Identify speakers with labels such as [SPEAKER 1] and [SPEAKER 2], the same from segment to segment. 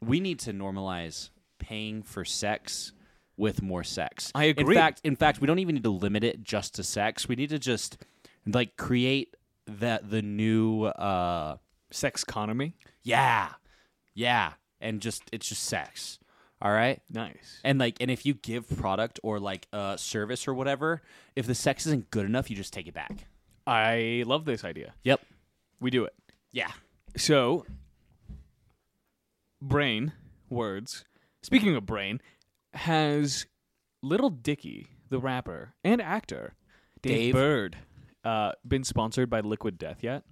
[SPEAKER 1] we need to normalize paying for sex with more sex.
[SPEAKER 2] I
[SPEAKER 1] In
[SPEAKER 2] agree.
[SPEAKER 1] fact, in fact, we don't even need to limit it just to sex. We need to just like create that the new uh
[SPEAKER 2] Sex economy.
[SPEAKER 1] yeah. Yeah, and just it's just sex. All right?
[SPEAKER 2] Nice.
[SPEAKER 1] And like and if you give product or like uh service or whatever, if the sex isn't good enough, you just take it back.
[SPEAKER 2] I love this idea.
[SPEAKER 1] Yep.
[SPEAKER 2] We do it.
[SPEAKER 1] Yeah.
[SPEAKER 2] So, brain words. Speaking of brain, has Little Dicky, the rapper and actor, Dave,
[SPEAKER 1] Dave.
[SPEAKER 2] Bird, uh, been sponsored by Liquid Death yet?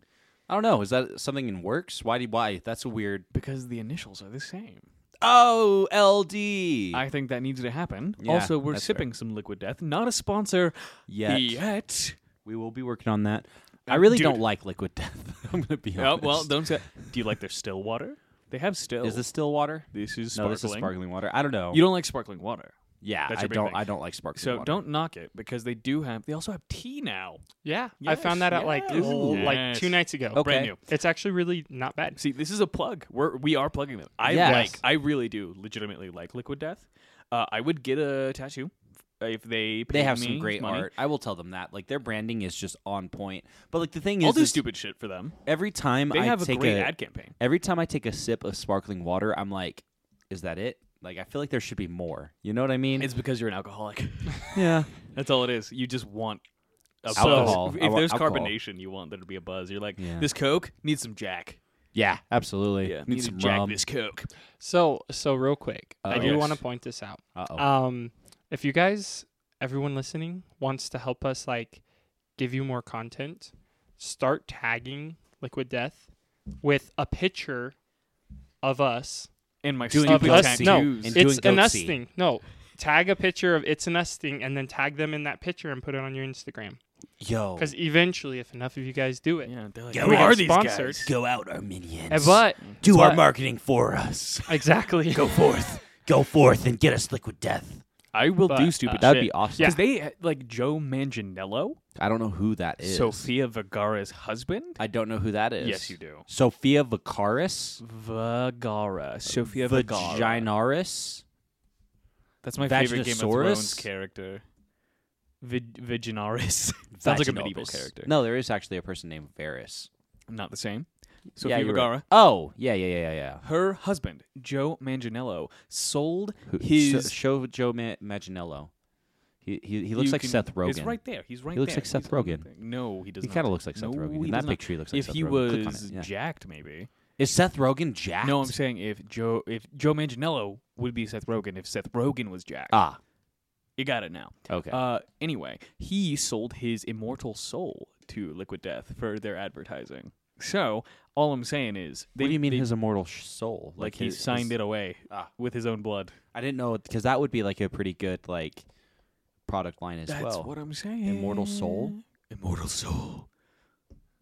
[SPEAKER 1] I don't know. Is that something in works? Why do why? That's a weird
[SPEAKER 2] Because the initials are the same.
[SPEAKER 1] Oh, LD.
[SPEAKER 2] I think that needs to happen.
[SPEAKER 1] Yeah,
[SPEAKER 2] also, we're
[SPEAKER 1] that's fair.
[SPEAKER 2] sipping some Liquid Death. Not a sponsor
[SPEAKER 1] Yet.
[SPEAKER 2] yet.
[SPEAKER 1] We will be working on that. I
[SPEAKER 2] Uh,
[SPEAKER 1] really
[SPEAKER 2] dude.
[SPEAKER 1] don't like liquid death. I'm going to be
[SPEAKER 2] Oh,
[SPEAKER 1] honest.
[SPEAKER 2] well, don't say. Do you like their still water? They have still.
[SPEAKER 1] is this still water?
[SPEAKER 2] This is
[SPEAKER 1] No,
[SPEAKER 2] sparkling.
[SPEAKER 1] this is sparkling water. I don't know.
[SPEAKER 2] You don't like sparkling water.
[SPEAKER 1] yeah,
[SPEAKER 2] that's
[SPEAKER 1] I
[SPEAKER 2] your big
[SPEAKER 1] don't
[SPEAKER 2] thing.
[SPEAKER 1] I don't like sparkling
[SPEAKER 2] So
[SPEAKER 1] water.
[SPEAKER 2] don't knock it because they do have. They also have tea now.
[SPEAKER 3] Yeah, I
[SPEAKER 2] Yes,
[SPEAKER 3] found that out like
[SPEAKER 2] yes.
[SPEAKER 3] l- like
[SPEAKER 2] Yes.
[SPEAKER 3] two nights ago.
[SPEAKER 1] Okay.
[SPEAKER 3] Brand new. It's actually really not bad.
[SPEAKER 2] See, this is a plug. We're we are plugging them. I
[SPEAKER 1] Yes.
[SPEAKER 2] like. I really do. Legitimately like Liquid Death. Uh, I would get a tattoo if they.
[SPEAKER 1] they
[SPEAKER 2] paid
[SPEAKER 1] have
[SPEAKER 2] me
[SPEAKER 1] some great
[SPEAKER 2] money.
[SPEAKER 1] art. I will tell them that. Like their branding is just on point. But like the thing
[SPEAKER 2] I'll
[SPEAKER 1] is,
[SPEAKER 2] do
[SPEAKER 1] is
[SPEAKER 2] stupid shit for them.
[SPEAKER 1] every time
[SPEAKER 2] They
[SPEAKER 1] I
[SPEAKER 2] have a
[SPEAKER 1] take
[SPEAKER 2] great ad campaign.
[SPEAKER 1] every time I take a sip of sparkling water, I'm like, is that it? Like I feel like there should be more. You know what I mean?
[SPEAKER 2] It's because you're an alcoholic.
[SPEAKER 1] yeah.
[SPEAKER 2] That's all it is. You just want a
[SPEAKER 1] Alcohol.
[SPEAKER 2] buzz.
[SPEAKER 1] I
[SPEAKER 2] If
[SPEAKER 1] want
[SPEAKER 2] there's
[SPEAKER 1] alcohol.
[SPEAKER 2] carbonation, you want there to be a buzz. You're like,
[SPEAKER 1] Yeah.
[SPEAKER 2] this Coke needs some Jack.
[SPEAKER 1] Yeah, absolutely.
[SPEAKER 2] need
[SPEAKER 1] Need some
[SPEAKER 2] Jack
[SPEAKER 1] rum.
[SPEAKER 2] this Coke.
[SPEAKER 3] So so real quick, I
[SPEAKER 1] Oh,
[SPEAKER 3] do
[SPEAKER 2] yes.
[SPEAKER 3] want to point this out.
[SPEAKER 1] Uh-oh.
[SPEAKER 3] Um, if you guys, everyone listening, wants to help us like give you more content, start tagging Liquid Death with a picture of us.
[SPEAKER 2] And my
[SPEAKER 1] Doing
[SPEAKER 3] Of
[SPEAKER 2] stupid
[SPEAKER 3] us,
[SPEAKER 1] tattoos.
[SPEAKER 3] no,
[SPEAKER 1] And doing
[SPEAKER 3] it's an us
[SPEAKER 1] goatsy.
[SPEAKER 3] thing. No, tag a picture of it's an us thing, and then tag them in that picture and put it on your Instagram.
[SPEAKER 2] Uh,
[SPEAKER 1] Yo.
[SPEAKER 3] Because eventually, if enough of you guys do it,
[SPEAKER 2] Yeah, they're like,
[SPEAKER 1] Yeah,
[SPEAKER 2] who
[SPEAKER 1] we
[SPEAKER 2] are
[SPEAKER 3] have
[SPEAKER 2] these
[SPEAKER 3] sponsored.
[SPEAKER 2] guys?
[SPEAKER 1] Go out, our minions.
[SPEAKER 3] Eh, but
[SPEAKER 1] do
[SPEAKER 3] but-
[SPEAKER 1] marketing for us.
[SPEAKER 3] exactly,
[SPEAKER 1] Go forth. Go forth and get us liquid death.
[SPEAKER 2] I will
[SPEAKER 3] But,
[SPEAKER 2] do stupid
[SPEAKER 1] That'd
[SPEAKER 2] shit.
[SPEAKER 1] be awesome.
[SPEAKER 2] Because they uh, like Joe Manganiello,
[SPEAKER 1] I don't know who that is.
[SPEAKER 2] Sofia Vergara's husband.
[SPEAKER 1] I don't know who that is.
[SPEAKER 2] Yes, you do.
[SPEAKER 1] Sophia Vicaris?
[SPEAKER 2] Vergara, Sofia Vergara.
[SPEAKER 1] Vaginaris?
[SPEAKER 2] That's my favorite Game of Thrones
[SPEAKER 1] Vaginosaurus?
[SPEAKER 2] character. Vig- Vaginaris. Sounds like a medieval
[SPEAKER 1] Vaginovis.
[SPEAKER 2] character.
[SPEAKER 1] No, there is actually a person named Varys.
[SPEAKER 2] Not the same.
[SPEAKER 1] Yeah,
[SPEAKER 2] Sofia
[SPEAKER 1] you're
[SPEAKER 2] Vergara.
[SPEAKER 1] right. Oh, yeah, yeah, yeah, yeah, yeah.
[SPEAKER 2] Her husband, Joe Manganiello, sold
[SPEAKER 1] Who,
[SPEAKER 2] his.
[SPEAKER 1] so, show Joe Ma- Maginello. He, he, he looks
[SPEAKER 2] you
[SPEAKER 1] like
[SPEAKER 2] can-
[SPEAKER 1] Seth Rogen.
[SPEAKER 2] He's right there. He's right
[SPEAKER 1] He looks
[SPEAKER 2] there.
[SPEAKER 1] like Seth
[SPEAKER 2] He's on the
[SPEAKER 1] Rogen.
[SPEAKER 2] thing. No, he does
[SPEAKER 1] He
[SPEAKER 2] not.
[SPEAKER 1] kind of looks like Seth
[SPEAKER 2] No,
[SPEAKER 1] Rogen.
[SPEAKER 2] he
[SPEAKER 1] In
[SPEAKER 2] does
[SPEAKER 1] that
[SPEAKER 2] not.
[SPEAKER 1] picture, he looks like
[SPEAKER 2] If
[SPEAKER 1] Seth
[SPEAKER 2] he
[SPEAKER 1] Rogen. Click on
[SPEAKER 2] was
[SPEAKER 1] it, yeah.
[SPEAKER 2] jacked, maybe.
[SPEAKER 1] Is Seth Rogen jacked?
[SPEAKER 2] No, I'm saying if Joe if Joe Manganiello would be Seth Rogen if Seth Rogen was jacked.
[SPEAKER 1] Ah,
[SPEAKER 2] You got it now.
[SPEAKER 1] okay.
[SPEAKER 2] Uh, anyway, he sold his immortal soul to Liquid Death for their advertising. So all I'm saying is, they,
[SPEAKER 1] what do you mean
[SPEAKER 2] they-
[SPEAKER 1] his immortal sh- soul?
[SPEAKER 2] like he signed it away
[SPEAKER 1] Ah.
[SPEAKER 2] with his own blood?
[SPEAKER 1] I didn't know because that would be like a pretty good like product line as
[SPEAKER 2] That's
[SPEAKER 1] well.
[SPEAKER 2] what I'm saying.
[SPEAKER 1] Immortal soul?
[SPEAKER 2] Immortal soul.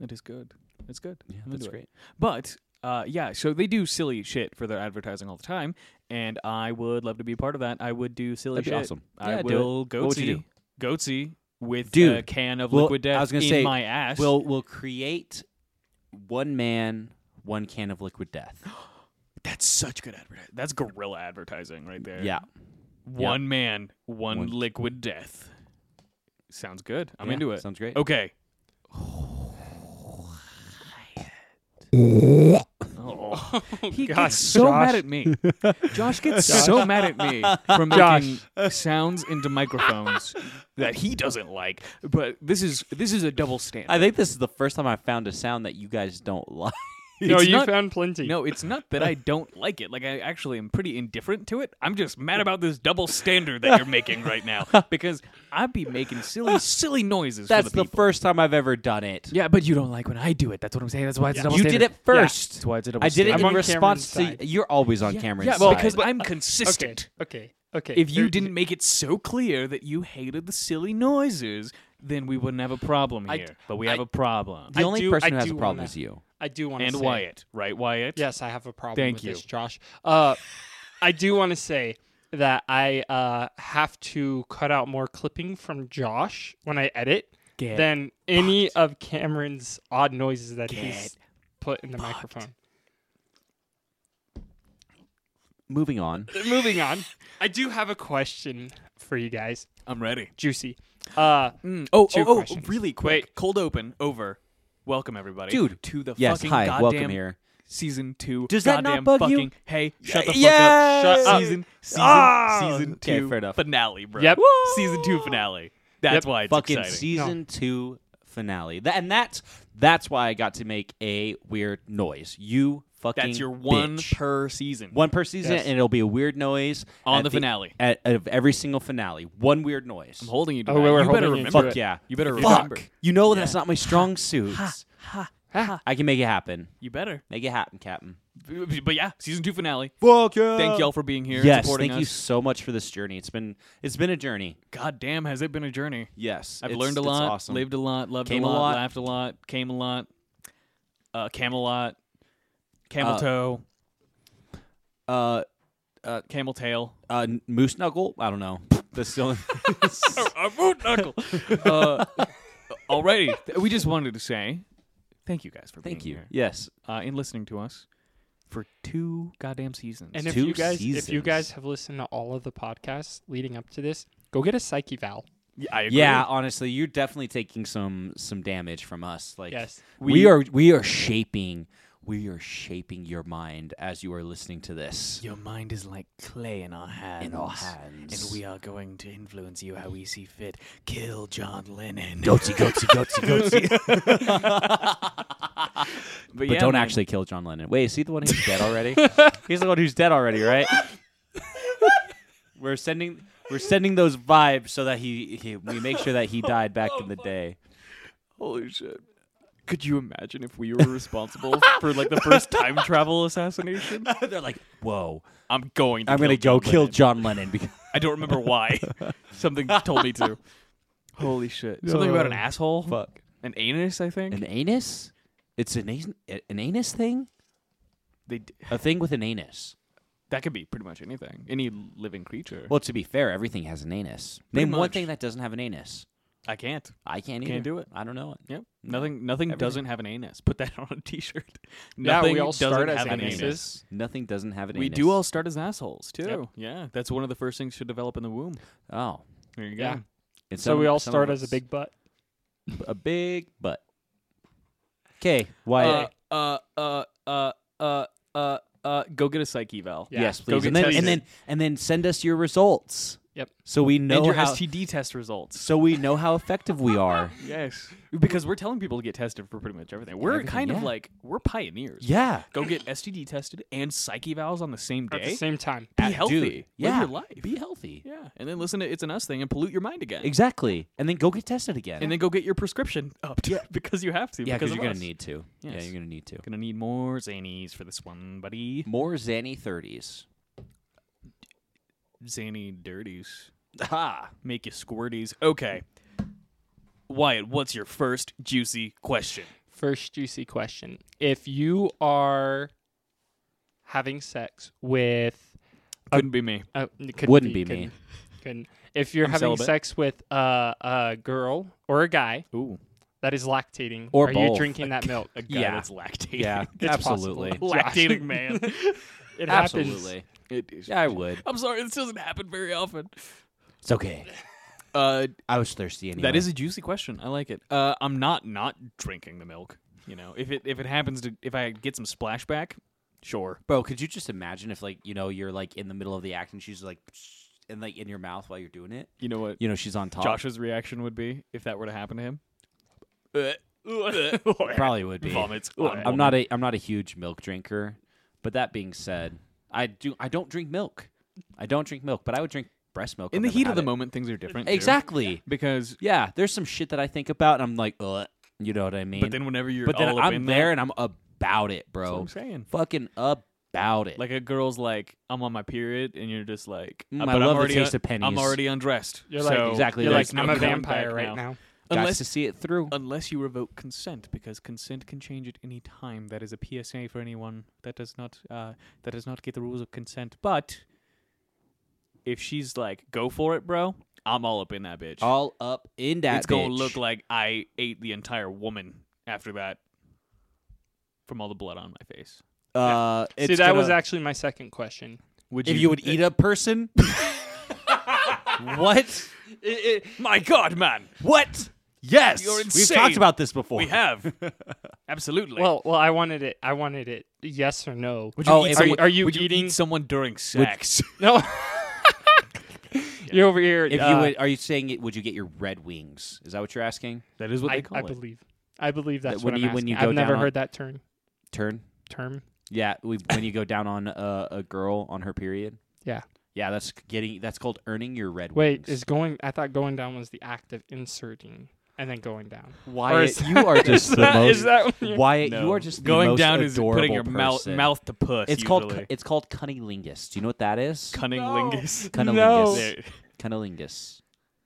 [SPEAKER 2] That is good. That's good.
[SPEAKER 1] yeah,
[SPEAKER 2] I'm
[SPEAKER 1] that's
[SPEAKER 2] into it.
[SPEAKER 1] great.
[SPEAKER 2] But uh, yeah, so they do silly shit for their advertising all the time, and I would love to be a part of that. I would do silly
[SPEAKER 1] That'd be
[SPEAKER 2] shit.
[SPEAKER 1] awesome.
[SPEAKER 2] I
[SPEAKER 1] Yeah, do
[SPEAKER 2] will
[SPEAKER 1] it. What would you
[SPEAKER 2] goatsy, goatsy with
[SPEAKER 1] Dude,
[SPEAKER 2] a can of
[SPEAKER 1] we'll-
[SPEAKER 2] liquid death
[SPEAKER 1] I was gonna
[SPEAKER 2] in
[SPEAKER 1] say,
[SPEAKER 2] my ass.
[SPEAKER 1] We'll we'll create one man, one can of liquid death.
[SPEAKER 2] that's such good advertising. That's guerrilla advertising right there.
[SPEAKER 1] yeah,
[SPEAKER 2] one man, one,
[SPEAKER 1] One-
[SPEAKER 2] liquid death. Sounds good. I'm
[SPEAKER 1] Yeah,
[SPEAKER 2] into it.
[SPEAKER 1] Sounds great.
[SPEAKER 2] Okay.
[SPEAKER 1] Oh,
[SPEAKER 2] Oh. He
[SPEAKER 3] gosh,
[SPEAKER 2] gets so
[SPEAKER 3] Josh.
[SPEAKER 2] mad at me. Josh gets
[SPEAKER 3] Josh.
[SPEAKER 2] so mad at me for making
[SPEAKER 3] Josh.
[SPEAKER 2] sounds into microphones that he doesn't like. But this is this is a double standard.
[SPEAKER 1] I think this is the first time I found a sound that you guys don't like.
[SPEAKER 3] no,
[SPEAKER 2] It's
[SPEAKER 3] you
[SPEAKER 2] not-
[SPEAKER 3] found plenty.
[SPEAKER 2] no, it's not that I don't like it. Like I actually am pretty indifferent to it. I'm just mad about this double standard that you're making right now because I'd be making silly, silly noises. for
[SPEAKER 1] That's
[SPEAKER 2] the
[SPEAKER 1] the,
[SPEAKER 2] people.
[SPEAKER 1] first time I've ever done it.
[SPEAKER 2] Yeah, but you don't like when I do it. That's what I'm saying. That's why it's a double
[SPEAKER 1] You did
[SPEAKER 2] standard.
[SPEAKER 1] it first.
[SPEAKER 2] Yeah, That's why it's a double
[SPEAKER 1] I did it
[SPEAKER 3] I'm
[SPEAKER 2] standard.
[SPEAKER 1] in
[SPEAKER 3] on
[SPEAKER 1] response
[SPEAKER 3] Cameron's
[SPEAKER 1] to
[SPEAKER 3] side.
[SPEAKER 1] you're always on camera.
[SPEAKER 2] yeah, well, because I'm consistent.
[SPEAKER 3] Okay. Okay.
[SPEAKER 2] If you
[SPEAKER 3] there-
[SPEAKER 2] didn't make it so clear that you hated the silly noises, then we wouldn't have a problem here.
[SPEAKER 3] I-
[SPEAKER 2] but we have
[SPEAKER 3] I-
[SPEAKER 2] a problem.
[SPEAKER 1] the
[SPEAKER 3] I
[SPEAKER 1] only
[SPEAKER 3] do-
[SPEAKER 1] person
[SPEAKER 3] I
[SPEAKER 1] who has a
[SPEAKER 3] do
[SPEAKER 1] problem
[SPEAKER 3] wanna-
[SPEAKER 1] is you.
[SPEAKER 3] I do want to
[SPEAKER 2] and
[SPEAKER 3] say,
[SPEAKER 2] Wyatt, right, Wyatt?
[SPEAKER 3] Yes, I have a problem
[SPEAKER 2] Thank
[SPEAKER 3] with
[SPEAKER 2] you.
[SPEAKER 3] this, Josh. Uh, I do want to say that I uh, have to cut out more clipping from Josh when I edit
[SPEAKER 2] Get
[SPEAKER 3] than any of Cameron's odd noises that he's put in the microphone.
[SPEAKER 1] moving on.
[SPEAKER 3] Moving on, I do have a question for you guys.
[SPEAKER 2] I'm ready.
[SPEAKER 3] Juicy. Uh,
[SPEAKER 2] Mm. Oh,
[SPEAKER 3] Two
[SPEAKER 2] oh, oh,
[SPEAKER 3] questions.
[SPEAKER 2] really quick. Cold open over. Welcome everybody,
[SPEAKER 1] Dude,
[SPEAKER 2] to the
[SPEAKER 1] Yes,
[SPEAKER 2] fucking
[SPEAKER 1] hi,
[SPEAKER 2] goddamn
[SPEAKER 1] welcome here.
[SPEAKER 2] season two.
[SPEAKER 1] Does that not
[SPEAKER 2] goddamn
[SPEAKER 1] bug you?
[SPEAKER 2] fucking, Hey, shut the fuck
[SPEAKER 1] yeah.
[SPEAKER 2] up. Shut
[SPEAKER 1] Shut up.
[SPEAKER 2] Season, season,
[SPEAKER 1] Ah.
[SPEAKER 2] season two
[SPEAKER 1] Okay, fair enough.
[SPEAKER 2] finale, bro.
[SPEAKER 3] Yep. Woo.
[SPEAKER 2] Season two finale. That's
[SPEAKER 3] Yep.
[SPEAKER 2] why it's
[SPEAKER 1] fucking
[SPEAKER 2] exciting.
[SPEAKER 1] season two finale. Th- and that's that's why I got to make a weird noise. You fucking
[SPEAKER 2] That's your one
[SPEAKER 1] bitch.
[SPEAKER 2] per season.
[SPEAKER 1] one per season,
[SPEAKER 3] Yes.
[SPEAKER 1] and it'll be a weird noise
[SPEAKER 2] On
[SPEAKER 1] at
[SPEAKER 2] the finale.
[SPEAKER 1] at, of every single finale. One weird noise.
[SPEAKER 2] I'm holding you to
[SPEAKER 3] Oh,
[SPEAKER 2] that.
[SPEAKER 3] we were
[SPEAKER 2] you better
[SPEAKER 3] holding you to
[SPEAKER 2] remember
[SPEAKER 1] Fuck
[SPEAKER 3] it.
[SPEAKER 1] yeah!
[SPEAKER 2] You better
[SPEAKER 1] Fuck.
[SPEAKER 2] remember.
[SPEAKER 1] You know that's not my strong suit. I can make it happen.
[SPEAKER 2] You better.
[SPEAKER 1] Make it happen, Captain.
[SPEAKER 2] But yeah, season two finale.
[SPEAKER 1] Fuck yeah!
[SPEAKER 2] Thank y'all for being here. and
[SPEAKER 1] Uh, Yes,
[SPEAKER 2] supporting
[SPEAKER 1] thank
[SPEAKER 2] us.
[SPEAKER 1] you so much for this journey. It's been it's been a journey.
[SPEAKER 2] God damn, has it been a journey?
[SPEAKER 1] Yes,
[SPEAKER 2] I've
[SPEAKER 1] it's-
[SPEAKER 2] learned a
[SPEAKER 1] it's
[SPEAKER 2] lot,
[SPEAKER 1] Awesome.
[SPEAKER 2] lived a lot, loved
[SPEAKER 1] Came
[SPEAKER 2] a,
[SPEAKER 1] a
[SPEAKER 2] lot,
[SPEAKER 1] lot.
[SPEAKER 2] laughed a lot, came a lot, uh, cam a lot, camel
[SPEAKER 1] Uh,
[SPEAKER 2] toe,
[SPEAKER 1] uh,
[SPEAKER 2] camel tail,
[SPEAKER 1] uh, moose knuckle. I don't know. That's the only.
[SPEAKER 2] a boot knuckle. uh, alrighty, Th- we just wanted to say thank you guys for
[SPEAKER 1] Thank
[SPEAKER 2] being
[SPEAKER 1] you.
[SPEAKER 2] here
[SPEAKER 1] Yes,
[SPEAKER 2] uh, and listening to us for two goddamn seasons.
[SPEAKER 3] and if
[SPEAKER 1] Two
[SPEAKER 3] you guys, if you
[SPEAKER 1] seasons.
[SPEAKER 3] guys have listened to all of the podcasts leading up to this, go get a psyche valve.
[SPEAKER 2] I agree.
[SPEAKER 1] Yeah, honestly, you're definitely taking some some damage from us. Like
[SPEAKER 3] Yes.
[SPEAKER 1] we,
[SPEAKER 2] We-
[SPEAKER 1] are we are shaping we are shaping your mind as you are listening to this.
[SPEAKER 2] Your mind is like clay in our hands.
[SPEAKER 1] In our hands.
[SPEAKER 2] And we are going to influence you how we see fit. Kill John Lennon.
[SPEAKER 1] Goatsy, goatsy, goatsy, goatsy.
[SPEAKER 2] But,
[SPEAKER 1] But
[SPEAKER 2] yeah,
[SPEAKER 1] don't
[SPEAKER 2] man.
[SPEAKER 1] actually kill John Lennon. Wait, is he the one who's dead already? He's the one who's dead already, right? we're sending we're sending those vibes so that he, he we make sure that he died back in the
[SPEAKER 2] Oh
[SPEAKER 1] day.
[SPEAKER 2] Holy shit. Could you imagine if we were responsible for like the first time travel assassination?
[SPEAKER 1] They're like, whoa,
[SPEAKER 2] I'm going to
[SPEAKER 1] I'm gonna
[SPEAKER 2] kill
[SPEAKER 1] go
[SPEAKER 2] John
[SPEAKER 1] kill
[SPEAKER 2] Lennon.
[SPEAKER 1] John Lennon because
[SPEAKER 2] I don't remember why. Something told me to. Holy shit. Something about an
[SPEAKER 3] No.
[SPEAKER 2] asshole?
[SPEAKER 1] fuck.
[SPEAKER 2] An anus, I think.
[SPEAKER 1] An anus? It's an anus, an anus thing?
[SPEAKER 2] they d-
[SPEAKER 1] A thing with an anus.
[SPEAKER 2] that could be pretty much anything. Any living creature.
[SPEAKER 1] Well, to be fair, everything has an anus.
[SPEAKER 2] Pretty
[SPEAKER 1] Name one
[SPEAKER 2] much.
[SPEAKER 1] thing that doesn't have an anus.
[SPEAKER 2] I can't.
[SPEAKER 1] I can't either.
[SPEAKER 2] Can't do it.
[SPEAKER 1] I don't know it.
[SPEAKER 2] Yep. Nothing nothing
[SPEAKER 1] Everything.
[SPEAKER 2] doesn't have an anus. Put that on a t-shirt.
[SPEAKER 3] Yeah, we
[SPEAKER 2] Nothing
[SPEAKER 3] all
[SPEAKER 2] doesn't
[SPEAKER 3] start as
[SPEAKER 2] have an
[SPEAKER 3] anuses.
[SPEAKER 2] anus.
[SPEAKER 1] Nothing doesn't have an
[SPEAKER 2] We
[SPEAKER 1] anus.
[SPEAKER 2] do all start as assholes, too. Yeah, that's one of the first things to develop in the womb.
[SPEAKER 1] Oh.
[SPEAKER 2] There you go.
[SPEAKER 3] Yeah.
[SPEAKER 1] And
[SPEAKER 3] So
[SPEAKER 1] some-
[SPEAKER 3] we all
[SPEAKER 1] some
[SPEAKER 3] start
[SPEAKER 1] of
[SPEAKER 3] as a
[SPEAKER 1] us-
[SPEAKER 3] big butt.
[SPEAKER 1] a big butt. Okay, Wyatt.
[SPEAKER 2] uh, uh, uh, uh, uh, uh, go get a psyche val.
[SPEAKER 3] Yeah.
[SPEAKER 1] Yes,
[SPEAKER 2] Go
[SPEAKER 1] please.
[SPEAKER 2] get
[SPEAKER 1] And then,
[SPEAKER 2] tested.
[SPEAKER 1] and then and then send us your results.
[SPEAKER 3] Yep.
[SPEAKER 1] So we know
[SPEAKER 2] and your
[SPEAKER 1] how
[SPEAKER 2] STD test results.
[SPEAKER 1] so we know how effective we are.
[SPEAKER 2] Yes, because we're telling people to get tested for pretty much everything. We're
[SPEAKER 1] Everything,
[SPEAKER 2] kind of
[SPEAKER 1] yeah.
[SPEAKER 2] like we're pioneers.
[SPEAKER 1] yeah.
[SPEAKER 2] Go get STD tested and psyche valves on the same
[SPEAKER 3] At the
[SPEAKER 2] day.
[SPEAKER 3] same time,
[SPEAKER 2] Be healthy.
[SPEAKER 1] Dude,
[SPEAKER 2] Live
[SPEAKER 1] yeah.
[SPEAKER 2] your life.
[SPEAKER 1] Be healthy.
[SPEAKER 2] yeah, and then listen to it's an us thing and pollute your mind again.
[SPEAKER 1] Exactly. And then go get tested again.
[SPEAKER 2] And then go get your prescription up because you have to.
[SPEAKER 1] yeah,
[SPEAKER 2] because
[SPEAKER 1] because you're
[SPEAKER 2] of
[SPEAKER 1] gonna
[SPEAKER 2] us.
[SPEAKER 1] need to. Yeah,
[SPEAKER 2] Yes.
[SPEAKER 1] you're gonna need to.
[SPEAKER 2] Gonna need more zanies for this one, buddy.
[SPEAKER 1] More Zanny thirties.
[SPEAKER 2] Zany dirties.
[SPEAKER 1] Ha.
[SPEAKER 2] make you squirties. Okay. Wyatt, what's your first juicy question?
[SPEAKER 3] first juicy question: If you are having sex with,
[SPEAKER 2] Couldn't be me.
[SPEAKER 3] uh, it couldn't
[SPEAKER 1] Wouldn't be me.
[SPEAKER 3] couldn't- couldn't. If you're
[SPEAKER 2] I'm
[SPEAKER 3] having
[SPEAKER 2] celibate.
[SPEAKER 3] sex with uh, a girl or a guy
[SPEAKER 2] Ooh.
[SPEAKER 3] that is lactating,
[SPEAKER 1] Or
[SPEAKER 3] are
[SPEAKER 1] both.
[SPEAKER 3] you drinking that milk?
[SPEAKER 2] A guy
[SPEAKER 1] Yeah.
[SPEAKER 2] that's lactating.
[SPEAKER 1] Yeah,
[SPEAKER 3] It's possible.
[SPEAKER 1] absolutely.
[SPEAKER 2] Lactating man.
[SPEAKER 3] It happens.
[SPEAKER 1] Absolutely.
[SPEAKER 2] It is.
[SPEAKER 1] Yeah, I would.
[SPEAKER 2] I'm sorry, this doesn't happen very often.
[SPEAKER 1] It's okay.
[SPEAKER 2] Uh,
[SPEAKER 1] I was thirsty anyway.
[SPEAKER 2] That is a juicy question. I like it. Uh, I'm not not drinking the milk. You know, if it if it happens to if I get some splashback, sure.
[SPEAKER 1] bro. Could you just imagine if like you know you're like in the middle of the act and she's like, and like in your mouth while you're doing it.
[SPEAKER 2] You know what
[SPEAKER 1] You know she's on top.
[SPEAKER 2] Josh's reaction would be if that were to happen to him.
[SPEAKER 1] Probably would be.
[SPEAKER 2] Vomits.
[SPEAKER 1] I'm, I'm not a I'm not a huge milk drinker, but that being said, I do I don't drink milk. I don't drink milk, but I would drink breast milk.
[SPEAKER 2] in
[SPEAKER 1] I've
[SPEAKER 2] the
[SPEAKER 1] never
[SPEAKER 2] heat
[SPEAKER 1] had
[SPEAKER 2] of the
[SPEAKER 1] it.
[SPEAKER 2] moment. Things are different. too.
[SPEAKER 1] Exactly.
[SPEAKER 2] because
[SPEAKER 1] Yeah, there's some shit that I think about, and I'm like, Ugh, you know what I mean.
[SPEAKER 2] but then whenever you're
[SPEAKER 1] but then
[SPEAKER 2] all up in
[SPEAKER 1] I'm
[SPEAKER 2] that-
[SPEAKER 1] there and I'm about it,
[SPEAKER 2] that's what
[SPEAKER 1] bro.
[SPEAKER 2] I'm saying
[SPEAKER 1] Fucking about it.
[SPEAKER 2] like a girl's like I'm on my period and you're just like
[SPEAKER 1] Mm,
[SPEAKER 2] "Uh,
[SPEAKER 1] I
[SPEAKER 2] but I'm
[SPEAKER 1] love the
[SPEAKER 2] already
[SPEAKER 1] taste
[SPEAKER 2] un-
[SPEAKER 1] of pennies."
[SPEAKER 2] I'm already undressed.
[SPEAKER 3] You're like-
[SPEAKER 2] so
[SPEAKER 1] Exactly,
[SPEAKER 3] You're
[SPEAKER 1] There's
[SPEAKER 3] like
[SPEAKER 2] no
[SPEAKER 3] I'm a
[SPEAKER 2] going
[SPEAKER 3] vampire
[SPEAKER 2] back
[SPEAKER 3] right now.
[SPEAKER 1] Got
[SPEAKER 2] Unless Uh,
[SPEAKER 1] to see it through.
[SPEAKER 2] unless you revoke consent because consent can change at any time that is a psa for anyone that does not uh, that does not get the rules of consent but if she's like go for it bro i'm all up in that bitch
[SPEAKER 1] All up in that.
[SPEAKER 2] it's gonna
[SPEAKER 1] bitch.
[SPEAKER 2] look like i ate the entire woman after that from all the blood on my face
[SPEAKER 1] Uh,
[SPEAKER 3] See, that was actually my second question.
[SPEAKER 2] Would
[SPEAKER 1] If you would eat a person? what?
[SPEAKER 2] My God, man,
[SPEAKER 1] What? Yes.
[SPEAKER 2] You're
[SPEAKER 1] We've
[SPEAKER 2] insane.
[SPEAKER 1] talked about this before.
[SPEAKER 2] we have absolutely.
[SPEAKER 3] Well, well, I wanted it. I wanted it. Yes or no?
[SPEAKER 2] would
[SPEAKER 1] Oh,
[SPEAKER 2] eat
[SPEAKER 1] if
[SPEAKER 3] are,
[SPEAKER 1] I-
[SPEAKER 3] you,
[SPEAKER 2] someone-
[SPEAKER 3] are you
[SPEAKER 2] would you
[SPEAKER 3] eating?
[SPEAKER 2] eat someone during sex?
[SPEAKER 3] no. You're over here.
[SPEAKER 1] If you
[SPEAKER 3] uh,
[SPEAKER 1] would, are you saying it, would you get your red wings? Is that what you're asking?
[SPEAKER 2] that is what
[SPEAKER 3] I,
[SPEAKER 2] they call
[SPEAKER 3] I
[SPEAKER 2] it.
[SPEAKER 3] believe. I believe that's
[SPEAKER 1] when
[SPEAKER 3] what
[SPEAKER 1] you-
[SPEAKER 3] I'm
[SPEAKER 1] when you
[SPEAKER 3] asking.
[SPEAKER 1] go
[SPEAKER 3] I've never
[SPEAKER 1] down on-
[SPEAKER 3] heard that term.
[SPEAKER 1] Turn.
[SPEAKER 3] Term.
[SPEAKER 1] Yeah, we, when you go down on a, a girl on her period.
[SPEAKER 3] Yeah.
[SPEAKER 1] Yeah, that's getting that's called earning your red
[SPEAKER 3] Wait,
[SPEAKER 1] wings.
[SPEAKER 3] is going? I thought going down was the act of inserting and then going down.
[SPEAKER 1] Wyatt,
[SPEAKER 3] is-
[SPEAKER 1] you are just
[SPEAKER 3] is
[SPEAKER 1] the
[SPEAKER 3] that,
[SPEAKER 1] most
[SPEAKER 3] is that when you're-
[SPEAKER 1] Wyatt,
[SPEAKER 2] No.
[SPEAKER 1] you are just the
[SPEAKER 2] going
[SPEAKER 1] most
[SPEAKER 2] down is putting
[SPEAKER 1] adorable
[SPEAKER 2] your mouth
[SPEAKER 1] person.
[SPEAKER 2] mouth to puss.
[SPEAKER 1] It's called cu-
[SPEAKER 2] usually.
[SPEAKER 1] it's called cunnilingus. Do you know what that is?
[SPEAKER 2] cunning
[SPEAKER 3] No.
[SPEAKER 2] lingus.
[SPEAKER 1] Cunnilingus.
[SPEAKER 2] There,
[SPEAKER 1] Cunnilingus.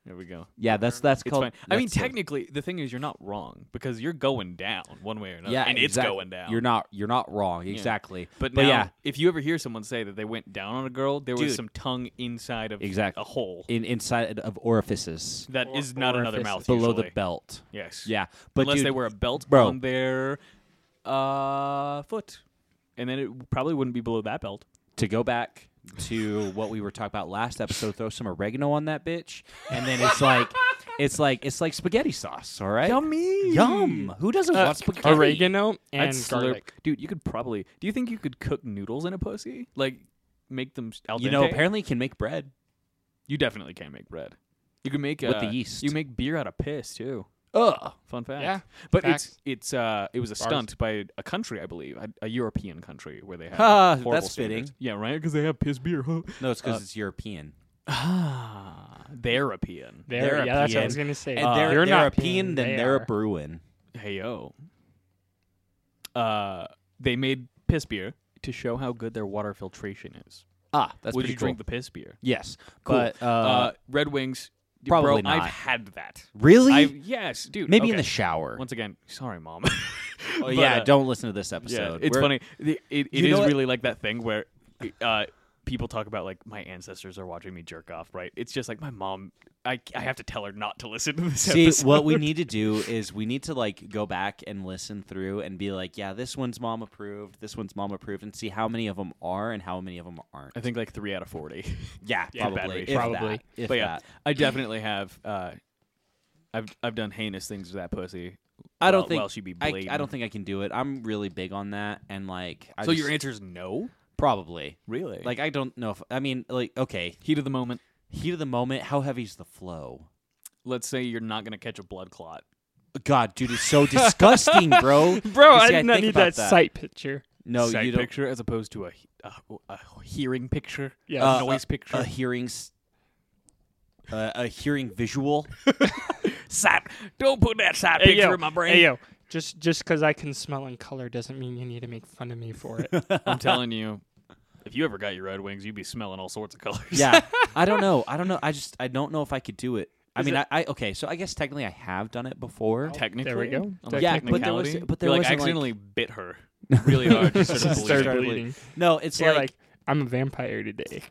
[SPEAKER 2] there we go.
[SPEAKER 1] Yeah, that's that's
[SPEAKER 2] It's
[SPEAKER 1] called.
[SPEAKER 2] fine. I mean,
[SPEAKER 1] that's the-
[SPEAKER 2] technically, the thing is, you're not wrong because you're going down one way or another.
[SPEAKER 1] yeah,
[SPEAKER 2] and
[SPEAKER 1] exact-
[SPEAKER 2] it's going down.
[SPEAKER 1] You're not you're not wrong exactly.
[SPEAKER 2] But,
[SPEAKER 1] But
[SPEAKER 2] now,
[SPEAKER 1] yeah.
[SPEAKER 2] if you ever hear someone say that they went down on a girl, there
[SPEAKER 1] Dude.
[SPEAKER 2] was some tongue inside of
[SPEAKER 1] Exactly.
[SPEAKER 2] a hole.
[SPEAKER 1] In inside of orifices
[SPEAKER 2] that
[SPEAKER 3] Or-
[SPEAKER 2] is not another
[SPEAKER 3] orifice
[SPEAKER 2] mouth.
[SPEAKER 1] below
[SPEAKER 2] usually.
[SPEAKER 1] the belt.
[SPEAKER 2] Yes.
[SPEAKER 1] Yeah, but
[SPEAKER 2] Unless
[SPEAKER 1] dude,
[SPEAKER 2] they wear a belt
[SPEAKER 1] Bro.
[SPEAKER 2] on their uh, foot, and then it probably wouldn't be below that belt.
[SPEAKER 1] to go back to what we were talking about last episode, throw some oregano on that bitch, and then it's like it's like it's like spaghetti sauce. All right,
[SPEAKER 2] Yummy.
[SPEAKER 1] Yum. Who doesn't
[SPEAKER 3] Uh,
[SPEAKER 1] want spaghetti?
[SPEAKER 3] oregano
[SPEAKER 2] I'd
[SPEAKER 3] and
[SPEAKER 2] slurp-
[SPEAKER 3] garlic.
[SPEAKER 2] Dude, you could probably. Do you think you could cook noodles in a pussy? Like, make them s- al
[SPEAKER 1] You know,
[SPEAKER 2] dente?
[SPEAKER 1] apparently you can make bread.
[SPEAKER 2] You definitely can make bread. You can make
[SPEAKER 1] With the
[SPEAKER 2] uh,
[SPEAKER 1] yeast.
[SPEAKER 2] You make beer out of piss too. Ugh. Fun fact.
[SPEAKER 3] Yeah,
[SPEAKER 2] But
[SPEAKER 3] facts.
[SPEAKER 2] it's it's uh it was a
[SPEAKER 3] Bars.
[SPEAKER 2] stunt by a country I believe a, a European country where they have
[SPEAKER 1] Ah,
[SPEAKER 2] horrible
[SPEAKER 1] that's fitting.
[SPEAKER 2] standards. Yeah, right. Because they have piss beer. Huh?
[SPEAKER 1] No, it's
[SPEAKER 2] Uh.
[SPEAKER 1] because it's European.
[SPEAKER 2] Ah, they're European.
[SPEAKER 3] There, yeah, that's what I was
[SPEAKER 1] European.
[SPEAKER 3] gonna say.
[SPEAKER 1] And
[SPEAKER 2] uh,
[SPEAKER 1] they're,
[SPEAKER 3] you're
[SPEAKER 1] they're
[SPEAKER 3] not
[SPEAKER 1] European, then
[SPEAKER 3] they
[SPEAKER 1] they're
[SPEAKER 3] are.
[SPEAKER 1] a Bruin.
[SPEAKER 2] Hey yo. Uh, they made piss beer to show how good their water filtration is.
[SPEAKER 1] Ah, that's
[SPEAKER 2] Would
[SPEAKER 1] pretty
[SPEAKER 2] you drink the piss beer?
[SPEAKER 1] the- yes,
[SPEAKER 2] Cool.
[SPEAKER 1] but uh,
[SPEAKER 2] Uh, Red Wings.
[SPEAKER 1] probably
[SPEAKER 2] bro,
[SPEAKER 1] not.
[SPEAKER 2] I've had that.
[SPEAKER 1] really,
[SPEAKER 2] I've, yes, dude.
[SPEAKER 1] maybe in
[SPEAKER 2] okay.
[SPEAKER 1] the shower.
[SPEAKER 2] Once again, sorry, mom.
[SPEAKER 1] Oh,
[SPEAKER 2] But,
[SPEAKER 1] yeah,
[SPEAKER 2] uh,
[SPEAKER 1] don't listen to this episode.
[SPEAKER 2] Yeah, it's
[SPEAKER 1] We're-
[SPEAKER 2] funny. The- It, it
[SPEAKER 1] You know
[SPEAKER 2] is
[SPEAKER 1] what-
[SPEAKER 2] really like that thing where uh, people talk about like my ancestors are watching me jerk off, right? It's just like my mom. I, I have to tell her not to listen to this
[SPEAKER 1] See,
[SPEAKER 2] episode.
[SPEAKER 1] what we need to do is we need to like go back and listen through and be like, yeah, this one's mom approved, this one's mom approved, and see how many of them are and how many of them aren't.
[SPEAKER 2] I think like three out of forty.
[SPEAKER 1] Yeah,
[SPEAKER 2] Yeah, bad
[SPEAKER 1] probably,
[SPEAKER 2] ratio.
[SPEAKER 1] if
[SPEAKER 3] Probably.
[SPEAKER 1] that, if
[SPEAKER 2] but yeah,
[SPEAKER 1] that.
[SPEAKER 2] I definitely have. Uh, I've I've done heinous things to that pussy.
[SPEAKER 1] I don't
[SPEAKER 2] while-
[SPEAKER 1] think
[SPEAKER 2] while she be
[SPEAKER 1] I,
[SPEAKER 2] blatant.
[SPEAKER 1] I don't think I can do it. I'm really big on that, and like, I
[SPEAKER 2] so.
[SPEAKER 1] just-
[SPEAKER 2] your answer is no,
[SPEAKER 1] probably
[SPEAKER 2] really?
[SPEAKER 1] like I don't know if I mean like okay,
[SPEAKER 2] heat of the moment.
[SPEAKER 1] heat of the moment. How heavy's the flow?
[SPEAKER 2] Let's say you're not gonna catch a blood clot.
[SPEAKER 1] God, dude, it's so disgusting, bro.
[SPEAKER 3] Bro,
[SPEAKER 1] You
[SPEAKER 3] I
[SPEAKER 1] see, I
[SPEAKER 3] did not
[SPEAKER 1] think
[SPEAKER 3] need
[SPEAKER 1] about
[SPEAKER 3] that,
[SPEAKER 1] that.
[SPEAKER 3] sight picture.
[SPEAKER 1] No,
[SPEAKER 2] Sight
[SPEAKER 1] you don't.
[SPEAKER 2] picture as opposed to a, a, a hearing picture,
[SPEAKER 3] Yeah,
[SPEAKER 2] a
[SPEAKER 1] Uh,
[SPEAKER 2] noise picture.
[SPEAKER 1] A hearing, s- uh, a hearing visual.
[SPEAKER 2] Sat. Don't put that sat
[SPEAKER 3] Hey,
[SPEAKER 2] picture
[SPEAKER 3] yo.
[SPEAKER 2] in my brain.
[SPEAKER 3] Hey yo, just just because I can smell and color doesn't mean you need to make fun of me for it.
[SPEAKER 2] I'm telling you, if you ever got your red wings, you'd be smelling all sorts of colors.
[SPEAKER 1] yeah i don't know i don't know i just i don't know if i could do it i
[SPEAKER 3] Is
[SPEAKER 1] mean
[SPEAKER 3] it-
[SPEAKER 1] I, I okay so i guess technically i have done it before
[SPEAKER 2] Technically,
[SPEAKER 3] There we go.
[SPEAKER 2] on the
[SPEAKER 1] Yeah, but there was-
[SPEAKER 2] technicality,
[SPEAKER 1] but there
[SPEAKER 2] you, like
[SPEAKER 1] wasn't, like-
[SPEAKER 2] accidentally bit her really hard. Just sort of
[SPEAKER 1] Just
[SPEAKER 2] bleeding.
[SPEAKER 1] started bleeding. no it's
[SPEAKER 3] You're
[SPEAKER 1] like,
[SPEAKER 3] like, I'm a vampire today.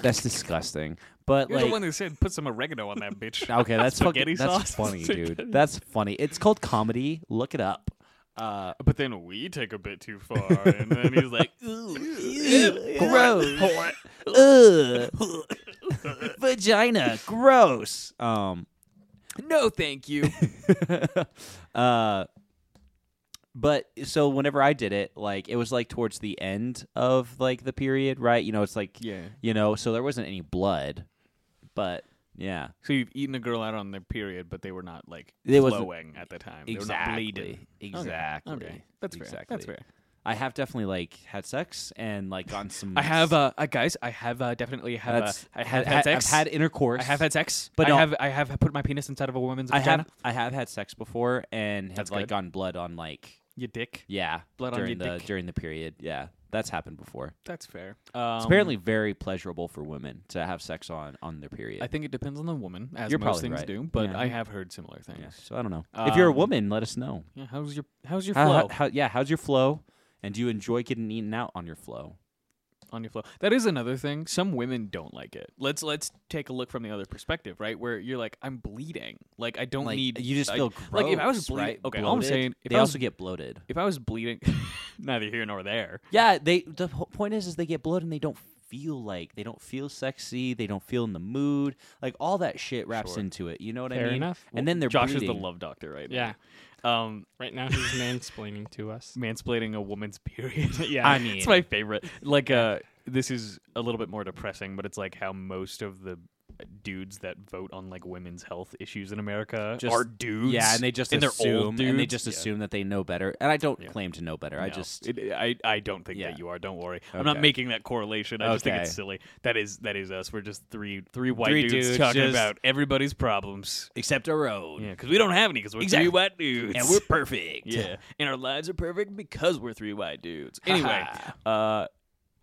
[SPEAKER 1] that's disgusting but
[SPEAKER 2] You're
[SPEAKER 1] like
[SPEAKER 2] the one who said put some oregano on that bitch.
[SPEAKER 1] okay that's
[SPEAKER 2] Spaghetti
[SPEAKER 1] fucking that's
[SPEAKER 2] sauce.
[SPEAKER 1] funny dude that's funny it's called comedy look it up uh
[SPEAKER 2] But then we take a bit too far, and then he's like, "Ew,
[SPEAKER 1] gross Ugh. vagina gross um
[SPEAKER 2] no, thank you."
[SPEAKER 1] uh, but so whenever I did it, like it was like towards the end of like the period, right? You know, it's like
[SPEAKER 2] Yeah.
[SPEAKER 1] you know, so there wasn't any blood, but yeah,
[SPEAKER 2] So you've eaten a girl out on their period, but they were not like
[SPEAKER 1] It wasn't-
[SPEAKER 2] flowing at the time. They were not bleeding.
[SPEAKER 1] exactly, exactly.
[SPEAKER 2] Okay. okay. That's fair.
[SPEAKER 1] Exactly.
[SPEAKER 2] That's fair.
[SPEAKER 1] I have definitely like had sex and like gotten some.
[SPEAKER 2] I have, uh, uh, guys. I have uh, definitely have. Uh,
[SPEAKER 1] That's-
[SPEAKER 2] I have
[SPEAKER 1] ha-
[SPEAKER 2] had sex.
[SPEAKER 1] I've had intercourse.
[SPEAKER 2] I have had sex,
[SPEAKER 1] But
[SPEAKER 2] but I
[SPEAKER 1] no.
[SPEAKER 2] have I have put my penis inside of a woman's
[SPEAKER 1] I
[SPEAKER 2] vagina.
[SPEAKER 1] have. I have had sex before and have
[SPEAKER 2] That's
[SPEAKER 1] like
[SPEAKER 2] good.
[SPEAKER 1] gotten blood on like
[SPEAKER 2] Your dick.
[SPEAKER 1] yeah
[SPEAKER 2] Blood on
[SPEAKER 1] during
[SPEAKER 2] your
[SPEAKER 1] the
[SPEAKER 2] dick.
[SPEAKER 1] during the period. Yeah, that's happened before.
[SPEAKER 2] That's fair. Um,
[SPEAKER 1] It's apparently very pleasurable for women to have sex on on their period.
[SPEAKER 2] I think it depends on the woman, as
[SPEAKER 1] You're
[SPEAKER 2] most
[SPEAKER 1] probably
[SPEAKER 2] things
[SPEAKER 1] right.
[SPEAKER 2] do. But
[SPEAKER 1] Yeah.
[SPEAKER 2] I have heard similar things.
[SPEAKER 1] Yeah, so I don't know. if you're a
[SPEAKER 2] Um,
[SPEAKER 1] woman, let us know.
[SPEAKER 2] Yeah, how's your How's your
[SPEAKER 1] How- how-
[SPEAKER 2] flow
[SPEAKER 1] how- yeah, how's your flow? And do you enjoy getting eaten out on your flow?
[SPEAKER 2] on your flow? That is another thing. Some women don't like it. Let's let's take a look from the other perspective, right? Where you're like, I'm bleeding. Like I don't
[SPEAKER 1] like
[SPEAKER 2] need.
[SPEAKER 1] you just
[SPEAKER 2] like,
[SPEAKER 1] feel
[SPEAKER 2] like if I was
[SPEAKER 1] gross,
[SPEAKER 2] bleeding.
[SPEAKER 1] right?
[SPEAKER 2] Okay, all I'm
[SPEAKER 1] bloated.
[SPEAKER 2] saying if
[SPEAKER 1] they
[SPEAKER 2] I was,
[SPEAKER 1] also get bloated.
[SPEAKER 2] if I was bleeding, neither here nor there.
[SPEAKER 1] Yeah, they. The whole point is, is they get bloated and they don't feel like they don't feel sexy, they don't feel in the mood, like all that shit wraps
[SPEAKER 2] Sure.
[SPEAKER 1] into it. You know what
[SPEAKER 3] Fair
[SPEAKER 1] I mean?
[SPEAKER 3] enough.
[SPEAKER 1] And then they're
[SPEAKER 2] Josh is
[SPEAKER 1] bleeding.
[SPEAKER 2] the love doctor right
[SPEAKER 3] Yeah.
[SPEAKER 2] now. Um,
[SPEAKER 3] Right now he's mansplaining to us.
[SPEAKER 2] mansplaining a woman's period.
[SPEAKER 3] yeah.
[SPEAKER 1] I mean,
[SPEAKER 2] it's my favorite. Like, uh, this is a little bit more depressing, but it's like how most of the dudes that vote on like women's health issues in America
[SPEAKER 1] Just-
[SPEAKER 2] are dudes.
[SPEAKER 1] yeah, and they just
[SPEAKER 2] and they're
[SPEAKER 1] assume,
[SPEAKER 2] old dudes.
[SPEAKER 1] and they just
[SPEAKER 2] Yeah.
[SPEAKER 1] assume that they know better. And I don't
[SPEAKER 2] Yeah.
[SPEAKER 1] claim to know better. I
[SPEAKER 2] No,
[SPEAKER 1] just
[SPEAKER 2] it, I, I don't think
[SPEAKER 1] Yeah.
[SPEAKER 2] that you are. Don't worry. I'm not
[SPEAKER 1] Okay.
[SPEAKER 2] making that correlation. I just think it's
[SPEAKER 1] Okay.
[SPEAKER 2] silly. That is that is us. We're just three three white
[SPEAKER 1] Three
[SPEAKER 2] dudes,
[SPEAKER 1] dudes
[SPEAKER 2] talking
[SPEAKER 1] just-
[SPEAKER 2] about everybody's problems.
[SPEAKER 1] accept our own,
[SPEAKER 2] Yeah, because we don't have any. Because we're
[SPEAKER 1] Exactly.
[SPEAKER 2] three white dudes.
[SPEAKER 1] and we're perfect.
[SPEAKER 2] yeah, and our lives are perfect because we're three white dudes. Anyway, uh,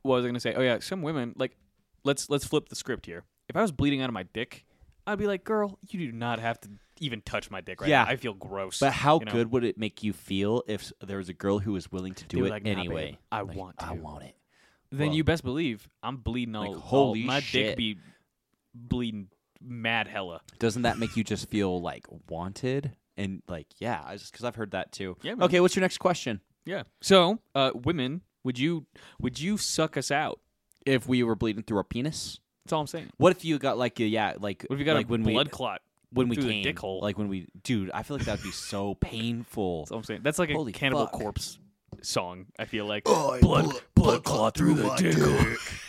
[SPEAKER 2] what was I gonna say? Oh yeah, some women like let's let's flip the script here. If I was bleeding out of my dick, I'd be like, girl, you do not have to even touch my dick right
[SPEAKER 1] Yeah.
[SPEAKER 2] now. I feel gross.
[SPEAKER 1] But how
[SPEAKER 2] you know?
[SPEAKER 1] good would it make you feel if s- there was a girl who was willing to
[SPEAKER 2] They
[SPEAKER 1] do
[SPEAKER 2] were
[SPEAKER 1] it
[SPEAKER 2] like, "Nah, babe,
[SPEAKER 1] anyway?
[SPEAKER 2] I
[SPEAKER 1] Like,
[SPEAKER 2] want to.
[SPEAKER 1] I want it.
[SPEAKER 2] then
[SPEAKER 1] Well,
[SPEAKER 2] you best believe I'm bleeding all.
[SPEAKER 1] like,
[SPEAKER 2] all-
[SPEAKER 1] holy
[SPEAKER 2] my
[SPEAKER 1] shit.
[SPEAKER 2] dick be bleeding mad hella.
[SPEAKER 1] Doesn't that make you just feel like wanted and like yeah? I just because I've heard that too.
[SPEAKER 2] Yeah, man.
[SPEAKER 1] Okay, what's your next question?
[SPEAKER 2] Yeah. So, uh, women, would you would you suck us out?
[SPEAKER 1] If we were bleeding through our penis,
[SPEAKER 2] That's all I'm saying.
[SPEAKER 1] what if you got like a, yeah, like
[SPEAKER 2] What if you got
[SPEAKER 1] like
[SPEAKER 2] a
[SPEAKER 1] when
[SPEAKER 2] blood
[SPEAKER 1] we
[SPEAKER 2] clot?
[SPEAKER 1] when we
[SPEAKER 2] through the
[SPEAKER 1] came,
[SPEAKER 2] dick hole?
[SPEAKER 1] like when we dude, I feel like that'd be so painful.
[SPEAKER 2] That's all I'm saying. That's like
[SPEAKER 1] Holy
[SPEAKER 2] a Cannibal
[SPEAKER 1] fuck.
[SPEAKER 2] Corpse song. I feel like
[SPEAKER 4] blood, blood clot through the dick.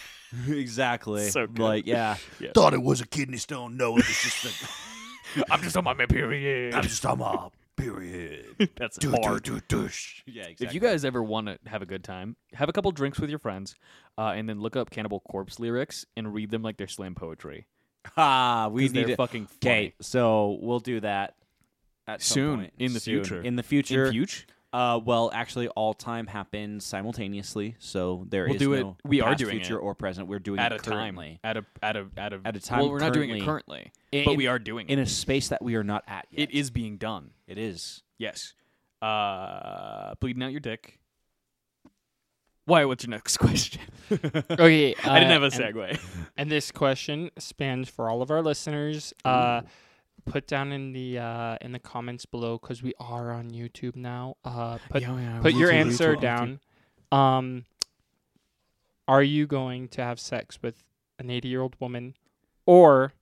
[SPEAKER 1] exactly.
[SPEAKER 2] So good.
[SPEAKER 1] Like yeah,
[SPEAKER 4] Thought it was a kidney stone. No, it was just a,
[SPEAKER 2] I'm just on my period.
[SPEAKER 4] I'm just on my period.
[SPEAKER 2] That's
[SPEAKER 4] Do, do,
[SPEAKER 2] hard.
[SPEAKER 4] do, douche.
[SPEAKER 1] yeah. Exactly.
[SPEAKER 2] If you guys ever want to have a good time, have a couple drinks with your friends, uh, and then look up Cannibal Corpse lyrics and read them like they're slam poetry.
[SPEAKER 1] ah, we
[SPEAKER 2] 'Cause
[SPEAKER 1] need
[SPEAKER 2] they're
[SPEAKER 1] to
[SPEAKER 2] fucking
[SPEAKER 1] Okay, so we'll do that at some
[SPEAKER 2] Soon,
[SPEAKER 1] point.
[SPEAKER 2] in the
[SPEAKER 1] Soon.
[SPEAKER 2] future.
[SPEAKER 1] In the
[SPEAKER 2] funny.
[SPEAKER 1] future,
[SPEAKER 2] In future,
[SPEAKER 1] uh, well, actually, all time happens simultaneously, so there is
[SPEAKER 2] We'll do it-
[SPEAKER 1] no
[SPEAKER 2] we are
[SPEAKER 1] past,
[SPEAKER 2] doing
[SPEAKER 1] future
[SPEAKER 2] it.
[SPEAKER 1] or present. We're doing
[SPEAKER 2] at
[SPEAKER 1] it
[SPEAKER 2] a time,
[SPEAKER 1] currently
[SPEAKER 2] at a at a at a
[SPEAKER 1] At a time
[SPEAKER 2] Well, we're not doing it currently, but
[SPEAKER 1] in-
[SPEAKER 2] we are doing
[SPEAKER 1] in
[SPEAKER 2] it.
[SPEAKER 1] a space that we are not at yet.
[SPEAKER 2] It is being done.
[SPEAKER 1] It is.
[SPEAKER 2] Yes. Uh, bleeding out your dick. Why? What's your next question?
[SPEAKER 3] Okay.
[SPEAKER 2] I didn't
[SPEAKER 3] uh,
[SPEAKER 2] have a
[SPEAKER 3] and-
[SPEAKER 2] segue.
[SPEAKER 3] And this question spans for all of our listeners. Uh, put down in the uh, in the comments below because we are on YouTube now. Uh, put put your answer down. Um, are you going to have sex with an eighty year old woman, or,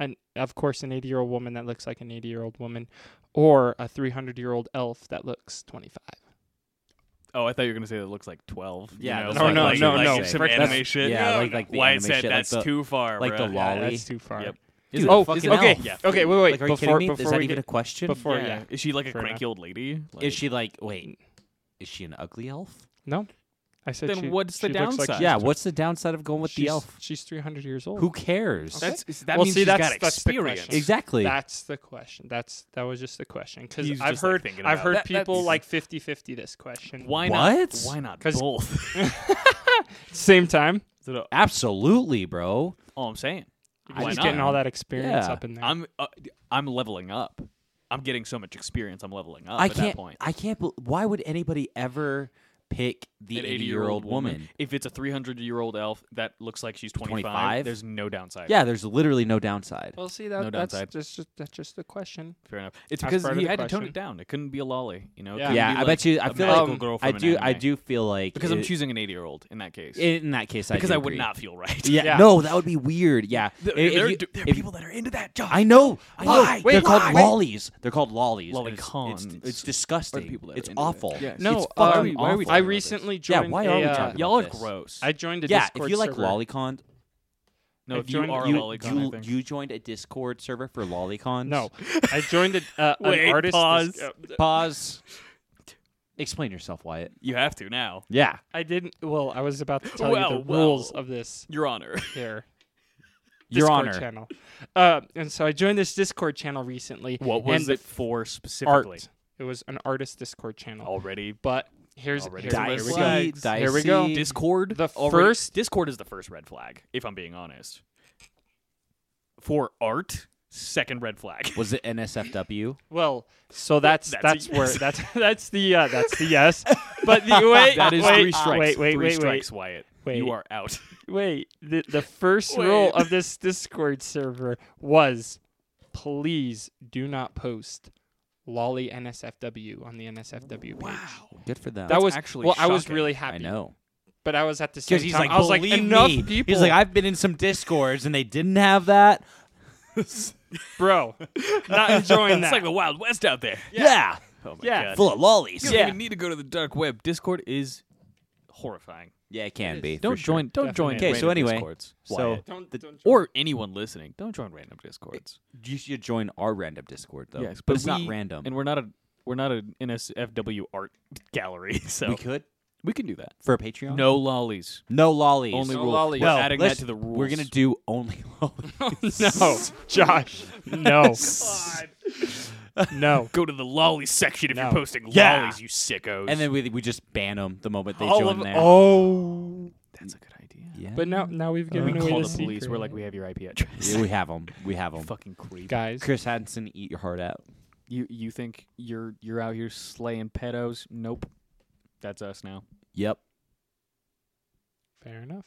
[SPEAKER 3] an of course an eighty year old woman that looks like an eighty year old woman, or a three hundred year old elf that looks twenty five?
[SPEAKER 2] Oh, I thought you were gonna say that it looks like twelve. you
[SPEAKER 1] Yeah,
[SPEAKER 2] know,
[SPEAKER 1] that's
[SPEAKER 2] like-
[SPEAKER 3] what I
[SPEAKER 2] like-
[SPEAKER 3] was gonna
[SPEAKER 2] like
[SPEAKER 3] say.
[SPEAKER 2] some
[SPEAKER 3] Frick,
[SPEAKER 2] anime
[SPEAKER 3] that's-
[SPEAKER 2] shit.
[SPEAKER 1] yeah, like- like the
[SPEAKER 2] why
[SPEAKER 1] anime
[SPEAKER 2] it said
[SPEAKER 1] shit, like
[SPEAKER 2] that's
[SPEAKER 1] the-
[SPEAKER 2] too far.
[SPEAKER 1] like the
[SPEAKER 2] bruh.
[SPEAKER 1] law- Lolly?
[SPEAKER 3] that's too far.
[SPEAKER 2] Yep.
[SPEAKER 1] Dude,
[SPEAKER 3] oh,
[SPEAKER 1] fucking
[SPEAKER 3] okay,
[SPEAKER 1] elf.
[SPEAKER 2] Yeah.
[SPEAKER 3] okay. Wait, wait.
[SPEAKER 1] like, are you
[SPEAKER 3] before
[SPEAKER 1] kidding me?
[SPEAKER 3] before
[SPEAKER 1] is that
[SPEAKER 3] we
[SPEAKER 1] even a
[SPEAKER 3] get
[SPEAKER 1] question?
[SPEAKER 3] before
[SPEAKER 2] yeah.
[SPEAKER 3] yeah.
[SPEAKER 2] Is she like a
[SPEAKER 3] Fair
[SPEAKER 2] cranky old lady? Like-
[SPEAKER 1] is she like wait? Is she an ugly elf?
[SPEAKER 3] No, I said.
[SPEAKER 2] Then
[SPEAKER 3] she-
[SPEAKER 2] what's the
[SPEAKER 3] she looks like
[SPEAKER 2] downside?
[SPEAKER 3] she's
[SPEAKER 1] yeah.
[SPEAKER 3] tw-
[SPEAKER 1] What's the downside of going with
[SPEAKER 3] she's,
[SPEAKER 1] the elf?
[SPEAKER 3] She's three hundred years old.
[SPEAKER 1] Who cares?
[SPEAKER 2] That's that
[SPEAKER 3] Well,
[SPEAKER 2] means
[SPEAKER 3] see,
[SPEAKER 2] she's
[SPEAKER 3] that's-
[SPEAKER 2] got
[SPEAKER 3] that's the question.
[SPEAKER 2] experience.
[SPEAKER 1] exactly.
[SPEAKER 3] That's the question. That's that was just the question because
[SPEAKER 2] He's
[SPEAKER 3] I've
[SPEAKER 2] just, like,
[SPEAKER 3] heard
[SPEAKER 2] thinking
[SPEAKER 3] I've
[SPEAKER 2] about
[SPEAKER 3] heard
[SPEAKER 2] it. That-
[SPEAKER 3] people
[SPEAKER 2] that's-
[SPEAKER 3] like 50-50 this question.
[SPEAKER 2] Why
[SPEAKER 1] What?
[SPEAKER 2] not? Why not
[SPEAKER 3] 'Cause-
[SPEAKER 2] both?
[SPEAKER 3] Same time,
[SPEAKER 2] That's all-
[SPEAKER 1] Absolutely, bro.
[SPEAKER 2] all I'm saying.
[SPEAKER 1] I
[SPEAKER 2] Why
[SPEAKER 3] just
[SPEAKER 2] not?
[SPEAKER 3] getting all that experience
[SPEAKER 1] Yeah.
[SPEAKER 3] up in there.
[SPEAKER 2] I'm uh, I'm leveling up. I'm getting so much experience. I'm leveling up
[SPEAKER 1] I
[SPEAKER 2] at
[SPEAKER 1] can't.
[SPEAKER 2] that point.
[SPEAKER 1] I can't. bel why would anybody ever pick the
[SPEAKER 2] An
[SPEAKER 1] 80 year old woman?
[SPEAKER 2] If it's a 300 year old elf that looks like she's 25,
[SPEAKER 1] 25?
[SPEAKER 2] there's no downside.
[SPEAKER 1] Yeah, there's literally no downside.
[SPEAKER 3] well, see that
[SPEAKER 2] No
[SPEAKER 3] that's
[SPEAKER 2] downside.
[SPEAKER 3] that's just that's just the question.
[SPEAKER 2] fair enough. It's
[SPEAKER 3] That's
[SPEAKER 2] because
[SPEAKER 3] part of
[SPEAKER 2] he
[SPEAKER 3] the
[SPEAKER 2] had to tone
[SPEAKER 3] question.
[SPEAKER 2] it down. It couldn't be a lolly, you know. It
[SPEAKER 3] Yeah.
[SPEAKER 2] couldn't
[SPEAKER 1] yeah,
[SPEAKER 2] be
[SPEAKER 1] I
[SPEAKER 2] like
[SPEAKER 1] bet you. I
[SPEAKER 2] a
[SPEAKER 1] feel
[SPEAKER 2] magical
[SPEAKER 1] like
[SPEAKER 2] girl from
[SPEAKER 1] I
[SPEAKER 2] an
[SPEAKER 1] do. I
[SPEAKER 2] anime.
[SPEAKER 1] do feel like
[SPEAKER 2] because I'm
[SPEAKER 1] it-
[SPEAKER 2] choosing an 80 year old in that case
[SPEAKER 1] in that case.
[SPEAKER 2] because
[SPEAKER 1] I,
[SPEAKER 2] I,
[SPEAKER 1] do
[SPEAKER 2] would
[SPEAKER 1] agree.
[SPEAKER 2] not feel right.
[SPEAKER 1] Yeah,
[SPEAKER 3] Yeah.
[SPEAKER 1] No, that would be weird. Yeah.
[SPEAKER 2] Th-
[SPEAKER 1] If- if
[SPEAKER 2] there,
[SPEAKER 1] you-
[SPEAKER 2] do- there are
[SPEAKER 1] if-
[SPEAKER 2] people that are into that job.
[SPEAKER 1] I know. I know.
[SPEAKER 4] Why?
[SPEAKER 1] They're
[SPEAKER 4] Wait,
[SPEAKER 1] called
[SPEAKER 4] why?
[SPEAKER 1] lollies. They're called lollies. and it's-
[SPEAKER 2] Lollicons.
[SPEAKER 1] It's, it's disgusting.
[SPEAKER 2] Are the people that are
[SPEAKER 1] it's
[SPEAKER 2] into it?
[SPEAKER 1] awful.
[SPEAKER 2] Yeah.
[SPEAKER 1] It's
[SPEAKER 3] No,
[SPEAKER 1] fucking
[SPEAKER 2] um, why are we
[SPEAKER 1] awful.
[SPEAKER 3] I
[SPEAKER 2] talking about this?
[SPEAKER 3] recently
[SPEAKER 1] Yeah,
[SPEAKER 3] joined.
[SPEAKER 1] why are
[SPEAKER 3] a,
[SPEAKER 1] we
[SPEAKER 3] uh,
[SPEAKER 1] talking
[SPEAKER 2] y'all are
[SPEAKER 1] about this.
[SPEAKER 2] gross.
[SPEAKER 3] I joined a
[SPEAKER 1] Yeah, if
[SPEAKER 3] Discord
[SPEAKER 1] you like
[SPEAKER 3] server.
[SPEAKER 1] lollicon,
[SPEAKER 2] no,
[SPEAKER 3] if
[SPEAKER 2] if you
[SPEAKER 3] you're an-
[SPEAKER 2] are
[SPEAKER 1] you,
[SPEAKER 2] a lollicon, I
[SPEAKER 1] you,
[SPEAKER 2] think.
[SPEAKER 1] you joined a Discord server for lollicons.
[SPEAKER 3] No, I joined a, uh,
[SPEAKER 2] Wait,
[SPEAKER 3] an artist.
[SPEAKER 2] pause.
[SPEAKER 3] Dis- uh,
[SPEAKER 1] Pause. Explain yourself, Wyatt.
[SPEAKER 2] you have to now,
[SPEAKER 1] Yeah.
[SPEAKER 3] I didn't. Well, I was about to tell you
[SPEAKER 2] Well,
[SPEAKER 3] the rules
[SPEAKER 2] well.
[SPEAKER 3] of this
[SPEAKER 2] Your Honor.
[SPEAKER 3] here.
[SPEAKER 1] Your
[SPEAKER 3] Discord
[SPEAKER 1] Honor.
[SPEAKER 3] channel. Uh, and so I joined this Discord channel recently.
[SPEAKER 2] What
[SPEAKER 3] and
[SPEAKER 2] was
[SPEAKER 3] the
[SPEAKER 2] it for specifically?
[SPEAKER 3] art. It was an artist Discord channel.
[SPEAKER 2] Already
[SPEAKER 3] But here's,
[SPEAKER 2] Already
[SPEAKER 3] here's
[SPEAKER 2] Dicey,
[SPEAKER 3] here we go.
[SPEAKER 2] flag.
[SPEAKER 1] dicey.
[SPEAKER 3] Here we go.
[SPEAKER 2] Discord.
[SPEAKER 3] The
[SPEAKER 2] already-
[SPEAKER 3] first-
[SPEAKER 2] Discord is the first red flag, if I'm being honest. For art, second red flag.
[SPEAKER 1] Was it NSFW?
[SPEAKER 3] Well, so that's
[SPEAKER 2] that's a
[SPEAKER 3] that's, where
[SPEAKER 2] yes.
[SPEAKER 3] that's that's the uh, that's the yes. But the wait,
[SPEAKER 2] that is
[SPEAKER 3] wait,
[SPEAKER 2] three strikes.
[SPEAKER 3] wait, wait,
[SPEAKER 2] three
[SPEAKER 3] wait,
[SPEAKER 2] strikes, Wyatt.
[SPEAKER 3] Wait.
[SPEAKER 2] You are out.
[SPEAKER 3] wait, wait. The the first rule
[SPEAKER 2] Wait.
[SPEAKER 3] of this Discord server was, please do not post lolly NSFW on the NSFW page.
[SPEAKER 1] Good for them.
[SPEAKER 3] That was
[SPEAKER 2] actually
[SPEAKER 3] well. I was
[SPEAKER 2] shocking.
[SPEAKER 3] really
[SPEAKER 1] I
[SPEAKER 3] happy.
[SPEAKER 1] know.
[SPEAKER 3] but I was at the same
[SPEAKER 1] Because he's
[SPEAKER 3] time.
[SPEAKER 1] like,
[SPEAKER 3] I was like,
[SPEAKER 1] believe
[SPEAKER 3] enough
[SPEAKER 1] me.
[SPEAKER 3] people.
[SPEAKER 1] He's like, I've been in some discords and they didn't have that.
[SPEAKER 3] bro, not enjoying that.
[SPEAKER 2] It's like the Wild West out there.
[SPEAKER 1] Yeah,
[SPEAKER 2] Oh my
[SPEAKER 3] Yeah.
[SPEAKER 2] god.
[SPEAKER 1] full of lollies.
[SPEAKER 2] You don't
[SPEAKER 1] Yeah,
[SPEAKER 2] even need to go to the dark web. Discord is horrifying.
[SPEAKER 1] yeah, it can be.
[SPEAKER 2] Don't
[SPEAKER 1] for sure.
[SPEAKER 2] join. Don't join.
[SPEAKER 3] Definitely.
[SPEAKER 1] Okay, so
[SPEAKER 2] random
[SPEAKER 1] anyway,
[SPEAKER 2] discords.
[SPEAKER 1] so-
[SPEAKER 2] Wyatt.
[SPEAKER 3] don't,
[SPEAKER 1] the-
[SPEAKER 3] don't
[SPEAKER 2] or anyone listening, don't join random discords.
[SPEAKER 1] You should join our random Discord though.
[SPEAKER 2] yes,
[SPEAKER 1] but, it's not
[SPEAKER 2] we-
[SPEAKER 1] random.
[SPEAKER 2] and we're not a we're not an NSFW art gallery, so
[SPEAKER 1] we
[SPEAKER 2] we,
[SPEAKER 1] could
[SPEAKER 2] can do that.
[SPEAKER 1] for a Patreon.
[SPEAKER 2] No lollies,
[SPEAKER 1] no lollies.
[SPEAKER 2] only
[SPEAKER 3] No
[SPEAKER 2] rules.
[SPEAKER 3] lollies.
[SPEAKER 2] We're
[SPEAKER 1] Well,
[SPEAKER 2] adding
[SPEAKER 1] let's-
[SPEAKER 2] that to the rules.
[SPEAKER 1] We're gonna do only lollies.
[SPEAKER 3] no, Josh, no, no.
[SPEAKER 2] go to the lolly section if
[SPEAKER 3] No.
[SPEAKER 2] you're posting
[SPEAKER 1] Yeah.
[SPEAKER 2] lollies, you sickos.
[SPEAKER 1] and then we we just ban them the moment they
[SPEAKER 3] All
[SPEAKER 1] join
[SPEAKER 3] of
[SPEAKER 1] there.
[SPEAKER 3] oh,
[SPEAKER 2] that's a good idea.
[SPEAKER 1] yeah.
[SPEAKER 3] but now now we've
[SPEAKER 2] And
[SPEAKER 3] given
[SPEAKER 2] we
[SPEAKER 3] away
[SPEAKER 2] call
[SPEAKER 3] the
[SPEAKER 2] the police.
[SPEAKER 3] secret.
[SPEAKER 2] We're like, we have your IP address.
[SPEAKER 1] Yeah, we have them. We have them.
[SPEAKER 2] Fucking creep.
[SPEAKER 3] guys.
[SPEAKER 1] Chris Hansen, eat your heart out.
[SPEAKER 2] You you think you're you're out here slaying pedos? Nope. That's us now.
[SPEAKER 1] Yep.
[SPEAKER 3] Fair enough.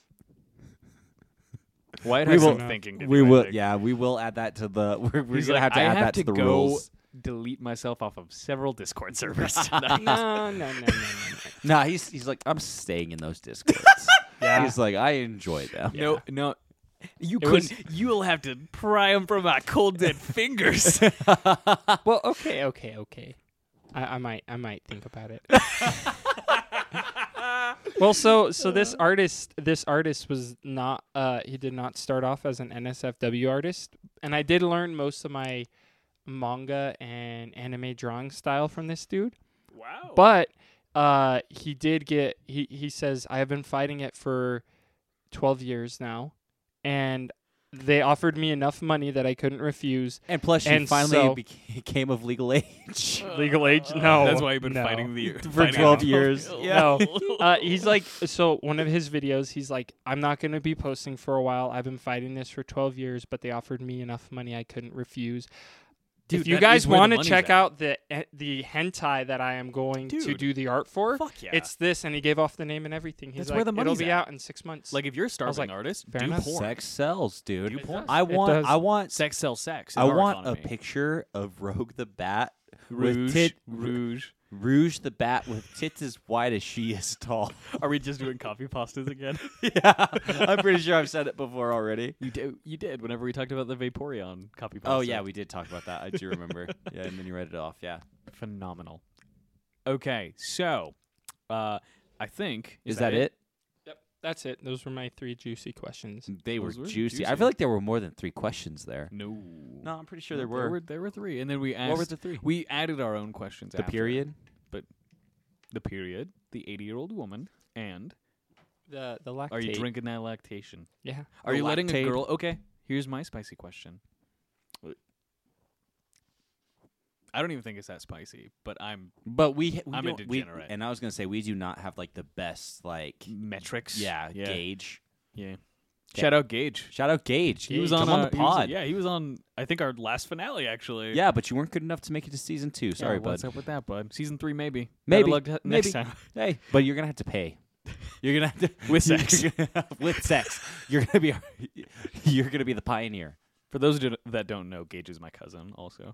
[SPEAKER 2] Wyatt
[SPEAKER 1] We
[SPEAKER 2] has
[SPEAKER 1] will-
[SPEAKER 2] some thinking to
[SPEAKER 1] We
[SPEAKER 2] do, I
[SPEAKER 1] will.
[SPEAKER 2] think.
[SPEAKER 1] Yeah, we will add that to the. We're, we're
[SPEAKER 2] He's
[SPEAKER 1] gonna
[SPEAKER 2] like,
[SPEAKER 1] have to
[SPEAKER 2] I
[SPEAKER 1] add
[SPEAKER 2] have
[SPEAKER 1] that to,
[SPEAKER 2] to
[SPEAKER 1] the
[SPEAKER 2] go
[SPEAKER 1] rules.
[SPEAKER 2] delete myself off of several Discord servers tonight.
[SPEAKER 3] no, no, no, no, no.
[SPEAKER 1] Nah, he's he's like I'm staying in those discords.
[SPEAKER 3] Yeah.
[SPEAKER 1] He's like I enjoy them.
[SPEAKER 2] No, no. You
[SPEAKER 3] It was-
[SPEAKER 2] couldn't. You will have to pry them from my cold dead fingers.
[SPEAKER 3] Well, okay, okay, okay. I, I might, I might think about it. well, so so this artist, this artist was not, uh, he did not start off as an NSFW artist, and I did learn most of my manga and anime drawing style from this dude.
[SPEAKER 2] Wow.
[SPEAKER 3] But uh, he did get. He he says I have been fighting it for twelve years now, and they offered me enough money that I couldn't refuse.
[SPEAKER 1] And plus, she
[SPEAKER 3] And
[SPEAKER 1] finally
[SPEAKER 3] so-
[SPEAKER 1] became of legal age.
[SPEAKER 3] Legal age? No,
[SPEAKER 2] That's why you've been
[SPEAKER 3] no.
[SPEAKER 2] fighting the
[SPEAKER 1] For 12 years.
[SPEAKER 3] No. Uh, he's like, so one of his videos, he's like, I'm not going to be posting for a while. I've been fighting this for 12 years, but they offered me enough money I couldn't refuse.
[SPEAKER 2] Dude,
[SPEAKER 3] if you
[SPEAKER 2] that
[SPEAKER 3] guys
[SPEAKER 2] is where the
[SPEAKER 3] want to
[SPEAKER 2] money's
[SPEAKER 3] check
[SPEAKER 2] at.
[SPEAKER 3] out the eh, the hentai that I am going to
[SPEAKER 2] Dude.
[SPEAKER 3] do the art for,
[SPEAKER 2] Fuck yeah.
[SPEAKER 3] it's this. And he gave off the name and everything. He's
[SPEAKER 2] That's
[SPEAKER 3] like,
[SPEAKER 2] where the
[SPEAKER 3] it'll
[SPEAKER 2] money's
[SPEAKER 3] be
[SPEAKER 2] at."
[SPEAKER 3] out in six months.
[SPEAKER 2] like if you're a starving
[SPEAKER 3] like,
[SPEAKER 2] artist,
[SPEAKER 3] fair
[SPEAKER 2] do
[SPEAKER 3] enough.
[SPEAKER 2] porn.
[SPEAKER 1] Sex sells, dude.
[SPEAKER 2] Do porn.
[SPEAKER 1] I
[SPEAKER 3] It
[SPEAKER 1] want.
[SPEAKER 3] does.
[SPEAKER 1] I want.
[SPEAKER 2] Sex sells sex. in
[SPEAKER 1] I
[SPEAKER 2] our
[SPEAKER 1] want a
[SPEAKER 2] economy.
[SPEAKER 1] picture of Rogue the Bat with
[SPEAKER 2] Rouge.
[SPEAKER 1] tit,
[SPEAKER 2] Rouge.
[SPEAKER 1] Rouge the Bat with tits as wide as she is tall.
[SPEAKER 2] Are we just doing coffee pastas again?
[SPEAKER 1] yeah, I'm pretty sure I've said it before already.
[SPEAKER 2] You did. You did. Whenever we talked about the Vaporeon copy pasta.
[SPEAKER 1] Oh yeah, we did talk about that. I do remember. yeah, and then you read it off. Yeah.
[SPEAKER 2] phenomenal. Okay, so uh, I think
[SPEAKER 1] Is, that, it?
[SPEAKER 3] Yep, that's it. Those were my three juicy questions.
[SPEAKER 1] They were
[SPEAKER 2] Those were
[SPEAKER 1] juicy. I
[SPEAKER 2] juicy.
[SPEAKER 1] feel like there were more than three questions there.
[SPEAKER 2] No.
[SPEAKER 1] No, I'm pretty sure
[SPEAKER 2] No,
[SPEAKER 1] there were.
[SPEAKER 2] There were, three, and then we asked.
[SPEAKER 1] what were the three?
[SPEAKER 2] We added our own questions.
[SPEAKER 1] the
[SPEAKER 2] after.
[SPEAKER 1] period.
[SPEAKER 2] The period. The eighty-year-old woman. And
[SPEAKER 3] The the lactate.
[SPEAKER 2] are you drinking that lactation?
[SPEAKER 3] Yeah.
[SPEAKER 2] Are
[SPEAKER 1] The
[SPEAKER 2] you letting
[SPEAKER 1] lactate.
[SPEAKER 2] a girl? Okay. Here's my spicy question. I don't even think it's that spicy, but I'm
[SPEAKER 1] But we, we
[SPEAKER 2] I'm a
[SPEAKER 1] don't- we-
[SPEAKER 2] degenerate.
[SPEAKER 1] and I was gonna say we do not have like the best like
[SPEAKER 2] metrics.
[SPEAKER 1] yeah,
[SPEAKER 2] yeah,
[SPEAKER 1] gauge.
[SPEAKER 2] yeah. Shout out Gage.
[SPEAKER 1] Shout out Gage.
[SPEAKER 2] He was
[SPEAKER 1] Come
[SPEAKER 2] on,
[SPEAKER 1] on
[SPEAKER 2] uh,
[SPEAKER 1] the
[SPEAKER 2] he was-
[SPEAKER 1] pod. yeah.
[SPEAKER 2] yeah, he was on. I think our last finale actually.
[SPEAKER 1] but you weren't good enough to make it to season two. Sorry,
[SPEAKER 2] Yeah,
[SPEAKER 1] bud.
[SPEAKER 2] What's up with that, bud? Season three, maybe.
[SPEAKER 1] Maybe.
[SPEAKER 2] Better luck t-
[SPEAKER 1] Maybe.
[SPEAKER 2] next time.
[SPEAKER 1] Hey, but you're gonna have to pay. You're gonna have to
[SPEAKER 2] With
[SPEAKER 1] you're
[SPEAKER 2] sex.
[SPEAKER 1] gonna- with sex, you're gonna be you're gonna be the pioneer.
[SPEAKER 2] For those who d- that don't know, Gage is my cousin, also.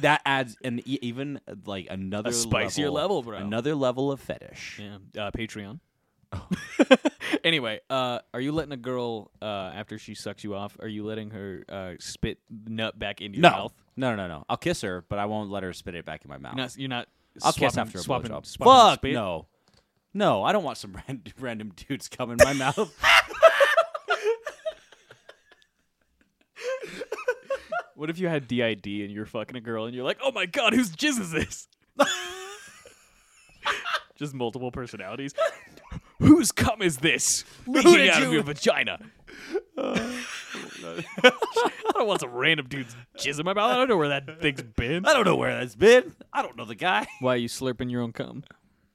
[SPEAKER 1] That adds an e- even like another
[SPEAKER 2] A spicier level, bro.
[SPEAKER 1] another level of fetish.
[SPEAKER 2] Yeah. Uh, Patreon.
[SPEAKER 1] Oh.
[SPEAKER 2] anyway, uh, are you letting a girl uh, after she sucks you off? Are you letting her uh, spit nut back into your
[SPEAKER 1] No.
[SPEAKER 2] mouth?
[SPEAKER 1] No, no, no, no. I'll kiss her, but I won't let her spit it back in my mouth.
[SPEAKER 2] You're not. You're not
[SPEAKER 1] I'll
[SPEAKER 2] swapping,
[SPEAKER 1] kiss after a
[SPEAKER 2] swapping,
[SPEAKER 1] blowjob.
[SPEAKER 2] swapping
[SPEAKER 1] Fuck
[SPEAKER 2] spit?
[SPEAKER 1] no, no, I don't want some random, random dudes come in my mouth.
[SPEAKER 2] What if you had DID and you're fucking a girl and you're like, oh my god, whose jizz is this? Just multiple personalities. whose cum is this leaking
[SPEAKER 1] did
[SPEAKER 2] out of
[SPEAKER 1] you-
[SPEAKER 2] your vagina? I don't want some random dude's jizz in my mouth. I don't know where that thing's been.
[SPEAKER 1] I don't know where that's been. I don't know the guy.
[SPEAKER 2] Why are you slurping your own cum?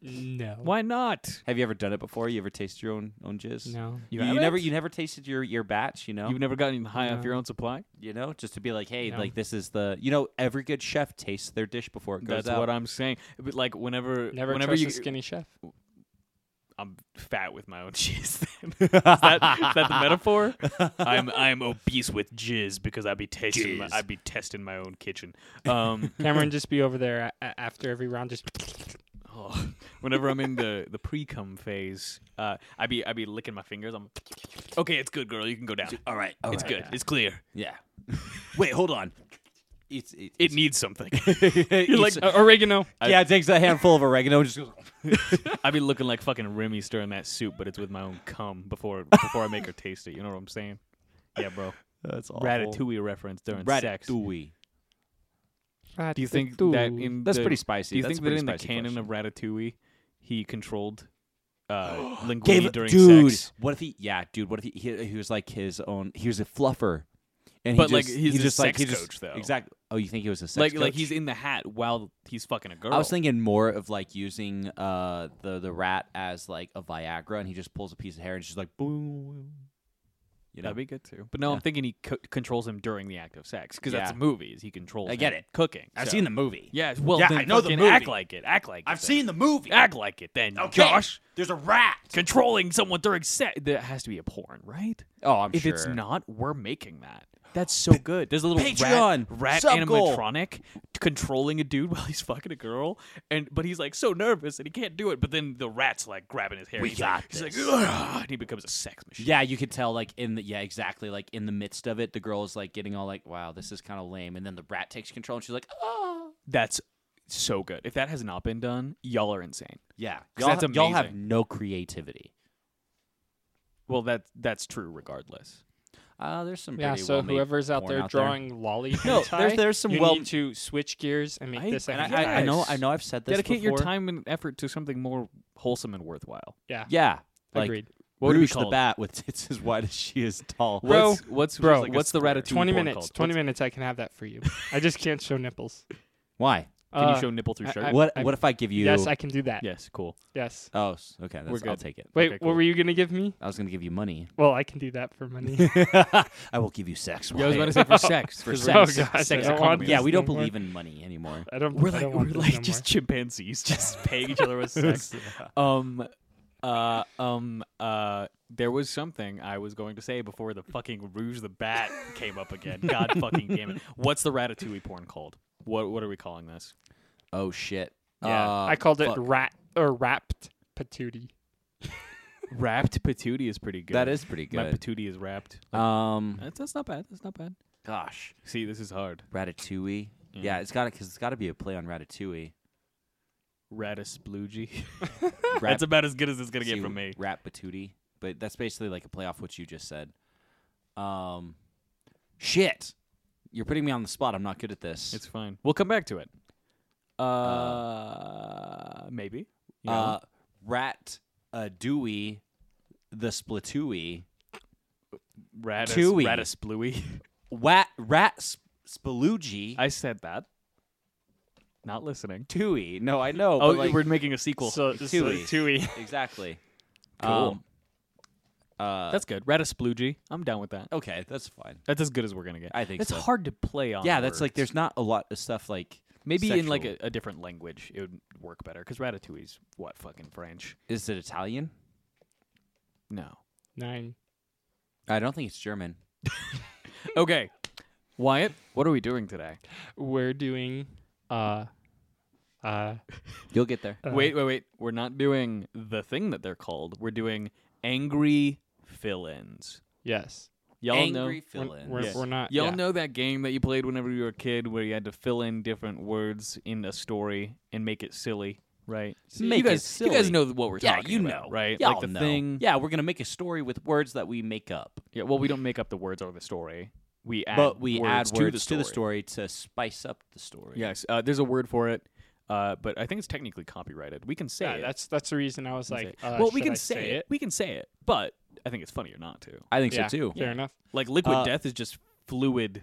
[SPEAKER 3] No.
[SPEAKER 2] Why not?
[SPEAKER 1] Have you ever done it before? You ever tasted your own own jizz?
[SPEAKER 3] No.
[SPEAKER 1] You,
[SPEAKER 2] haven't?
[SPEAKER 1] never, you never tasted your your batch. You know,
[SPEAKER 2] You've never gotten high off
[SPEAKER 3] No.
[SPEAKER 2] your own supply.
[SPEAKER 1] you know, just to be like, hey,
[SPEAKER 3] No.
[SPEAKER 1] like this is the, you know, every good chef tastes their dish before it goes
[SPEAKER 2] That's
[SPEAKER 1] out.
[SPEAKER 2] what I'm saying. But like whenever,
[SPEAKER 3] Never
[SPEAKER 2] whenever
[SPEAKER 3] trust
[SPEAKER 2] you
[SPEAKER 3] a skinny chef.
[SPEAKER 2] I'm fat with my own jizz. Then. is, that, is that the metaphor? I'm I'm obese with jizz because I'd be tasting my,
[SPEAKER 1] Jizz.
[SPEAKER 2] I'd be testing my own kitchen. Um,
[SPEAKER 3] Cameron, just be over there a- a- after every round. Just
[SPEAKER 2] oh, Whenever I'm in the the pre cum phase, uh, I be I be licking my fingers. I'm okay. It's good, girl. You can go down.
[SPEAKER 1] All right. all
[SPEAKER 2] It's
[SPEAKER 1] right.
[SPEAKER 2] good. It's clear.
[SPEAKER 1] oh, Yeah. Wait, hold on. It's, it,
[SPEAKER 2] It needs something.
[SPEAKER 1] it's,
[SPEAKER 3] You're like "Uh, oregano.
[SPEAKER 1] yeah, it takes a handful of oregano and just goes,
[SPEAKER 2] I be looking like fucking Remy stirring that soup, but it's with my own cum before before I make her taste it. You know what I'm saying? Yeah, bro.
[SPEAKER 1] that's awful.
[SPEAKER 2] Ratatouille reference during sex. Do
[SPEAKER 1] Ratatouille.
[SPEAKER 2] you think that in
[SPEAKER 1] That's
[SPEAKER 2] the-
[SPEAKER 1] pretty spicy.
[SPEAKER 2] Do you
[SPEAKER 1] That's
[SPEAKER 2] think
[SPEAKER 1] a
[SPEAKER 2] that
[SPEAKER 1] pretty
[SPEAKER 2] in the
[SPEAKER 1] spicy
[SPEAKER 2] canon
[SPEAKER 1] question.
[SPEAKER 2] of Ratatouille, he controlled uh, linguini
[SPEAKER 1] Gave,
[SPEAKER 2] during
[SPEAKER 1] dude,
[SPEAKER 2] sex?
[SPEAKER 1] what if he? Yeah, dude, what if he? He, he was like his own. He was a fluffer, and
[SPEAKER 2] But,
[SPEAKER 1] he
[SPEAKER 2] like,
[SPEAKER 1] just,
[SPEAKER 2] he's
[SPEAKER 1] he
[SPEAKER 2] a
[SPEAKER 1] just like
[SPEAKER 2] sex
[SPEAKER 1] he just
[SPEAKER 2] coach, though.
[SPEAKER 1] exactly. Oh, you think he was a sex
[SPEAKER 2] Like
[SPEAKER 1] coach?
[SPEAKER 2] like he's in the hat while he's fucking a girl.
[SPEAKER 1] I was thinking more of like using uh the the rat as like a Viagra, and he just pulls a piece of hair and she's like boom. You know,
[SPEAKER 2] that'd be good too. But no,
[SPEAKER 1] Yeah.
[SPEAKER 2] I'm thinking he co- controls him during the act of sex because that's
[SPEAKER 1] Yeah.
[SPEAKER 2] movies. He controls.
[SPEAKER 1] I get
[SPEAKER 2] him
[SPEAKER 1] it.
[SPEAKER 2] Cooking.
[SPEAKER 1] I've
[SPEAKER 2] so-
[SPEAKER 1] seen the movie.
[SPEAKER 2] Yeah. Well,
[SPEAKER 4] Yeah,
[SPEAKER 2] then
[SPEAKER 4] I know the
[SPEAKER 2] fucking
[SPEAKER 4] movie.
[SPEAKER 2] Act like it. Act like it.
[SPEAKER 4] I've
[SPEAKER 2] then.
[SPEAKER 4] seen the movie.
[SPEAKER 2] Act like it then.
[SPEAKER 4] Okay.
[SPEAKER 2] Josh.
[SPEAKER 4] There's a rat.
[SPEAKER 2] controlling someone during sex. That has to be a porn, right?
[SPEAKER 1] Oh, I'm
[SPEAKER 2] if
[SPEAKER 1] sure.
[SPEAKER 2] it's not, we're making that. That's so good. There's a little
[SPEAKER 1] Patreon,
[SPEAKER 2] rat, rat
[SPEAKER 1] sub goal.
[SPEAKER 2] animatronic controlling a dude while he's fucking a girl, and but he's like so nervous and he can't do it. But then the rat's like grabbing his hair.
[SPEAKER 1] We
[SPEAKER 2] he's
[SPEAKER 1] got
[SPEAKER 2] like, He's
[SPEAKER 1] this.
[SPEAKER 2] like, "Ugh," and he becomes a sex machine.
[SPEAKER 1] Yeah, you could tell like in the yeah, exactly like in the midst of it, the girl is like getting all like, "Wow, this is kind of lame," and then the rat takes control and she's like, "Oh,
[SPEAKER 2] That's so good. If that has not been done, y'all are insane.
[SPEAKER 1] yeah."
[SPEAKER 2] 'Cause
[SPEAKER 1] Y'all,
[SPEAKER 2] that's
[SPEAKER 1] have, y'all have
[SPEAKER 2] amazing.
[SPEAKER 1] no creativity.
[SPEAKER 2] Well, that that's true regardless.
[SPEAKER 1] Uh, there's some
[SPEAKER 3] Yeah,
[SPEAKER 1] pretty
[SPEAKER 3] so
[SPEAKER 1] well-made
[SPEAKER 3] whoever's out
[SPEAKER 1] porn
[SPEAKER 3] there drawing lolly
[SPEAKER 1] No, there's-
[SPEAKER 3] hentai,
[SPEAKER 1] there's some
[SPEAKER 3] you
[SPEAKER 1] well-
[SPEAKER 3] need to switch gears and make
[SPEAKER 2] I-
[SPEAKER 3] this. a
[SPEAKER 1] And
[SPEAKER 3] hentai.
[SPEAKER 1] I, I, I know, I know, I've said this.
[SPEAKER 2] Dedicate your
[SPEAKER 1] before.
[SPEAKER 2] time and effort to something more wholesome and worthwhile.
[SPEAKER 3] Yeah,
[SPEAKER 1] Yeah, like
[SPEAKER 3] agreed.
[SPEAKER 2] What would it be
[SPEAKER 1] Rouge the
[SPEAKER 2] called?
[SPEAKER 1] bat with tits as wide as she is tall.
[SPEAKER 3] Bro,
[SPEAKER 2] what's what's
[SPEAKER 3] bro,
[SPEAKER 2] what's, the ratatouille?
[SPEAKER 3] Twenty
[SPEAKER 2] porn
[SPEAKER 3] minutes.
[SPEAKER 2] called?
[SPEAKER 3] Twenty minutes. I can have that for you. I just can't show nipples.
[SPEAKER 1] Why?
[SPEAKER 2] Can
[SPEAKER 3] Uh,
[SPEAKER 2] you show nipple through
[SPEAKER 3] I-
[SPEAKER 2] shirt?
[SPEAKER 3] I-
[SPEAKER 1] What? what if I give you?
[SPEAKER 3] Yes, I can do that.
[SPEAKER 2] Yes, cool.
[SPEAKER 3] Yes.
[SPEAKER 1] Oh, s- okay. That's, I'll
[SPEAKER 2] good.
[SPEAKER 1] take it.
[SPEAKER 3] Wait,
[SPEAKER 2] Okay,
[SPEAKER 3] what
[SPEAKER 2] cool.
[SPEAKER 3] were you gonna give me?
[SPEAKER 1] I was gonna give you money.
[SPEAKER 3] Well, I can do that for money.
[SPEAKER 1] I will give you sex.
[SPEAKER 2] Yeah, I was
[SPEAKER 1] Wyatt.
[SPEAKER 2] about to say for sex.
[SPEAKER 1] For
[SPEAKER 2] 'cause
[SPEAKER 1] sex.
[SPEAKER 2] sex,
[SPEAKER 3] Oh, God,
[SPEAKER 2] sex
[SPEAKER 3] I don't want
[SPEAKER 2] economy.
[SPEAKER 3] this
[SPEAKER 1] yeah, we don't
[SPEAKER 3] no more.
[SPEAKER 1] believe in money anymore.
[SPEAKER 3] I don't.
[SPEAKER 2] we're
[SPEAKER 3] I
[SPEAKER 2] like
[SPEAKER 3] don't
[SPEAKER 2] we're
[SPEAKER 3] want this
[SPEAKER 2] like
[SPEAKER 3] no
[SPEAKER 2] just chimpanzees, just paying each other with sex. um, uh, um, uh. There was something I was going to say before the fucking Rouge the Bat came up again. God fucking damn it! What's the Ratatouille porn called? What What are we calling this?
[SPEAKER 1] Oh shit.
[SPEAKER 3] more. Yeah,
[SPEAKER 1] Uh,
[SPEAKER 3] I called it
[SPEAKER 1] fuck.
[SPEAKER 3] rat or wrapped patootie.
[SPEAKER 2] Wrapped patootie is pretty good.
[SPEAKER 1] That is pretty
[SPEAKER 2] my uh,
[SPEAKER 1] good.
[SPEAKER 2] patootie is wrapped.
[SPEAKER 1] Um,
[SPEAKER 2] That's, that's not bad. That's not bad.
[SPEAKER 1] gosh,
[SPEAKER 2] See, this is hard.
[SPEAKER 1] Ratatouille.
[SPEAKER 2] mm.
[SPEAKER 1] Yeah, it's got to because it's got to be a play on Ratatouille.
[SPEAKER 2] Ratasploogie.
[SPEAKER 1] Rat-
[SPEAKER 2] that's about as good as it's gonna get
[SPEAKER 1] see,
[SPEAKER 2] from me.
[SPEAKER 1] Rat Patootie, but that's basically like a play off what you just said. Um, shit, you're putting me on the spot. I'm not good at this.
[SPEAKER 2] It's fine. We'll come back to it. Uh, maybe. You know?
[SPEAKER 1] uh, Rat uh, Dewey, the Splatooey,
[SPEAKER 2] Ratas,
[SPEAKER 1] Tui.
[SPEAKER 2] Ratasplooey.
[SPEAKER 1] Wat Rat Sp- Spaloogie,
[SPEAKER 2] I said that. Not listening.
[SPEAKER 1] Tui. No, I know.
[SPEAKER 2] Oh,
[SPEAKER 1] but like,
[SPEAKER 2] we're making a sequel.
[SPEAKER 3] So
[SPEAKER 1] Patootie.
[SPEAKER 3] tooey.
[SPEAKER 1] exactly.
[SPEAKER 2] Cool.
[SPEAKER 1] Um, uh,
[SPEAKER 2] that's good. Ratasploogie. I'm down with that.
[SPEAKER 1] okay. That's fine.
[SPEAKER 2] That's as good as we're gonna get.
[SPEAKER 1] I think
[SPEAKER 2] that's
[SPEAKER 1] so.
[SPEAKER 2] hard to play on.
[SPEAKER 1] Yeah, that's like
[SPEAKER 2] words.
[SPEAKER 1] there's not a lot of stuff like
[SPEAKER 2] maybe in like
[SPEAKER 1] sexual.
[SPEAKER 2] a, a different language it would work better because Ratatouille's what fucking French.
[SPEAKER 1] Is it Italian?
[SPEAKER 2] No.
[SPEAKER 3] Nine.
[SPEAKER 1] I don't think it's German.
[SPEAKER 2] Okay, Wyatt, what are we doing today?
[SPEAKER 3] We're doing uh uh
[SPEAKER 1] You'll get there.
[SPEAKER 2] wait, wait, wait. We're not doing the thing that they're called. We're doing angry fill-ins.
[SPEAKER 3] yes.
[SPEAKER 2] Y'all know.
[SPEAKER 1] Angry
[SPEAKER 3] We're,
[SPEAKER 1] fill-in.
[SPEAKER 3] we're,
[SPEAKER 2] Yes.
[SPEAKER 3] we're not.
[SPEAKER 2] Y'all
[SPEAKER 3] yeah.
[SPEAKER 2] know that game that you played whenever you were a kid where you had to fill in different words in a story and make it silly, right?
[SPEAKER 1] Make
[SPEAKER 2] you
[SPEAKER 1] it
[SPEAKER 2] guys, You guys
[SPEAKER 1] silly.
[SPEAKER 2] know what we're
[SPEAKER 1] Yeah,
[SPEAKER 2] talking
[SPEAKER 1] you
[SPEAKER 2] about,
[SPEAKER 1] know,
[SPEAKER 2] right?
[SPEAKER 1] Y'all
[SPEAKER 2] like the
[SPEAKER 1] know.
[SPEAKER 2] thing.
[SPEAKER 1] Yeah, we're gonna make a story with words that we make up,
[SPEAKER 2] Yeah, Well, we don't make up the words out of the story. We add
[SPEAKER 1] but we add words
[SPEAKER 2] words to the story.
[SPEAKER 1] to spice up the story.
[SPEAKER 2] Yes. Uh, there's a word for it, uh, but I think it's technically copyrighted. We can say
[SPEAKER 3] Yeah,
[SPEAKER 2] it.
[SPEAKER 3] that's that's the reason I was
[SPEAKER 2] We can
[SPEAKER 3] like.
[SPEAKER 2] say it.
[SPEAKER 3] uh,
[SPEAKER 2] well, we
[SPEAKER 3] should
[SPEAKER 2] can
[SPEAKER 3] I
[SPEAKER 2] say, it. We can say it, but I think it's funnier not to.
[SPEAKER 1] I think
[SPEAKER 3] Yeah,
[SPEAKER 1] so too.
[SPEAKER 3] Fair enough.
[SPEAKER 2] Like liquid
[SPEAKER 1] Uh,
[SPEAKER 2] death is just fluid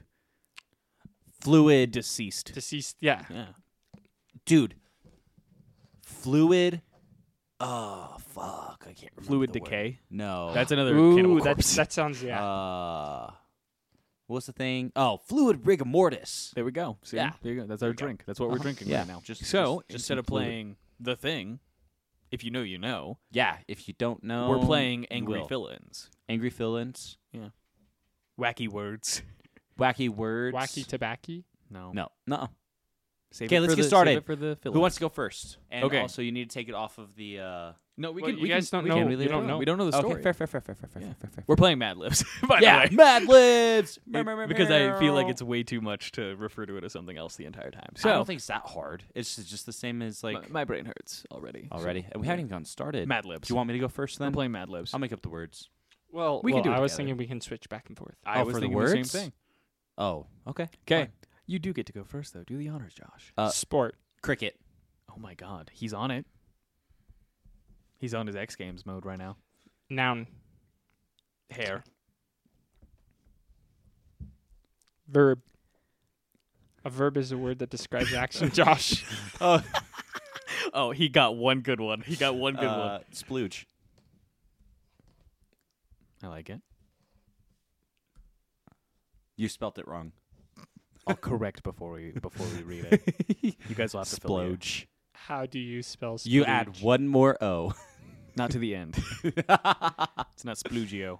[SPEAKER 1] Fluid,
[SPEAKER 2] deceased.
[SPEAKER 3] Deceased. Yeah.
[SPEAKER 2] yeah.
[SPEAKER 1] dude. Fluid. Oh fuck! I can't remember.
[SPEAKER 2] Fluid
[SPEAKER 1] the word.
[SPEAKER 2] decay.
[SPEAKER 1] No.
[SPEAKER 2] That's another
[SPEAKER 3] Ooh,
[SPEAKER 2] cannibal
[SPEAKER 3] that
[SPEAKER 2] corpse.
[SPEAKER 3] that sounds yeah.
[SPEAKER 1] Uh, what's the thing? Oh, fluid rigor mortis.
[SPEAKER 2] There we go. See?
[SPEAKER 1] Yeah.
[SPEAKER 2] There you go. That's our drink. That's what we're drinking
[SPEAKER 1] Uh-huh. Yeah.
[SPEAKER 2] right now.
[SPEAKER 1] Just-
[SPEAKER 2] so
[SPEAKER 1] just- just
[SPEAKER 2] instead of
[SPEAKER 1] include it.
[SPEAKER 2] playing the thing, if you know, you know,
[SPEAKER 1] Yeah, if you don't know,
[SPEAKER 2] we're playing angry
[SPEAKER 1] will.
[SPEAKER 2] fill-ins,
[SPEAKER 1] angry fill-ins,
[SPEAKER 2] wacky words.
[SPEAKER 1] wacky words.
[SPEAKER 3] Wacky tabacky.
[SPEAKER 2] No.
[SPEAKER 1] No, no.
[SPEAKER 2] Save
[SPEAKER 1] Okay,
[SPEAKER 2] it
[SPEAKER 1] let's
[SPEAKER 2] for
[SPEAKER 1] get
[SPEAKER 2] the-
[SPEAKER 1] started.
[SPEAKER 2] Save it for the
[SPEAKER 1] Who wants to go first? And
[SPEAKER 2] Okay.
[SPEAKER 1] also, you need to take it off of the. Uh,
[SPEAKER 2] No, we
[SPEAKER 3] Well,
[SPEAKER 2] can.
[SPEAKER 3] you
[SPEAKER 2] we
[SPEAKER 3] guys
[SPEAKER 2] can,
[SPEAKER 3] don't
[SPEAKER 2] we
[SPEAKER 3] know-
[SPEAKER 2] Can,
[SPEAKER 3] you
[SPEAKER 2] we
[SPEAKER 3] don't know.
[SPEAKER 2] We don't know the story.
[SPEAKER 1] okay, fair, fair, fair, fair, fair, fair,
[SPEAKER 2] Yeah.
[SPEAKER 1] fair, fair, fair.
[SPEAKER 2] We're playing Mad Libs, by
[SPEAKER 1] yeah,
[SPEAKER 2] the way.
[SPEAKER 1] Mad Libs.
[SPEAKER 2] It- because I feel like it's way too much to refer to it as something else the entire time. So
[SPEAKER 1] I don't think it's that hard. It's just the same as
[SPEAKER 2] my,
[SPEAKER 1] like
[SPEAKER 2] my brain hurts already. so-
[SPEAKER 1] already. And we haven't even gotten started.
[SPEAKER 2] Mad Libs.
[SPEAKER 1] Do you want me to go first
[SPEAKER 2] I'm
[SPEAKER 1] then?
[SPEAKER 2] playing Mad Libs.
[SPEAKER 1] I'll make up the words.
[SPEAKER 3] Well,
[SPEAKER 2] We can
[SPEAKER 3] well,
[SPEAKER 2] do it
[SPEAKER 3] I was
[SPEAKER 2] together.
[SPEAKER 3] thinking we can switch back and forth.
[SPEAKER 2] I
[SPEAKER 1] Oh,
[SPEAKER 2] was
[SPEAKER 1] for the
[SPEAKER 2] thinking the
[SPEAKER 1] words?
[SPEAKER 2] same thing.
[SPEAKER 1] Oh, okay.
[SPEAKER 2] Okay,
[SPEAKER 1] Fine.
[SPEAKER 2] you do get to go first though. Do the honors, Josh.
[SPEAKER 1] Uh,
[SPEAKER 3] Sport.
[SPEAKER 1] Cricket.
[SPEAKER 2] Oh my God, he's on it. He's on his X Games mode right now.
[SPEAKER 3] Noun.
[SPEAKER 2] Hair.
[SPEAKER 3] Verb. A verb is a word that describes action, Josh.
[SPEAKER 2] Oh, he got one good one. He got one good
[SPEAKER 1] Uh,
[SPEAKER 2] one.
[SPEAKER 1] splooge.
[SPEAKER 2] I like it.
[SPEAKER 1] You spelt it wrong.
[SPEAKER 2] I'll correct before we before we read it. You guys will have to fill it. in.
[SPEAKER 1] Splooge.
[SPEAKER 3] How do you spell
[SPEAKER 1] You add
[SPEAKER 3] splooge?
[SPEAKER 1] one more O.
[SPEAKER 2] Not to the end. it's not splugio.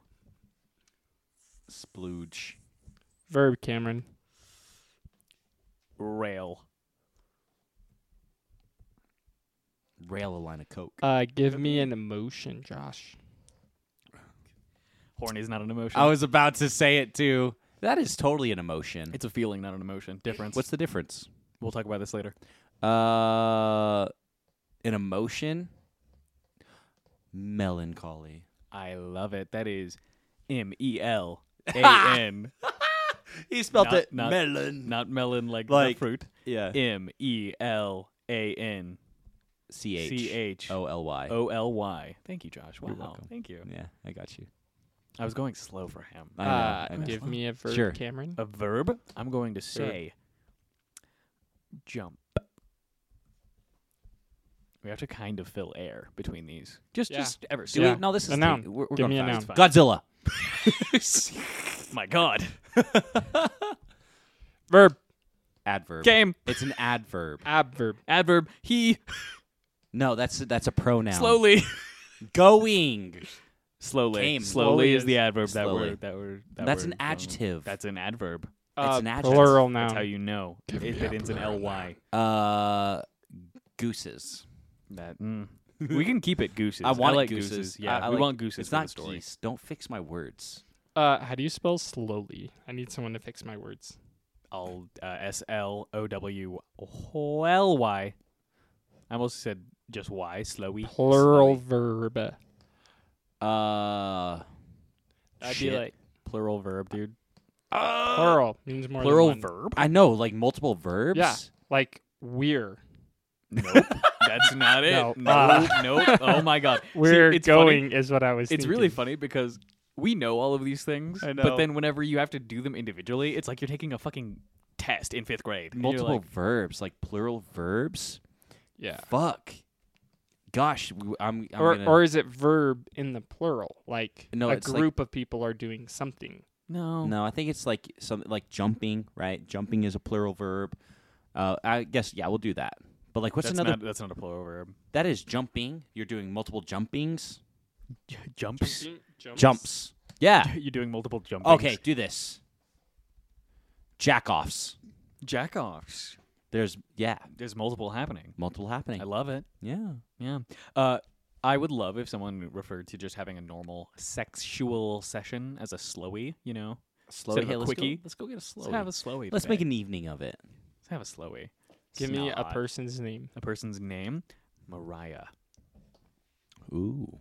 [SPEAKER 1] Splooge.
[SPEAKER 3] Verb, Cameron.
[SPEAKER 2] Rail.
[SPEAKER 1] Rail a line of coke.
[SPEAKER 3] Uh, give me an emotion, Josh.
[SPEAKER 2] Horn is not an emotion.
[SPEAKER 1] I was about to say it too. That is totally an emotion.
[SPEAKER 2] it's a feeling, not an emotion. Difference.
[SPEAKER 1] What's the difference?
[SPEAKER 2] we'll talk about this later.
[SPEAKER 1] Uh, an emotion. Melancholy.
[SPEAKER 2] I love it. That is M E L A N.
[SPEAKER 1] He spelled
[SPEAKER 2] Not-
[SPEAKER 1] it
[SPEAKER 2] not-
[SPEAKER 1] melon.
[SPEAKER 2] Not melon like,
[SPEAKER 1] Like-
[SPEAKER 2] the fruit.
[SPEAKER 1] yeah.
[SPEAKER 2] M E L A N
[SPEAKER 1] C
[SPEAKER 2] C
[SPEAKER 1] H
[SPEAKER 2] H Oh.
[SPEAKER 1] O L Y.
[SPEAKER 2] O L Y. Thank you, Josh. Wow.
[SPEAKER 1] welcome.
[SPEAKER 2] Thank you.
[SPEAKER 1] Yeah, I got you.
[SPEAKER 2] I was going slow for him.
[SPEAKER 1] I know,
[SPEAKER 3] Uh,
[SPEAKER 1] I know.
[SPEAKER 3] give me a verb,
[SPEAKER 1] Sure. Oh,
[SPEAKER 3] Cameron.
[SPEAKER 2] A verb? I'm going to
[SPEAKER 3] Sure.
[SPEAKER 2] say jump. We have to kind of fill air between these. Just
[SPEAKER 3] Yeah.
[SPEAKER 2] just ever
[SPEAKER 1] Do
[SPEAKER 2] so
[SPEAKER 1] we-
[SPEAKER 3] Yeah.
[SPEAKER 1] No, this
[SPEAKER 3] A
[SPEAKER 1] is the-
[SPEAKER 3] noun.
[SPEAKER 1] we're, we're
[SPEAKER 3] Give
[SPEAKER 1] going
[SPEAKER 3] me a
[SPEAKER 1] fast.
[SPEAKER 2] noun.
[SPEAKER 1] Godzilla.
[SPEAKER 2] my god.
[SPEAKER 3] Verb.
[SPEAKER 1] Adverb.
[SPEAKER 2] Game.
[SPEAKER 1] It's an adverb.
[SPEAKER 3] Adverb.
[SPEAKER 2] Adverb. He
[SPEAKER 1] No, that's that's a pronoun.
[SPEAKER 2] slowly
[SPEAKER 1] Going.
[SPEAKER 2] slowly
[SPEAKER 1] Came.
[SPEAKER 2] slowly is
[SPEAKER 3] Slowly
[SPEAKER 2] the adverb that
[SPEAKER 1] Slowly.
[SPEAKER 2] we're that we're that
[SPEAKER 1] That's an
[SPEAKER 2] we're going with.
[SPEAKER 1] adjective.
[SPEAKER 2] That's an adverb.
[SPEAKER 3] Uh,
[SPEAKER 1] an adjective.
[SPEAKER 3] plural
[SPEAKER 2] That's how
[SPEAKER 3] noun.
[SPEAKER 2] you know it, it ends in ly.
[SPEAKER 1] Uh, gooses.
[SPEAKER 2] That mm. we can keep it gooses.
[SPEAKER 1] I want
[SPEAKER 2] like
[SPEAKER 1] gooses.
[SPEAKER 2] Yeah,
[SPEAKER 1] I, I
[SPEAKER 2] we
[SPEAKER 1] like-
[SPEAKER 2] want gooses.
[SPEAKER 1] It's
[SPEAKER 2] for
[SPEAKER 1] not
[SPEAKER 2] the story.
[SPEAKER 1] geese. Don't fix my words.
[SPEAKER 3] Uh, how do you spell slowly? I need someone to fix my words.
[SPEAKER 2] I'll uh, S L O W L Y. I almost said just Y, slowy.
[SPEAKER 3] Plural verb.
[SPEAKER 1] Uh,
[SPEAKER 3] I'd
[SPEAKER 1] shit.
[SPEAKER 3] be like
[SPEAKER 2] Plural verb, dude.
[SPEAKER 1] uh,
[SPEAKER 3] plural means more.
[SPEAKER 2] Plural
[SPEAKER 3] than one.
[SPEAKER 2] verb?
[SPEAKER 1] I know, like multiple verbs.
[SPEAKER 3] Yeah, like we're.
[SPEAKER 2] Nope. That's not it.
[SPEAKER 3] No.
[SPEAKER 2] No,
[SPEAKER 3] Uh.
[SPEAKER 2] nope. Oh my god. See,
[SPEAKER 3] We're
[SPEAKER 2] it's funny-
[SPEAKER 3] going is what I was.
[SPEAKER 2] It's really
[SPEAKER 3] thinking.
[SPEAKER 2] funny because we know all of these things,
[SPEAKER 3] I know.
[SPEAKER 2] but then whenever you have to do them individually, it's like you're taking a fucking test in fifth grade. and you're
[SPEAKER 1] Multiple
[SPEAKER 2] like,
[SPEAKER 1] verbs, like plural verbs.
[SPEAKER 3] Yeah.
[SPEAKER 1] Fuck. Gosh, w- I'm. I'm
[SPEAKER 3] or
[SPEAKER 1] gonna,
[SPEAKER 3] or is it verb in the plural? Like
[SPEAKER 1] No,
[SPEAKER 3] a
[SPEAKER 1] it's like-
[SPEAKER 3] group of people are doing something.
[SPEAKER 2] no.
[SPEAKER 1] no, I think it's like something like jumping. Right, jumping is a plural verb. Uh, I guess yeah, we'll do that. But like, what's
[SPEAKER 2] that's
[SPEAKER 1] another?
[SPEAKER 2] Not, that's not a plural verb.
[SPEAKER 1] that is jumping. You're doing multiple jumpings.
[SPEAKER 2] Jumps.
[SPEAKER 1] Jumps. Yeah.
[SPEAKER 2] You're doing multiple jumping.
[SPEAKER 1] Okay, do this. Jack offs.
[SPEAKER 2] Jack offs.
[SPEAKER 1] There's yeah,
[SPEAKER 2] There's multiple happening.
[SPEAKER 1] multiple happening.
[SPEAKER 2] I love it.
[SPEAKER 1] yeah.
[SPEAKER 2] Yeah. Uh, I would love if someone referred to just having a normal sexual session as a slowy, you know?
[SPEAKER 1] Slow.
[SPEAKER 2] Instead of
[SPEAKER 1] Hey,
[SPEAKER 2] a
[SPEAKER 1] let's go,
[SPEAKER 2] quickie.
[SPEAKER 1] let's go get a slow.
[SPEAKER 2] Let's have a slowy.
[SPEAKER 1] Let's
[SPEAKER 2] today.
[SPEAKER 1] make an evening of it.
[SPEAKER 2] Let's have a slowy.
[SPEAKER 3] Give me a
[SPEAKER 2] Snot.
[SPEAKER 3] person's name.
[SPEAKER 2] a person's name. Mariah.
[SPEAKER 1] Ooh.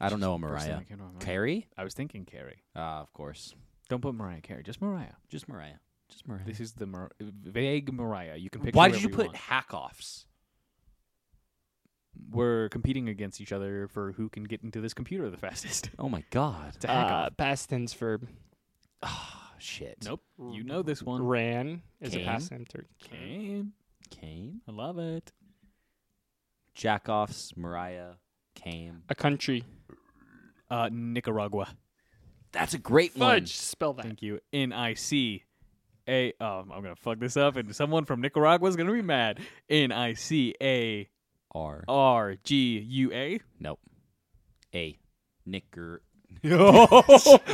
[SPEAKER 1] I don't know a
[SPEAKER 2] First thing
[SPEAKER 1] Mariah.
[SPEAKER 2] that came to my mind.
[SPEAKER 1] Carrie?
[SPEAKER 2] I was thinking Carrie.
[SPEAKER 1] Ah, of course.
[SPEAKER 2] Don't put Mariah Carey, just Mariah.
[SPEAKER 1] Just Mariah. Just Mariah.
[SPEAKER 2] This is the Mar- vague Mariah. You can pick.
[SPEAKER 1] Why did you put hack offs?
[SPEAKER 2] We're competing against each other for who can get into this computer the fastest.
[SPEAKER 1] Oh my god.
[SPEAKER 2] It's a hack
[SPEAKER 3] Uh,
[SPEAKER 2] off.
[SPEAKER 3] past tense verb.
[SPEAKER 1] Ah, shit.
[SPEAKER 2] Nope. You know this one.
[SPEAKER 3] Ran is a past tense verb.
[SPEAKER 2] Came.
[SPEAKER 1] Came.
[SPEAKER 2] I love it.
[SPEAKER 1] Jack offs, Mariah, came.
[SPEAKER 3] A country.
[SPEAKER 2] Uh, Nicaragua.
[SPEAKER 1] That's a great
[SPEAKER 3] Fudge. Spell that.
[SPEAKER 2] Thank you. N I C A. Um, I'm gonna fuck this up, and someone from Nicaragua is gonna be mad. N I C
[SPEAKER 1] one.
[SPEAKER 2] A
[SPEAKER 1] R.
[SPEAKER 2] R G U A.
[SPEAKER 1] Nope. A. Nicker. Nicaragua.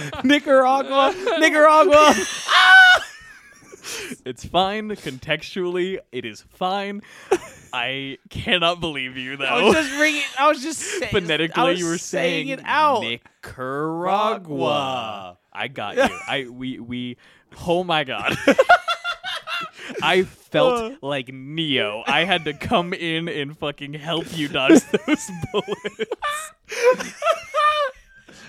[SPEAKER 1] Nicaragua.
[SPEAKER 2] It's fine. Contextually, it is fine. I cannot believe you
[SPEAKER 1] I was
[SPEAKER 2] though.
[SPEAKER 1] just ringing. I was just saying.
[SPEAKER 2] Phonetically,
[SPEAKER 1] I was
[SPEAKER 2] you were
[SPEAKER 1] saying,
[SPEAKER 2] saying
[SPEAKER 1] it out.
[SPEAKER 2] Nicaragua. I got you. I we we. Oh my god. I felt like Neo. I had to come in and fucking help you dodge those bullets.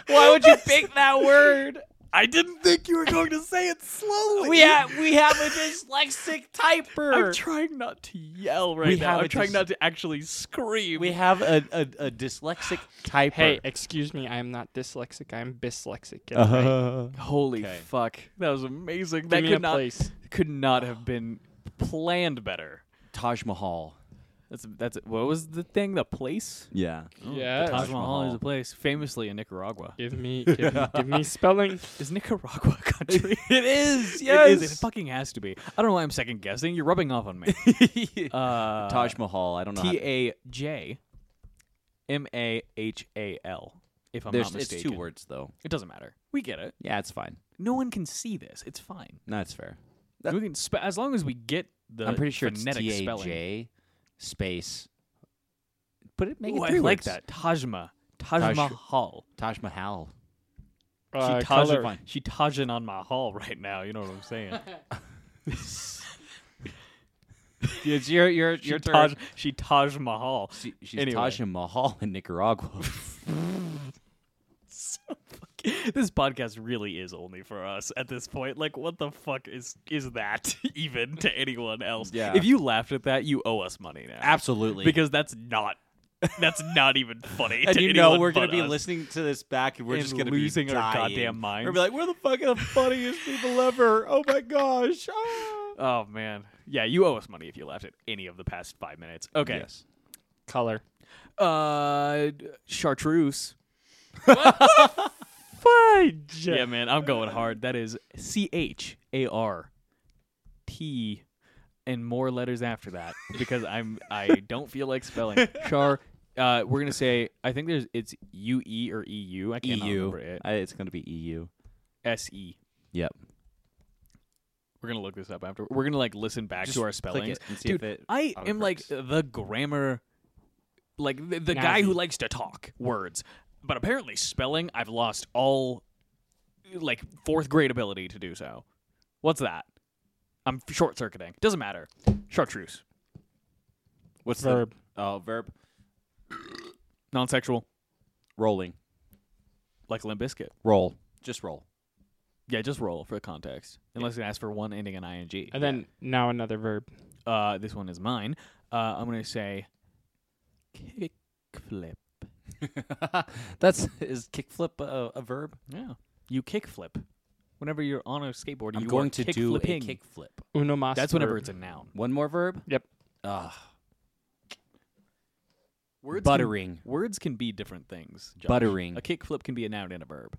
[SPEAKER 1] Why would you pick that word?
[SPEAKER 2] I didn't think you were going to say it slowly.
[SPEAKER 1] We have we have a dyslexic
[SPEAKER 2] I'm
[SPEAKER 1] typer.
[SPEAKER 2] trying not to yell right
[SPEAKER 1] We
[SPEAKER 2] now.
[SPEAKER 1] have
[SPEAKER 2] I'm
[SPEAKER 1] a
[SPEAKER 2] trying
[SPEAKER 1] dis-
[SPEAKER 2] not to actually scream.
[SPEAKER 1] we have a, a, a dyslexic typer.
[SPEAKER 3] Hey, excuse me, I am not dyslexic. I am bislexic. Get it right.
[SPEAKER 1] Uh-huh.
[SPEAKER 2] Holy
[SPEAKER 1] Okay.
[SPEAKER 2] fuck. That was amazing.
[SPEAKER 3] Give
[SPEAKER 2] that
[SPEAKER 3] me
[SPEAKER 2] could
[SPEAKER 3] a
[SPEAKER 2] not
[SPEAKER 3] place.
[SPEAKER 2] could not have been planned better.
[SPEAKER 1] Taj Mahal.
[SPEAKER 2] That's that's what was the thing? The place?
[SPEAKER 1] Yeah.
[SPEAKER 3] Yeah.
[SPEAKER 2] Oh, The Taj
[SPEAKER 1] Taj
[SPEAKER 2] Mahal is
[SPEAKER 1] Mahal.
[SPEAKER 2] a place, famously in Nicaragua.
[SPEAKER 3] Give me, give me, give me spelling.
[SPEAKER 2] Is Nicaragua a country?
[SPEAKER 1] It is.
[SPEAKER 2] It is. It fucking has to be. I don't know why I'm second guessing. You're rubbing off on me. Uh,
[SPEAKER 1] Taj Mahal. I don't know. how-
[SPEAKER 2] T A J M A H A L. If I'm
[SPEAKER 1] There's,
[SPEAKER 2] not
[SPEAKER 1] it's
[SPEAKER 2] mistaken,
[SPEAKER 1] two words though.
[SPEAKER 2] It doesn't matter. We get it.
[SPEAKER 1] Yeah, it's fine.
[SPEAKER 2] No one can see this. It's fine.
[SPEAKER 1] That's fair.
[SPEAKER 2] we can spe- as long as we get the.
[SPEAKER 1] I'm pretty sure it's
[SPEAKER 2] phonetic
[SPEAKER 1] T A
[SPEAKER 2] spelling.
[SPEAKER 1] J space. Put it make
[SPEAKER 2] Ooh,
[SPEAKER 1] it
[SPEAKER 2] I
[SPEAKER 1] three
[SPEAKER 2] like
[SPEAKER 1] words.
[SPEAKER 2] that. Tajma. Taj,
[SPEAKER 1] Taj-
[SPEAKER 2] Mahal.
[SPEAKER 1] Taj Mahal.
[SPEAKER 3] Uh,
[SPEAKER 2] she
[SPEAKER 3] color.
[SPEAKER 2] Tajin, she Tajin on my hall right now. You know what I'm saying?
[SPEAKER 1] It's your your
[SPEAKER 2] she, Taj, she Taj Mahal.
[SPEAKER 1] She, she's
[SPEAKER 2] Anyway.
[SPEAKER 1] Taj Mahal in Nicaragua.
[SPEAKER 2] this podcast really is only for us at this point. Like, what the fuck is is that even to anyone else?
[SPEAKER 1] Yeah.
[SPEAKER 2] If you laughed at that, you owe us money now.
[SPEAKER 1] Absolutely.
[SPEAKER 2] Because that's not. That's not even funny.
[SPEAKER 1] and
[SPEAKER 2] to
[SPEAKER 1] you know
[SPEAKER 2] anyone
[SPEAKER 1] we're gonna
[SPEAKER 2] but
[SPEAKER 1] be
[SPEAKER 2] us.
[SPEAKER 1] listening to this back, and we're
[SPEAKER 2] And
[SPEAKER 1] just gonna
[SPEAKER 2] losing
[SPEAKER 1] be
[SPEAKER 2] our
[SPEAKER 1] dying.
[SPEAKER 2] goddamn minds.
[SPEAKER 1] We're gonna be like, we're the fucking the funniest people ever. Oh my gosh. Ah.
[SPEAKER 2] Oh man, yeah, you owe us money if you laughed at any of the past five minutes. Okay.
[SPEAKER 1] Yes.
[SPEAKER 3] color.
[SPEAKER 2] Uh, d- chartreuse.
[SPEAKER 3] Fudge.
[SPEAKER 2] Yeah, man, I'm going hard. That is C H A R T and more letters after that because I'm I don't feel like spelling char. Uh, we're gonna say I think there's it's U E or E U. I can't
[SPEAKER 1] EU.
[SPEAKER 2] remember it.
[SPEAKER 1] I- it's gonna be EU.
[SPEAKER 2] S E.
[SPEAKER 1] Yep.
[SPEAKER 2] We're gonna look this up after. We're gonna like listen back
[SPEAKER 1] Just
[SPEAKER 2] to our
[SPEAKER 1] click
[SPEAKER 2] spellings.
[SPEAKER 1] it and see
[SPEAKER 2] Dude,
[SPEAKER 1] if it
[SPEAKER 2] I
[SPEAKER 1] autocorrects.
[SPEAKER 2] am like the grammar, like the, the guy who likes to talk words, but apparently spelling, I've lost all, like fourth grade ability to do so. What's that? I'm short circuiting. Doesn't matter. Chartreuse,
[SPEAKER 1] What's
[SPEAKER 3] Verb.
[SPEAKER 1] the oh verb?
[SPEAKER 2] non-sexual,
[SPEAKER 1] Rolling.
[SPEAKER 2] like Limp Bizkit.
[SPEAKER 1] Roll. Just roll.
[SPEAKER 2] Yeah, just roll for context. Unless it asks for one ending in ing.
[SPEAKER 3] And then now another verb.
[SPEAKER 2] uh, this one is mine. Uh, I'm gonna say kickflip.
[SPEAKER 1] That's is kickflip a, a verb?
[SPEAKER 2] Yeah, you kickflip. Whenever you're on a skateboard,
[SPEAKER 1] I'm
[SPEAKER 2] you
[SPEAKER 1] going
[SPEAKER 2] are
[SPEAKER 1] to do a
[SPEAKER 2] kickflipping.
[SPEAKER 1] kickflip.
[SPEAKER 3] Uno mas.
[SPEAKER 2] That's whenever
[SPEAKER 3] verb.
[SPEAKER 2] it's a noun.
[SPEAKER 1] One more verb. Ah.
[SPEAKER 3] Yep.
[SPEAKER 1] Ugh.
[SPEAKER 2] Words
[SPEAKER 1] Buttering.
[SPEAKER 2] Can, words can be different things. Josh.
[SPEAKER 1] Buttering.
[SPEAKER 2] A kickflip can be a noun and a verb.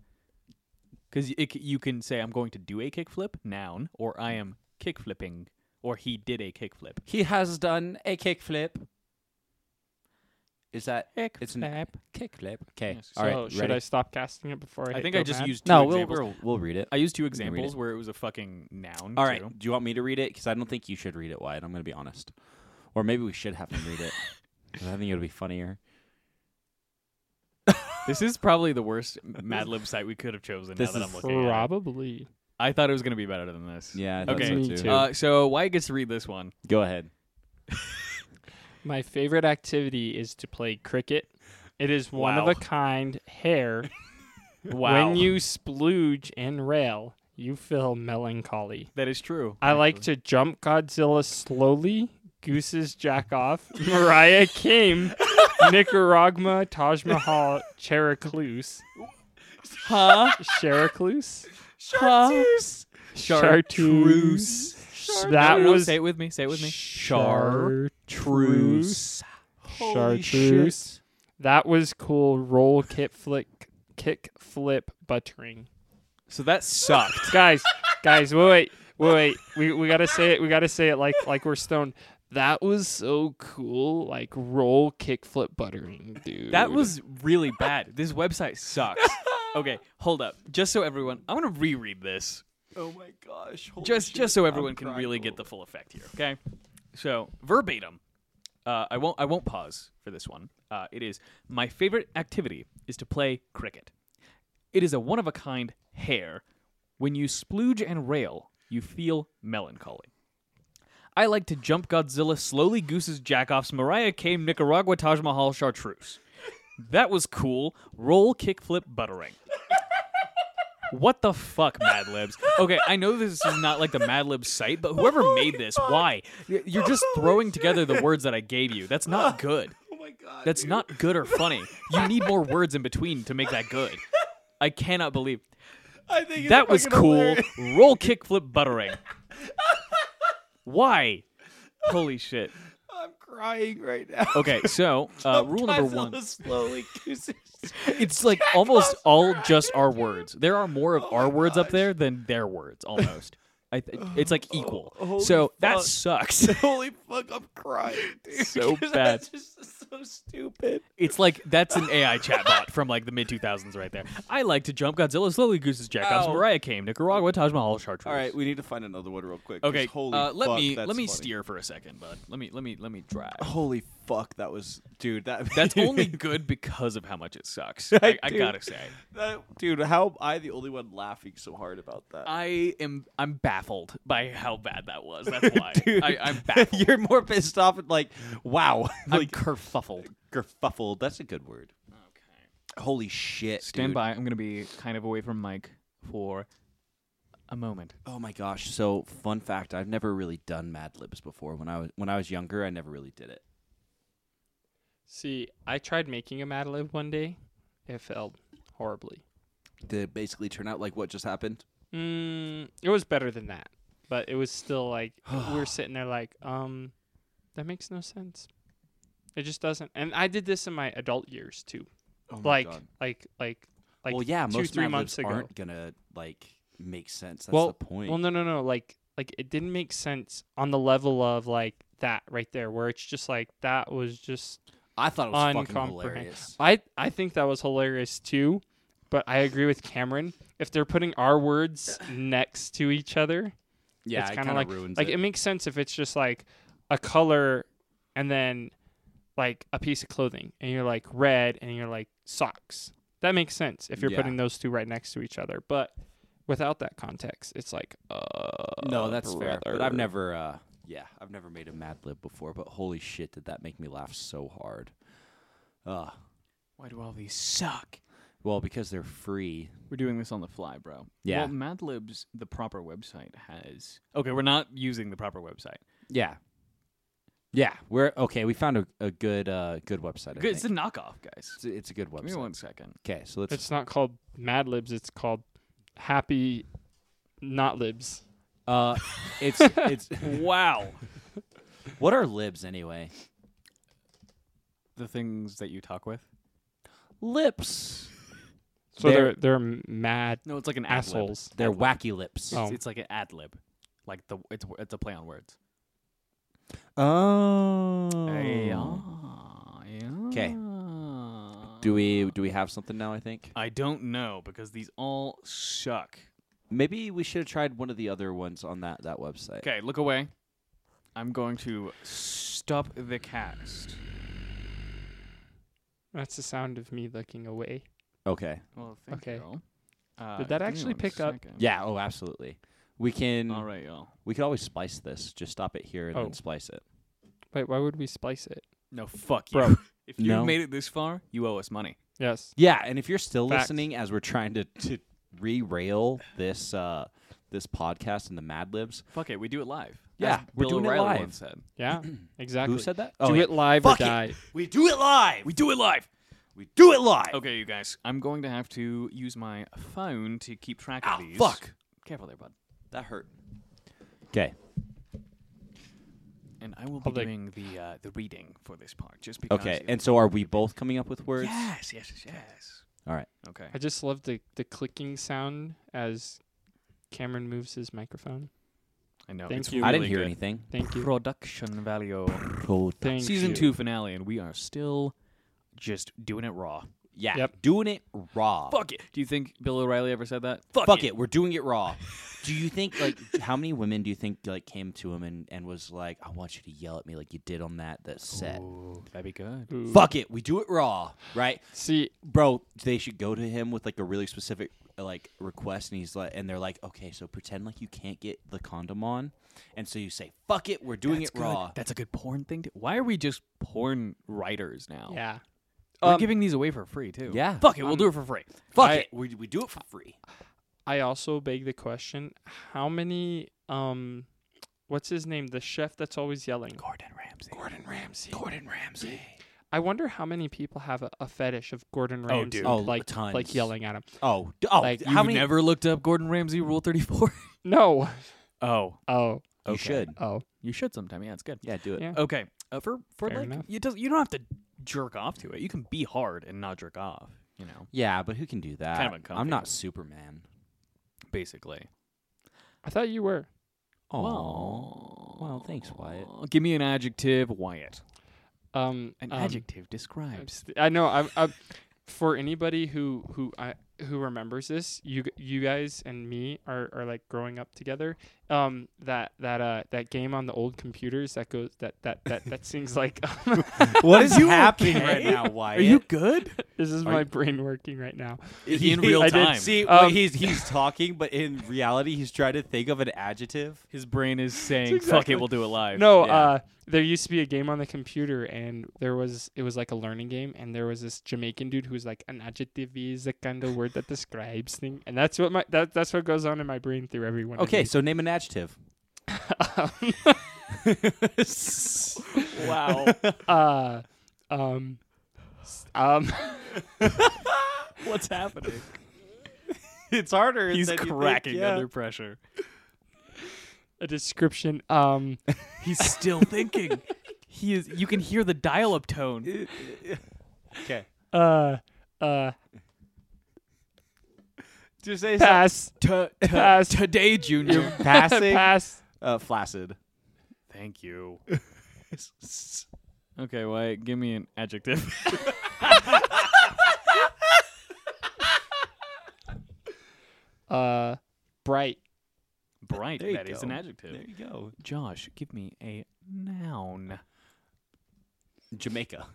[SPEAKER 2] Because you can say, I'm going to do a kickflip, noun, or I am kickflipping, or he did a kickflip.
[SPEAKER 1] He has done a kickflip. Is that it's an
[SPEAKER 3] Kickflip.
[SPEAKER 1] kickflip? Okay.
[SPEAKER 2] Yes.
[SPEAKER 1] All right.
[SPEAKER 3] So should
[SPEAKER 1] ready?
[SPEAKER 3] I stop casting it before I?
[SPEAKER 2] I
[SPEAKER 3] hit
[SPEAKER 2] think
[SPEAKER 3] go
[SPEAKER 2] I just
[SPEAKER 3] mad?
[SPEAKER 2] used two
[SPEAKER 1] No, we'll,
[SPEAKER 2] examples.
[SPEAKER 1] we'll we'll read it.
[SPEAKER 2] I used
[SPEAKER 1] can
[SPEAKER 2] two
[SPEAKER 1] read
[SPEAKER 2] examples
[SPEAKER 1] it.
[SPEAKER 2] where it was a fucking noun.
[SPEAKER 1] All right.
[SPEAKER 2] too.
[SPEAKER 1] Do you want me to read it? Because I don't think you should read it, Wyatt. I'm going to be honest. Or maybe we should have him read it. 'Cause I think it'll be funnier.
[SPEAKER 2] This is probably the worst Mad Lib site we could have chosen
[SPEAKER 1] This
[SPEAKER 2] now that
[SPEAKER 1] is
[SPEAKER 2] I'm looking at it.
[SPEAKER 3] Probably.
[SPEAKER 2] I thought it was going to be better than this.
[SPEAKER 1] Yeah. I thought
[SPEAKER 2] Okay.
[SPEAKER 1] so
[SPEAKER 3] Me
[SPEAKER 1] too.
[SPEAKER 3] too.
[SPEAKER 2] Uh, so Wyatt gets to read this one.
[SPEAKER 1] Go ahead.
[SPEAKER 3] My favorite activity is to play cricket. It is one of
[SPEAKER 2] Wow.
[SPEAKER 3] a kind hair.
[SPEAKER 2] Wow.
[SPEAKER 3] When you splooge and rail, you feel melancholy.
[SPEAKER 2] that is true.
[SPEAKER 3] I like to jump Godzilla slowly, gooses jack off, Mariah came, Nicaragua, Taj Mahal, Characluse,
[SPEAKER 2] Huh?
[SPEAKER 3] Characluse,
[SPEAKER 2] Chartreuse.
[SPEAKER 3] Chartreuse.
[SPEAKER 2] No,
[SPEAKER 3] That
[SPEAKER 2] no, no,
[SPEAKER 3] was
[SPEAKER 2] Say it with me. Say it with me.
[SPEAKER 3] Chartreuse. Chartreuse. That was cool. Roll, kick, flick, kick, flip, buttering.
[SPEAKER 2] So that sucked.
[SPEAKER 3] guys, guys, wait, wait, wait, wait. We we gotta say it. We gotta say it like like we're stoned. That was so cool. Like roll, kick, flip, buttering, dude.
[SPEAKER 2] that was really bad. This website sucks. Okay, hold up. Just so everyone, I'm gonna reread this
[SPEAKER 1] Oh my gosh. Holy
[SPEAKER 2] just
[SPEAKER 1] shit,
[SPEAKER 2] just so
[SPEAKER 1] I'm
[SPEAKER 2] everyone can
[SPEAKER 1] crying
[SPEAKER 2] really
[SPEAKER 1] a
[SPEAKER 2] get the
[SPEAKER 1] little
[SPEAKER 2] full effect here. Okay, so verbatim, uh, I won't I won't pause for this one. Uh, it is my favorite activity is to play cricket. It is a one of a kind hare. When you splooge and rail, you feel melancholy. I like to jump Godzilla, slowly gooses jackoffs, Mariah Carey, Nicaragua Taj Mahal chartreuse. That was cool. Roll, kickflip, buttering. What the fuck, Mad Libs? Okay, I know this is not like the Mad Libs site, but whoever made this, why? Y- You're just throwing together the words that I gave you. That's not good. Oh my god. That's not good or funny. You need more words in between to make that good. I cannot believe. I think that was cool. Roll, kickflip, buttering. Why? Holy shit.
[SPEAKER 1] crying right now.
[SPEAKER 2] Okay, so uh, rule number one.
[SPEAKER 1] Slowly gooses.
[SPEAKER 2] It's like almost all just our words. There are more
[SPEAKER 1] Oh
[SPEAKER 2] of our words up there than their words, almost. I th- it's like equal. so that
[SPEAKER 1] Oh, fuck.
[SPEAKER 2] sucks.
[SPEAKER 1] Holy fuck, I'm crying, dude.
[SPEAKER 2] So
[SPEAKER 1] 'Cause
[SPEAKER 2] bad.
[SPEAKER 1] That's just so stupid.
[SPEAKER 2] It's like that's an AI chatbot from like the mid 2000s right there. I like to jump Godzilla slowly gooses jackoffs
[SPEAKER 1] Ow.
[SPEAKER 2] Mariah came Nicaragua Taj Mahal chartreuse.
[SPEAKER 1] Oh. All right, we need to find another one real quick. 'cause
[SPEAKER 2] Okay.
[SPEAKER 1] Holy
[SPEAKER 2] uh, let
[SPEAKER 1] fuck,
[SPEAKER 2] me
[SPEAKER 1] that's
[SPEAKER 2] let me
[SPEAKER 1] funny.
[SPEAKER 2] steer for a second, bud. Let me let me let me drive.
[SPEAKER 1] Holy fuck, that was dude. That
[SPEAKER 2] That's only good because of how much it sucks. I, I
[SPEAKER 1] do.
[SPEAKER 2] gotta say.
[SPEAKER 1] That- dude. How am I the only one laughing so hard about that?
[SPEAKER 2] I am I'm baffled by how bad that was. That's why I, I'm baffled.
[SPEAKER 1] You're more pissed off at like, wow,
[SPEAKER 2] I'm
[SPEAKER 1] like
[SPEAKER 2] kerfuffled.
[SPEAKER 1] kerfuffled. That's a good word.
[SPEAKER 2] Okay.
[SPEAKER 1] Holy shit.
[SPEAKER 2] Stand
[SPEAKER 1] dude.
[SPEAKER 2] by. I'm gonna be kind of away from Mike for a moment.
[SPEAKER 1] Oh my gosh. So fun fact, I've never really done Mad Libs before. When I was when I was younger, I never really did it.
[SPEAKER 3] See, I tried making a Mad Lib one day. It failed horribly.
[SPEAKER 1] To basically turn out like what just happened.
[SPEAKER 3] Mm, it was better than that, but it was still like we were sitting there like, um, that makes no sense. It just doesn't. And I did this in my adult years too.
[SPEAKER 1] Oh my
[SPEAKER 3] like,
[SPEAKER 1] God.
[SPEAKER 3] like, like, like.
[SPEAKER 1] well, yeah,
[SPEAKER 3] two,
[SPEAKER 1] most
[SPEAKER 3] three
[SPEAKER 1] Mad
[SPEAKER 3] months
[SPEAKER 1] Libs
[SPEAKER 3] ago.
[SPEAKER 1] aren't gonna like make sense. That's
[SPEAKER 3] well,
[SPEAKER 1] the point.
[SPEAKER 3] well, no, no, no. Like, like it didn't make sense on the level of like that right there, where it's just like that was just
[SPEAKER 1] I thought it was fucking
[SPEAKER 3] Uncomprehend-
[SPEAKER 1] hilarious.
[SPEAKER 3] I I think that was hilarious too, but I agree with Cameron. If they're putting our words next to each other,
[SPEAKER 1] Yeah,
[SPEAKER 3] it's
[SPEAKER 1] it
[SPEAKER 3] kind
[SPEAKER 1] kinda
[SPEAKER 3] of like
[SPEAKER 1] ruins
[SPEAKER 3] like
[SPEAKER 1] it.
[SPEAKER 3] it. makes sense if it's just like a color and then like a piece of clothing and you're like red and you're like socks. That makes sense if you're
[SPEAKER 1] Yeah.
[SPEAKER 3] putting those two right next to each other, but without that context, it's like uh
[SPEAKER 1] No, that's fair. But I've
[SPEAKER 3] brother.
[SPEAKER 1] never, uh, yeah, I've never made a Mad Lib before. But holy shit, did that make me laugh so hard? Ugh.
[SPEAKER 2] Why do all these suck?
[SPEAKER 1] Well, because they're free.
[SPEAKER 2] We're doing this on the fly, bro.
[SPEAKER 1] Yeah.
[SPEAKER 2] Well, Mad Libs, the proper website has. Okay, we're not using the proper website.
[SPEAKER 1] Yeah. Yeah, we're okay. We found a, a good uh, good website. I
[SPEAKER 2] Good, it's a
[SPEAKER 1] think.
[SPEAKER 2] knockoff, guys.
[SPEAKER 1] It's, a, it's a good
[SPEAKER 2] Give me
[SPEAKER 1] website.
[SPEAKER 2] one second.
[SPEAKER 1] Okay, so let's.
[SPEAKER 3] It's not called Mad Libs. It's called Happy Not Libs.
[SPEAKER 1] Uh, it's it's.
[SPEAKER 2] wow.
[SPEAKER 1] what are libs anyway?
[SPEAKER 2] The things that you talk with.
[SPEAKER 1] Lips.
[SPEAKER 3] So
[SPEAKER 1] They're-
[SPEAKER 3] they're they're, mad
[SPEAKER 2] No, it's like an ad lib.
[SPEAKER 3] assholes.
[SPEAKER 1] They're wacky lips.
[SPEAKER 3] Oh.
[SPEAKER 2] It's, it's like an ad lib, like the it's it's a play on words.
[SPEAKER 1] Oh.
[SPEAKER 2] ah, Okay.
[SPEAKER 1] Do we do we have something now? I think.
[SPEAKER 2] I don't know because these all suck.
[SPEAKER 1] Maybe we should have tried one of the other ones on that that website.
[SPEAKER 2] Okay, look away. I'm going to stop the cast.
[SPEAKER 3] That's the sound of me looking away.
[SPEAKER 1] Okay.
[SPEAKER 2] Well, thank
[SPEAKER 3] Okay.
[SPEAKER 2] y'all. Uh,
[SPEAKER 3] Did that
[SPEAKER 2] give me
[SPEAKER 3] actually
[SPEAKER 2] one
[SPEAKER 3] pick up?
[SPEAKER 2] second.
[SPEAKER 1] Yeah. Oh, absolutely. We can.
[SPEAKER 2] All right, y'all.
[SPEAKER 1] We could always splice this. Just stop it here and
[SPEAKER 3] Oh.
[SPEAKER 1] then splice it.
[SPEAKER 3] Wait, why would we splice it?
[SPEAKER 2] No, fuck you.
[SPEAKER 3] Bro.
[SPEAKER 2] if you
[SPEAKER 1] No.
[SPEAKER 2] made it this far, you owe us money.
[SPEAKER 3] Yes.
[SPEAKER 1] Yeah. And if you're still
[SPEAKER 3] Facts.
[SPEAKER 1] listening as we're trying to to re-rail this uh this podcast and the Mad Libs.
[SPEAKER 2] Fuck it, we do it live.
[SPEAKER 1] Yeah,
[SPEAKER 2] As
[SPEAKER 1] we're
[SPEAKER 2] Bill
[SPEAKER 1] doing it
[SPEAKER 2] O'Reilly
[SPEAKER 1] live.
[SPEAKER 2] once said.
[SPEAKER 3] Yeah. Exactly.
[SPEAKER 1] Who said that? Oh,
[SPEAKER 3] Do
[SPEAKER 1] yeah.
[SPEAKER 3] it live
[SPEAKER 1] Fuck it.
[SPEAKER 3] or die.
[SPEAKER 1] We do it live.
[SPEAKER 2] We do it live.
[SPEAKER 1] We do it live.
[SPEAKER 3] Oh.
[SPEAKER 2] Okay, you guys. I'm going to have to use my phone to keep track of
[SPEAKER 1] Ow,
[SPEAKER 2] these.
[SPEAKER 1] fuck.
[SPEAKER 2] Careful there, bud.
[SPEAKER 1] That hurt. Okay.
[SPEAKER 2] And I will be
[SPEAKER 3] Hold it.
[SPEAKER 2] doing the uh, the reading for this part, just because.
[SPEAKER 1] Okay.
[SPEAKER 2] it-
[SPEAKER 1] And so, are we both coming up with words?
[SPEAKER 2] yes, yes, yes, yes.
[SPEAKER 1] All right.
[SPEAKER 2] Okay.
[SPEAKER 3] I just love the the clicking sound as Cameron moves his microphone.
[SPEAKER 2] I know.
[SPEAKER 3] Thank
[SPEAKER 2] it's
[SPEAKER 3] you.
[SPEAKER 2] Really
[SPEAKER 1] I didn't hear
[SPEAKER 2] good.
[SPEAKER 1] anything.
[SPEAKER 3] Thank you.
[SPEAKER 2] Production value.
[SPEAKER 3] Thank
[SPEAKER 2] Season
[SPEAKER 3] you.
[SPEAKER 2] two finale, and we are still just doing it raw.
[SPEAKER 1] Yeah,
[SPEAKER 3] Yep.
[SPEAKER 1] doing it raw.
[SPEAKER 2] Fuck it. Do you think Bill O'Reilly ever said that?
[SPEAKER 1] Fuck it. we're doing it raw. do you think like how many women do you think like came to him and, and was like, I want you to yell at me like you did on that that set.
[SPEAKER 2] Ooh, that'd be good.
[SPEAKER 3] Ooh.
[SPEAKER 1] Fuck it, we do it raw, right?
[SPEAKER 3] See,
[SPEAKER 1] Bro, they should go to him with like a really specific like request and he's like and they're like, "Okay, so pretend like you can't get the condom on." And so you say, "Fuck it, we're doing
[SPEAKER 2] That's
[SPEAKER 1] it raw."
[SPEAKER 2] Good. That's a good porn thing. To- Why are we just porn writers now?
[SPEAKER 3] yeah.
[SPEAKER 2] We're
[SPEAKER 3] Um,
[SPEAKER 2] giving these away for free too.
[SPEAKER 1] Yeah.
[SPEAKER 2] Fuck it, we'll do it for free.
[SPEAKER 1] Fuck
[SPEAKER 3] I-
[SPEAKER 1] it, we, we do it for free.
[SPEAKER 3] I also beg the question: How many? Um, what's his name? The chef that's always yelling.
[SPEAKER 2] Gordon Ramsay.
[SPEAKER 3] Gordon Ramsay.
[SPEAKER 1] Gordon Ramsay.
[SPEAKER 3] I wonder how many people have a, a fetish of Gordon
[SPEAKER 2] Oh,
[SPEAKER 3] Ramsay,
[SPEAKER 2] dude.
[SPEAKER 1] Oh,
[SPEAKER 3] like
[SPEAKER 1] tons.
[SPEAKER 3] like yelling at him.
[SPEAKER 1] Oh, d- oh,
[SPEAKER 3] Like,
[SPEAKER 1] how
[SPEAKER 2] You've
[SPEAKER 1] many
[SPEAKER 2] never looked up Gordon Ramsay Rule Thirty Four?
[SPEAKER 3] No.
[SPEAKER 2] oh,
[SPEAKER 3] Oh.
[SPEAKER 1] you
[SPEAKER 2] Okay.
[SPEAKER 1] should.
[SPEAKER 3] Oh.
[SPEAKER 2] you should sometime. Yeah, it's good.
[SPEAKER 1] Yeah, do it.
[SPEAKER 3] Yeah.
[SPEAKER 2] Okay, uh, for for
[SPEAKER 3] Fair
[SPEAKER 2] like
[SPEAKER 3] enough.
[SPEAKER 2] you does you don't have to jerk off to it. You can be hard and not jerk off. You know,
[SPEAKER 1] Yeah, but who can do that?
[SPEAKER 2] uncomfy.
[SPEAKER 1] I'm not Superman.
[SPEAKER 2] basically.
[SPEAKER 3] I thought you were.
[SPEAKER 1] Oh,
[SPEAKER 2] Well-
[SPEAKER 1] well, thanks, Wyatt.
[SPEAKER 2] Uh, give me an adjective, Wyatt.
[SPEAKER 3] Um.
[SPEAKER 2] An
[SPEAKER 3] um,
[SPEAKER 2] adjective
[SPEAKER 3] I'm
[SPEAKER 2] describes.
[SPEAKER 3] st- I know. I'm, I'm. For anybody who who I who remembers this, you g- you guys and me are, are like growing up together. Um, that that uh that game on the old computers that goes that that that that sings like.
[SPEAKER 1] What is
[SPEAKER 2] You
[SPEAKER 1] happening
[SPEAKER 2] okay?
[SPEAKER 1] right now,
[SPEAKER 2] Are
[SPEAKER 1] Wyatt?
[SPEAKER 2] you good?
[SPEAKER 3] this is
[SPEAKER 1] Are
[SPEAKER 3] my
[SPEAKER 1] you-
[SPEAKER 3] brain working right now.
[SPEAKER 2] In real
[SPEAKER 3] I did
[SPEAKER 2] time,
[SPEAKER 1] See,
[SPEAKER 3] Um,
[SPEAKER 1] wait, he's he's talking, but in reality, he's trying to think of an adjective.
[SPEAKER 2] his brain is saying, "Fuck
[SPEAKER 3] exactly-
[SPEAKER 2] it, we'll do it live."
[SPEAKER 3] No,
[SPEAKER 1] Yeah.
[SPEAKER 3] uh, there used to be a game on the computer, and there was it was like a learning game, and there was this Jamaican dude who was like, an adjective is the kind of word that describes thing, and that's what my that that's what goes on in my brain through everyone.
[SPEAKER 1] Okay, so name an adjective.
[SPEAKER 2] wow.
[SPEAKER 3] uh, um, s- um,
[SPEAKER 2] What's happening?
[SPEAKER 1] it's harder.
[SPEAKER 2] He's
[SPEAKER 1] than you think,
[SPEAKER 2] cracking
[SPEAKER 1] yeah.
[SPEAKER 2] under pressure.
[SPEAKER 3] a description. Um,
[SPEAKER 2] He's still thinking. He is. You can hear the dial-up tone.
[SPEAKER 1] Okay,
[SPEAKER 3] uh, uh,
[SPEAKER 1] just say something.
[SPEAKER 3] pass,
[SPEAKER 2] T- t-
[SPEAKER 3] Pass.
[SPEAKER 2] today, Junior.
[SPEAKER 1] passing,
[SPEAKER 3] pass.
[SPEAKER 1] uh, flaccid.
[SPEAKER 2] Thank you. Okay, Wyatt, give me an adjective.
[SPEAKER 3] Uh, bright.
[SPEAKER 2] Bright. That
[SPEAKER 1] There
[SPEAKER 2] is
[SPEAKER 1] you
[SPEAKER 2] an
[SPEAKER 1] go.
[SPEAKER 2] adjective.
[SPEAKER 1] There you go.
[SPEAKER 2] Josh, give me a noun.
[SPEAKER 1] Jamaica.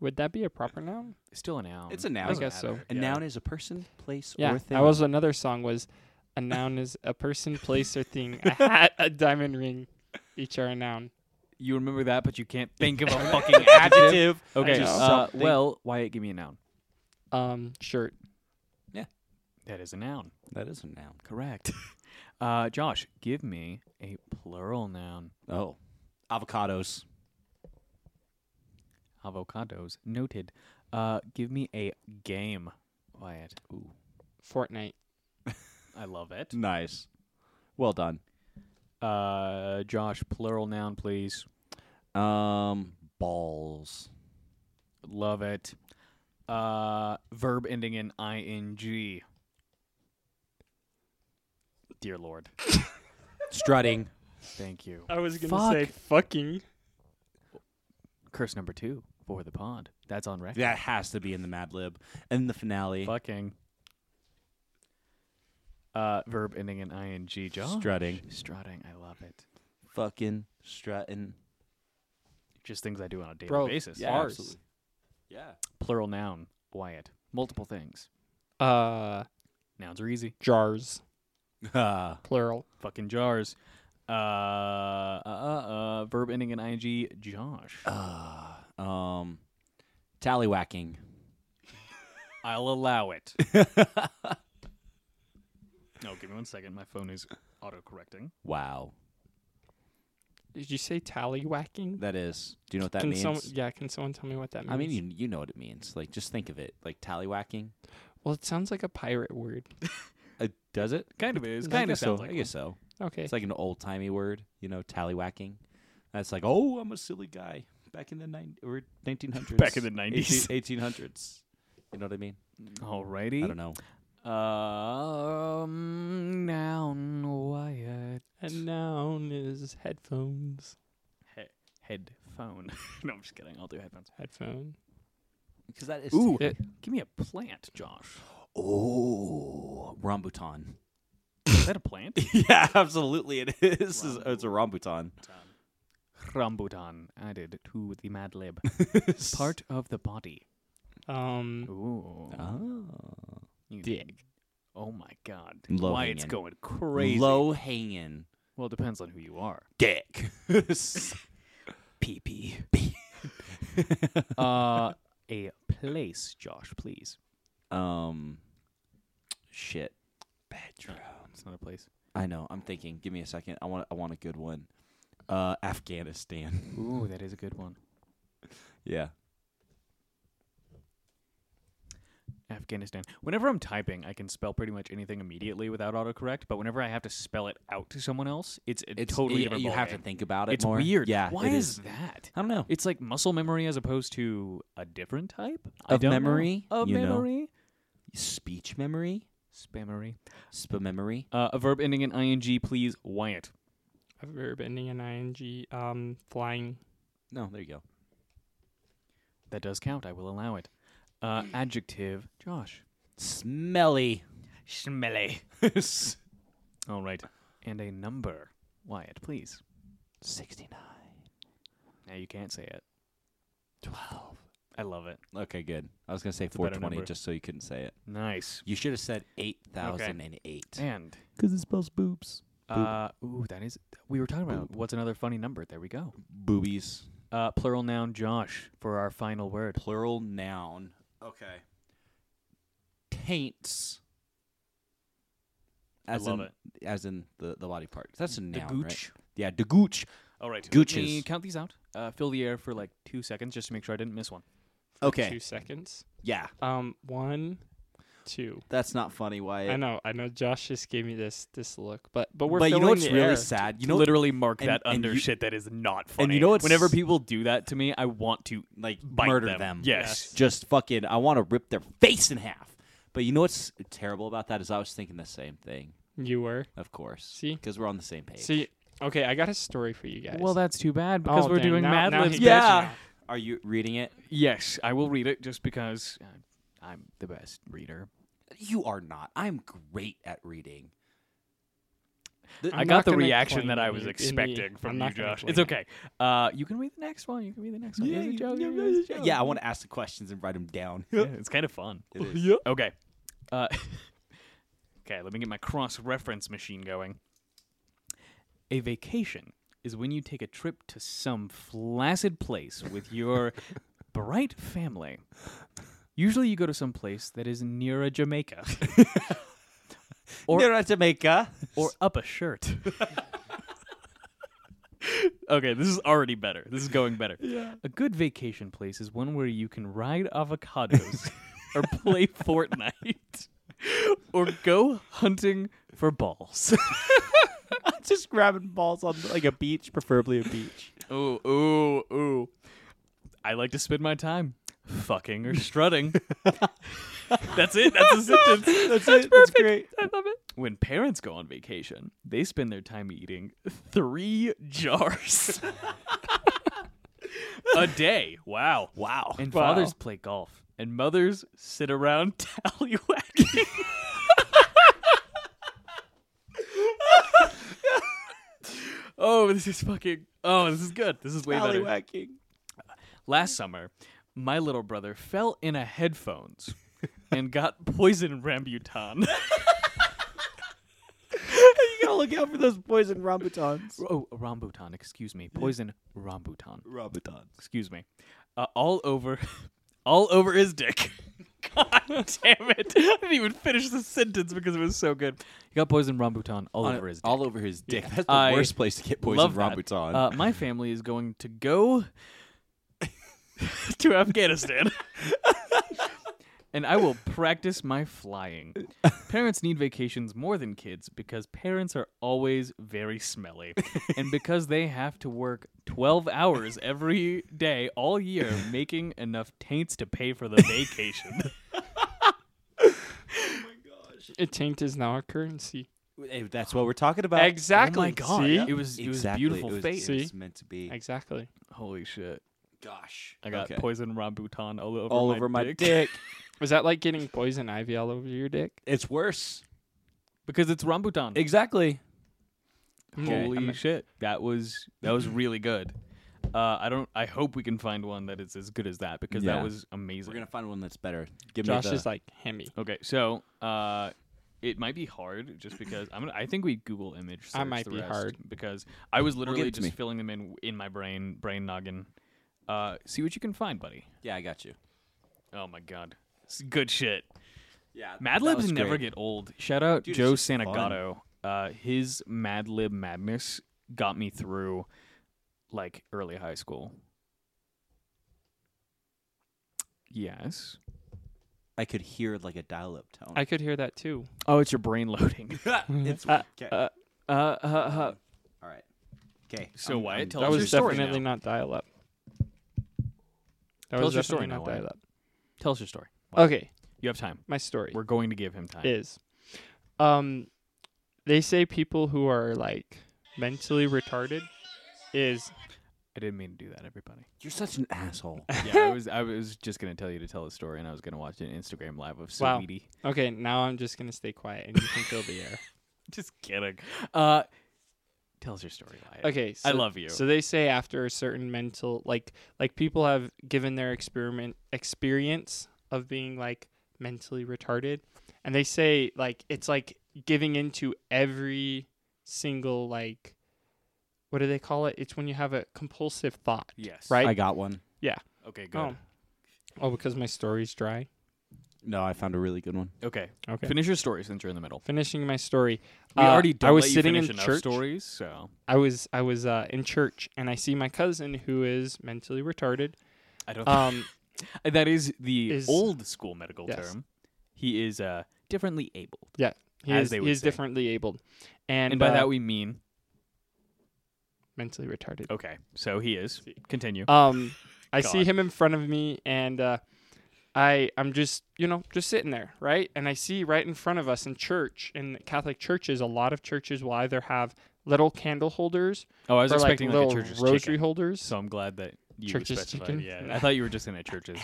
[SPEAKER 3] Would that be a proper noun?
[SPEAKER 2] Still a noun.
[SPEAKER 1] It's a noun.
[SPEAKER 3] I
[SPEAKER 1] Doesn't
[SPEAKER 3] guess so.
[SPEAKER 1] A noun is a person, place,
[SPEAKER 3] Yeah,
[SPEAKER 1] or thing.
[SPEAKER 3] that was another song. Was a noun is a person, place, or thing. A hat, a diamond ring, each are a noun.
[SPEAKER 2] You remember that, but you can't think of a fucking adjective. Okay.
[SPEAKER 1] Just
[SPEAKER 2] uh,
[SPEAKER 1] something.
[SPEAKER 2] well, Wyatt, give me a noun.
[SPEAKER 3] Um, shirt.
[SPEAKER 2] That is a noun.
[SPEAKER 1] That is a noun.
[SPEAKER 2] Correct. Uh, Josh, give me a plural noun.
[SPEAKER 1] Oh, avocados.
[SPEAKER 2] Avocados. Noted. Uh, give me a game, Wyatt.
[SPEAKER 1] Ooh,
[SPEAKER 3] Fortnite.
[SPEAKER 2] I love it.
[SPEAKER 1] nice. Well done.
[SPEAKER 2] Uh, Josh, plural noun, please.
[SPEAKER 1] Um, balls.
[SPEAKER 2] Love it. Uh, verb ending in ing. Dear Lord,
[SPEAKER 1] Strutting.
[SPEAKER 2] thank you.
[SPEAKER 3] I was
[SPEAKER 2] gonna Fuck. say
[SPEAKER 3] fucking.
[SPEAKER 2] Curse number two for the pond. That's on record.
[SPEAKER 1] That has to be in the Mad Lib and the finale.
[SPEAKER 2] Fucking. Uh, verb ending in ing. Josh.
[SPEAKER 1] Strutting.
[SPEAKER 2] Strutting. I love it.
[SPEAKER 1] Fucking strutting.
[SPEAKER 2] Just things I do on a daily
[SPEAKER 3] Bro,
[SPEAKER 2] basis.
[SPEAKER 3] yeah, Bars. absolutely.
[SPEAKER 1] Yeah.
[SPEAKER 2] Plural noun. Wyatt. Multiple things.
[SPEAKER 3] Uh,
[SPEAKER 2] Nouns are easy.
[SPEAKER 3] jars.
[SPEAKER 1] Uh,
[SPEAKER 3] Plural.
[SPEAKER 2] Fucking jars. Uh, uh, uh, uh, verb ending in ing. Josh.
[SPEAKER 1] um, tallywhacking.
[SPEAKER 2] I'll allow it. no, give me one second. My phone is autocorrecting.
[SPEAKER 1] Wow,
[SPEAKER 3] Did you say tallywhacking?
[SPEAKER 1] that is. Do you know what that
[SPEAKER 3] can
[SPEAKER 1] means?
[SPEAKER 3] Someone, yeah, can someone tell me what that means?
[SPEAKER 1] I mean, you you know what it means. Like, just think of it. Like tallywhacking.
[SPEAKER 3] well, it sounds like a pirate word.
[SPEAKER 1] Uh, does it?
[SPEAKER 2] Kind of is.
[SPEAKER 1] I
[SPEAKER 2] Kind of
[SPEAKER 1] guess so.
[SPEAKER 2] sounds like
[SPEAKER 1] I guess so.
[SPEAKER 3] Okay.
[SPEAKER 1] It's like an old timey word. You know, tallywhacking. That's like, oh, I'm a silly guy. Back in the nine or 1900s.
[SPEAKER 2] Back in the 90s.
[SPEAKER 1] 18, 1800s. You know what I mean?
[SPEAKER 2] Alrighty.
[SPEAKER 1] I don't know.
[SPEAKER 2] Um, noun Wyatt
[SPEAKER 3] a noun is headphones.
[SPEAKER 2] headphone. no, I'm just kidding. I'll do headphones.
[SPEAKER 3] Headphone.
[SPEAKER 1] because that is
[SPEAKER 2] Ooh,
[SPEAKER 3] Yeah.
[SPEAKER 2] give me a plant, Josh.
[SPEAKER 1] oh rambutan.
[SPEAKER 2] Is that a plant?
[SPEAKER 1] yeah, absolutely. It is. It's- It's a rambutan.
[SPEAKER 2] Rambutan added to the Mad Lib. Part of the body. Uh-huh.
[SPEAKER 3] Um,
[SPEAKER 2] Ooh.
[SPEAKER 1] Oh.
[SPEAKER 2] You-
[SPEAKER 3] dick.
[SPEAKER 2] Oh my god.
[SPEAKER 1] Low
[SPEAKER 2] Why it's
[SPEAKER 1] hanging.
[SPEAKER 2] going crazy.
[SPEAKER 1] Low hanging
[SPEAKER 2] Well, it depends on who you are.
[SPEAKER 1] dick.
[SPEAKER 2] Pee pee. uh, a place, Josh, please.
[SPEAKER 1] um, shit. Bedroom.
[SPEAKER 2] It's not a place.
[SPEAKER 1] I know. I'm thinking. Give me a second. I want. I want a good one. Uh, Afghanistan.
[SPEAKER 2] Ooh, that is a good one.
[SPEAKER 1] yeah.
[SPEAKER 2] Afghanistan. Whenever I'm typing, I can spell pretty much anything immediately without autocorrect, but whenever I have to spell it out to someone else, it's a totally
[SPEAKER 1] y-
[SPEAKER 2] different
[SPEAKER 1] You have
[SPEAKER 2] ballgame.
[SPEAKER 1] to think about it.
[SPEAKER 2] It's
[SPEAKER 1] more.
[SPEAKER 2] weird.
[SPEAKER 1] Yeah.
[SPEAKER 2] Why
[SPEAKER 1] it
[SPEAKER 2] is that?
[SPEAKER 1] I don't know.
[SPEAKER 2] It's like muscle memory as opposed to a different type I
[SPEAKER 1] Of
[SPEAKER 2] don't know.
[SPEAKER 1] memory,
[SPEAKER 2] Of
[SPEAKER 1] you know.
[SPEAKER 2] memory,
[SPEAKER 1] Speech memory.
[SPEAKER 2] spamery.
[SPEAKER 1] Sp memory.
[SPEAKER 2] Uh, a verb ending in ing, please. Wyatt.
[SPEAKER 3] a verb ending in ing. Um, flying.
[SPEAKER 1] No, there you go.
[SPEAKER 2] That does count. I will allow it. Uh,
[SPEAKER 1] Mm.
[SPEAKER 2] adjective, Josh.
[SPEAKER 1] Smelly.
[SPEAKER 2] Smelly. All right. And a number, Wyatt, please.
[SPEAKER 1] Sixty-nine.
[SPEAKER 2] Now you can't say it.
[SPEAKER 1] Twelve.
[SPEAKER 2] I love it.
[SPEAKER 1] Okay, good. I was gonna say
[SPEAKER 2] a better
[SPEAKER 1] 420
[SPEAKER 2] number.
[SPEAKER 1] just so you couldn't say it.
[SPEAKER 2] Nice.
[SPEAKER 1] You should have said 8008.
[SPEAKER 2] And
[SPEAKER 1] Because it spells boobs.
[SPEAKER 2] uh, ooh, that is. We were talking about what's another funny number. There we go.
[SPEAKER 1] Boobies.
[SPEAKER 2] Uh, plural noun, Josh, for our final word.
[SPEAKER 1] Plural noun. Okay. Taints. As
[SPEAKER 2] love
[SPEAKER 1] in, As in the, the body part. That's a noun, right?
[SPEAKER 2] Gooch.
[SPEAKER 1] Yeah, the gooch.
[SPEAKER 2] All right.
[SPEAKER 1] Gooches.
[SPEAKER 2] Let me count these out. Uh, fill the air for like two seconds just to make sure I didn't miss one.
[SPEAKER 1] Okay.
[SPEAKER 3] Two seconds.
[SPEAKER 1] Yeah,
[SPEAKER 3] Um, one, two.
[SPEAKER 1] that's not funny, Wyatt.
[SPEAKER 3] I know, I know. Josh just gave me this this look, but but we're.
[SPEAKER 1] but you know
[SPEAKER 3] filling
[SPEAKER 1] what's
[SPEAKER 3] the
[SPEAKER 1] really
[SPEAKER 3] air.
[SPEAKER 1] sad? You
[SPEAKER 2] You
[SPEAKER 1] know,
[SPEAKER 2] literally mark
[SPEAKER 1] and-
[SPEAKER 2] that
[SPEAKER 1] and
[SPEAKER 2] under
[SPEAKER 1] you-
[SPEAKER 2] shit that is not funny.
[SPEAKER 1] and you know what's-
[SPEAKER 2] Whenever people do that to me, I want to
[SPEAKER 1] like
[SPEAKER 2] bite
[SPEAKER 1] murder
[SPEAKER 2] them.
[SPEAKER 1] them.
[SPEAKER 2] Yes.
[SPEAKER 1] Just fucking, I want to rip their face in half. But you know what's terrible about that is I was thinking the same thing,
[SPEAKER 3] You were.
[SPEAKER 1] of course.
[SPEAKER 3] See?
[SPEAKER 1] Because we're on the same page.
[SPEAKER 3] See, okay, I got a story for you guys.
[SPEAKER 2] Well, that's too bad
[SPEAKER 3] Oh,
[SPEAKER 2] because we're
[SPEAKER 3] dang,
[SPEAKER 2] doing
[SPEAKER 3] now-
[SPEAKER 2] Mad
[SPEAKER 3] now
[SPEAKER 2] Libs.
[SPEAKER 3] he
[SPEAKER 1] Yeah.
[SPEAKER 3] does now.
[SPEAKER 1] Are you reading it?
[SPEAKER 2] Yes, I will read it just because uh, I'm the best reader.
[SPEAKER 1] You are not. I'm great at reading.
[SPEAKER 2] i
[SPEAKER 3] I'm
[SPEAKER 2] got
[SPEAKER 3] not
[SPEAKER 2] the
[SPEAKER 3] gonna
[SPEAKER 2] reaction that
[SPEAKER 3] claim
[SPEAKER 2] I
[SPEAKER 3] you
[SPEAKER 2] was
[SPEAKER 3] in the-
[SPEAKER 2] expecting
[SPEAKER 3] I'm
[SPEAKER 2] from you,
[SPEAKER 3] not gonna
[SPEAKER 2] Josh. It's
[SPEAKER 3] claim
[SPEAKER 2] okay. Uh, you can read the next one. You can read the next one. It is a joke, it is a joke.
[SPEAKER 1] yeah, I want to ask the questions and write them down.
[SPEAKER 2] Yeah, it's kind of fun.
[SPEAKER 1] It is.
[SPEAKER 2] Okay. Uh, okay, let me get my cross reference machine going. A vacation is when you take a trip to some flaccid place with your bright family. Usually you go to some place that is near a Jamaica Or-
[SPEAKER 1] Near Jamaica.
[SPEAKER 2] or up a shirt. okay, this is already better. This is going better. A good vacation place is one where you can ride avocados or play Fortnite or go hunting for balls.
[SPEAKER 1] Just grabbing balls on like a beach, preferably a beach.
[SPEAKER 2] ooh, ooh, ooh. I like to spend my time fucking or strutting. That's it. That's a sentence. That's, it. That's great. I love it. When parents go on vacation, they spend their time eating three jars a day. Wow.
[SPEAKER 1] Wow.
[SPEAKER 2] And
[SPEAKER 3] Wow.
[SPEAKER 2] fathers play golf, and mothers sit around tallywhacking. oh, this is fucking. Oh, this is good. This is way better.
[SPEAKER 1] Tallywhacking.
[SPEAKER 2] Last summer, my little brother fell in a headphones and got poison rambutan.
[SPEAKER 1] You gotta look out for those poison rambutans.
[SPEAKER 2] oh, rambutan. Excuse me. Poison rambutan.
[SPEAKER 1] Rambutans.
[SPEAKER 2] excuse me, uh, all over, all over his dick. God damn it! I didn't even finish the sentence because it was so good. He got poisoned rambutan all over his dick.
[SPEAKER 1] All over his dick. That's the
[SPEAKER 2] I
[SPEAKER 1] worst place to get poison
[SPEAKER 2] Love that.
[SPEAKER 1] rambutan.
[SPEAKER 2] Uh, my family is going to go to Afghanistan. And I will practice my flying. Parents need vacations more than kids because parents are always very smelly. And because they have to work 12 hours every day all year, making enough taints to pay for the
[SPEAKER 1] Oh
[SPEAKER 2] vacation.
[SPEAKER 3] A taint is now a currency.
[SPEAKER 1] Hey, that's what we're talking about.
[SPEAKER 3] exactly.
[SPEAKER 2] Oh my God.
[SPEAKER 3] See?
[SPEAKER 2] It was, it was
[SPEAKER 1] Exactly.
[SPEAKER 2] beautiful
[SPEAKER 1] It was-
[SPEAKER 2] face.
[SPEAKER 1] It
[SPEAKER 3] See?
[SPEAKER 1] was meant to be.
[SPEAKER 3] Exactly.
[SPEAKER 2] Holy shit.
[SPEAKER 1] Gosh.
[SPEAKER 2] I got
[SPEAKER 1] Okay.
[SPEAKER 2] poison rambutan all over
[SPEAKER 1] all
[SPEAKER 2] my
[SPEAKER 1] over my dick.
[SPEAKER 2] dick.
[SPEAKER 3] Was that like getting poison ivy all over your dick?
[SPEAKER 1] It's worse.
[SPEAKER 2] because it's rambutan.
[SPEAKER 1] Exactly.
[SPEAKER 3] Okay,
[SPEAKER 2] Holy
[SPEAKER 3] I'm-
[SPEAKER 2] shit! That was that was really good. Uh, I don't. I hope we can find one that is as good as that because
[SPEAKER 1] Yeah.
[SPEAKER 2] that was amazing.
[SPEAKER 1] We're gonna find one that's better. Give
[SPEAKER 3] Josh
[SPEAKER 1] me the,
[SPEAKER 3] is like hemi.
[SPEAKER 2] Okay, so uh, it might be hard just because I'm. Gonna, I think we Google image.
[SPEAKER 3] I
[SPEAKER 2] search
[SPEAKER 3] might
[SPEAKER 2] the
[SPEAKER 3] be
[SPEAKER 2] rest
[SPEAKER 3] hard.
[SPEAKER 2] because I was literally
[SPEAKER 1] it to
[SPEAKER 2] just
[SPEAKER 1] me.
[SPEAKER 2] filling them in in my brain, brain noggin. Uh, see what you can find, buddy.
[SPEAKER 1] Yeah, I got you.
[SPEAKER 2] Oh my god, It's good shit.
[SPEAKER 1] Yeah.
[SPEAKER 2] Mad
[SPEAKER 1] that
[SPEAKER 2] libs
[SPEAKER 1] was
[SPEAKER 2] never
[SPEAKER 1] great.
[SPEAKER 2] get old. Shout out
[SPEAKER 1] Dude, it's
[SPEAKER 2] Joe
[SPEAKER 1] just fun.
[SPEAKER 2] Santagato. Uh, his Mad Lib madness got me through like early high school. Yes.
[SPEAKER 1] I could hear like a dial-up tone.
[SPEAKER 3] I could hear that too.
[SPEAKER 2] Oh, it's your brain loading.
[SPEAKER 1] it's
[SPEAKER 2] Uh,
[SPEAKER 1] okay.
[SPEAKER 2] uh, uh, uh, uh,
[SPEAKER 1] All right. Okay.
[SPEAKER 2] So Wyatt, tell
[SPEAKER 3] That
[SPEAKER 2] us
[SPEAKER 3] was
[SPEAKER 2] your story
[SPEAKER 3] definitely
[SPEAKER 2] now.
[SPEAKER 3] not dial up. That
[SPEAKER 2] Tell
[SPEAKER 3] was
[SPEAKER 2] us your story
[SPEAKER 3] definitely
[SPEAKER 2] now,
[SPEAKER 3] not
[SPEAKER 2] Wyatt.
[SPEAKER 3] dial up.
[SPEAKER 2] tell us your story. Why?
[SPEAKER 3] Okay,
[SPEAKER 2] You have time.
[SPEAKER 3] my story
[SPEAKER 2] We're going to give him time.
[SPEAKER 3] is, um, they say people who are like mentally retarded is
[SPEAKER 2] I didn't mean to do that, everybody.
[SPEAKER 1] You're such an asshole.
[SPEAKER 2] Yeah, I was I was just gonna tell you to tell the story, and I was gonna watch an Instagram live of
[SPEAKER 3] Wow.
[SPEAKER 2] Saweetie.
[SPEAKER 3] okay. Now I'm just gonna stay quiet and you can fill the air.
[SPEAKER 2] Just kidding. Uh, tell us your story, Wyatt.
[SPEAKER 3] Okay,
[SPEAKER 2] I
[SPEAKER 3] so-
[SPEAKER 2] love you.
[SPEAKER 3] So they say after a certain mental like like people have given their experiment experience of being like mentally retarded and they say like it's like giving into every single like what do they call it? It's when you have a compulsive thought.
[SPEAKER 2] yes.
[SPEAKER 3] Right?
[SPEAKER 1] I got one.
[SPEAKER 2] Okay. Good.
[SPEAKER 3] Oh. Oh, because my story's dry.
[SPEAKER 1] No, I found a really good one.
[SPEAKER 2] Okay.
[SPEAKER 3] Okay.
[SPEAKER 2] Finish your story since you're in the middle.
[SPEAKER 3] Finishing my story.
[SPEAKER 2] We
[SPEAKER 3] Uh,
[SPEAKER 2] already.
[SPEAKER 3] I
[SPEAKER 2] don't
[SPEAKER 3] was
[SPEAKER 2] let you
[SPEAKER 3] sitting
[SPEAKER 2] finish
[SPEAKER 3] in
[SPEAKER 2] enough
[SPEAKER 3] church.
[SPEAKER 2] Stories. So
[SPEAKER 3] I was I was uh, in church and I see my cousin who is mentally retarded.
[SPEAKER 2] I don't.
[SPEAKER 3] Um
[SPEAKER 2] think, that is the
[SPEAKER 3] is-
[SPEAKER 2] old school medical
[SPEAKER 3] Yes.
[SPEAKER 2] term. He is uh, differently abled,
[SPEAKER 3] he
[SPEAKER 2] As
[SPEAKER 3] is,
[SPEAKER 2] they
[SPEAKER 3] he
[SPEAKER 2] would
[SPEAKER 3] is
[SPEAKER 2] say.
[SPEAKER 3] differently abled. And,
[SPEAKER 2] and, by
[SPEAKER 3] uh,
[SPEAKER 2] that we mean
[SPEAKER 3] mentally retarded.
[SPEAKER 2] okay. So he is. Continue.
[SPEAKER 3] Um, I see
[SPEAKER 2] God.
[SPEAKER 3] him in front of me, and uh, I I'm just you know just sitting there, right? And I see right in front of us in church in Catholic churches, a lot of churches will either have little candle holders
[SPEAKER 2] oh, I was
[SPEAKER 3] or
[SPEAKER 2] expecting
[SPEAKER 3] like
[SPEAKER 2] like,
[SPEAKER 3] little
[SPEAKER 2] a church's
[SPEAKER 3] rosary
[SPEAKER 2] chicken.
[SPEAKER 3] holders.
[SPEAKER 2] So I'm glad that you
[SPEAKER 3] Church's
[SPEAKER 2] specified.
[SPEAKER 3] chicken?
[SPEAKER 2] Yeah, I thought you were just in a church's.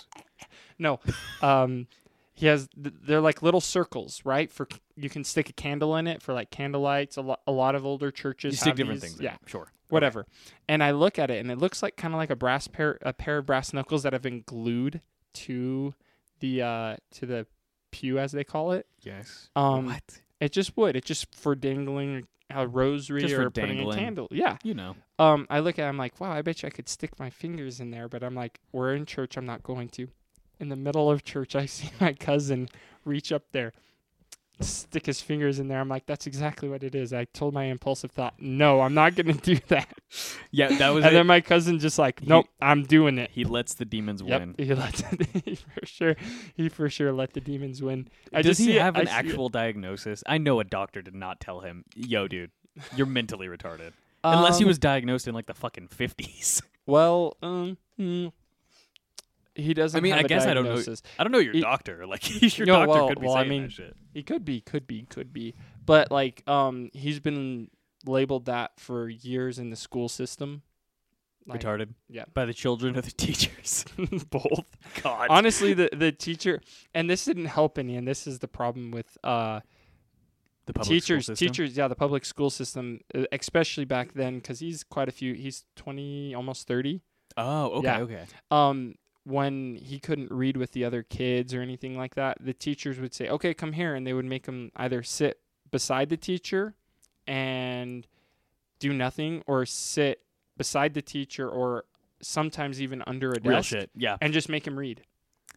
[SPEAKER 3] No, um, he has th- they're like little circles, right? For c- you can stick a candle in it for like candlelights. A lot a lot of older churches
[SPEAKER 2] You stick
[SPEAKER 3] have
[SPEAKER 2] different
[SPEAKER 3] these-
[SPEAKER 2] things. in
[SPEAKER 3] Yeah,
[SPEAKER 2] it, sure.
[SPEAKER 3] whatever. And I look at it, and it looks like kind of like a brass pair, a pair of brass knuckles that have been glued to the uh, to the pew, as they call it.
[SPEAKER 2] Yes.
[SPEAKER 3] Um,
[SPEAKER 2] what?
[SPEAKER 3] It just would. It just for dangling a rosary
[SPEAKER 2] Just for
[SPEAKER 3] or putting
[SPEAKER 2] dangling.
[SPEAKER 3] a candle. Yeah.
[SPEAKER 2] You know.
[SPEAKER 3] Um, I look at. it, I'm like, wow. I bet you I could stick my fingers in there, but I'm like, we're in church. I'm not going to. In the middle of church, I see my cousin reach up there, stick his fingers in there. I'm like, that's exactly what it is. I told my impulsive thought, no, I'm not going to do that.
[SPEAKER 2] Yeah, that was.
[SPEAKER 3] and
[SPEAKER 2] it.
[SPEAKER 3] then my cousin just like, nope, I'm doing it.
[SPEAKER 2] he lets the demons win.
[SPEAKER 3] Yep, he let he for sure he for sure let the demons win. I
[SPEAKER 2] Does
[SPEAKER 3] just
[SPEAKER 2] he
[SPEAKER 3] see it-
[SPEAKER 2] have
[SPEAKER 3] I
[SPEAKER 2] an
[SPEAKER 3] see it.
[SPEAKER 2] actual diagnosis? I know a doctor did not tell him, "Yo, dude, you're mentally retarded." Unless he
[SPEAKER 3] Um,
[SPEAKER 2] was diagnosed in like the fucking fifties.
[SPEAKER 3] well, um, hmm. he doesn't.
[SPEAKER 2] I mean,
[SPEAKER 3] have
[SPEAKER 2] I
[SPEAKER 3] a
[SPEAKER 2] guess I don't know-
[SPEAKER 3] diagnosis.
[SPEAKER 2] I don't know your
[SPEAKER 3] He-
[SPEAKER 2] doctor. Like your
[SPEAKER 3] No,
[SPEAKER 2] doctor
[SPEAKER 3] well-
[SPEAKER 2] could be
[SPEAKER 3] well, I
[SPEAKER 2] saying
[SPEAKER 3] mean-
[SPEAKER 2] that shit.
[SPEAKER 3] He could be, could be, could be, but like, um, he's been labeled that for years in the school system. Like,
[SPEAKER 2] retarded.
[SPEAKER 3] yeah.
[SPEAKER 2] by the children of the teachers.
[SPEAKER 3] both.
[SPEAKER 2] God.
[SPEAKER 3] Honestly, the the teacher, and this didn't help any, and this is the problem with uh
[SPEAKER 2] the public school
[SPEAKER 3] teachers
[SPEAKER 2] system.
[SPEAKER 3] teachers yeah the public school system uh, especially back then because he's quite a few he's 20 almost 30
[SPEAKER 2] Oh, okay,
[SPEAKER 3] Yeah.
[SPEAKER 2] okay.
[SPEAKER 3] um when he couldn't read with the other kids or anything like that the teachers would say okay come here and they would make him either sit beside the teacher and do nothing or sit beside the teacher or sometimes even under a desk
[SPEAKER 2] Real shit. Yeah.
[SPEAKER 3] and just make him read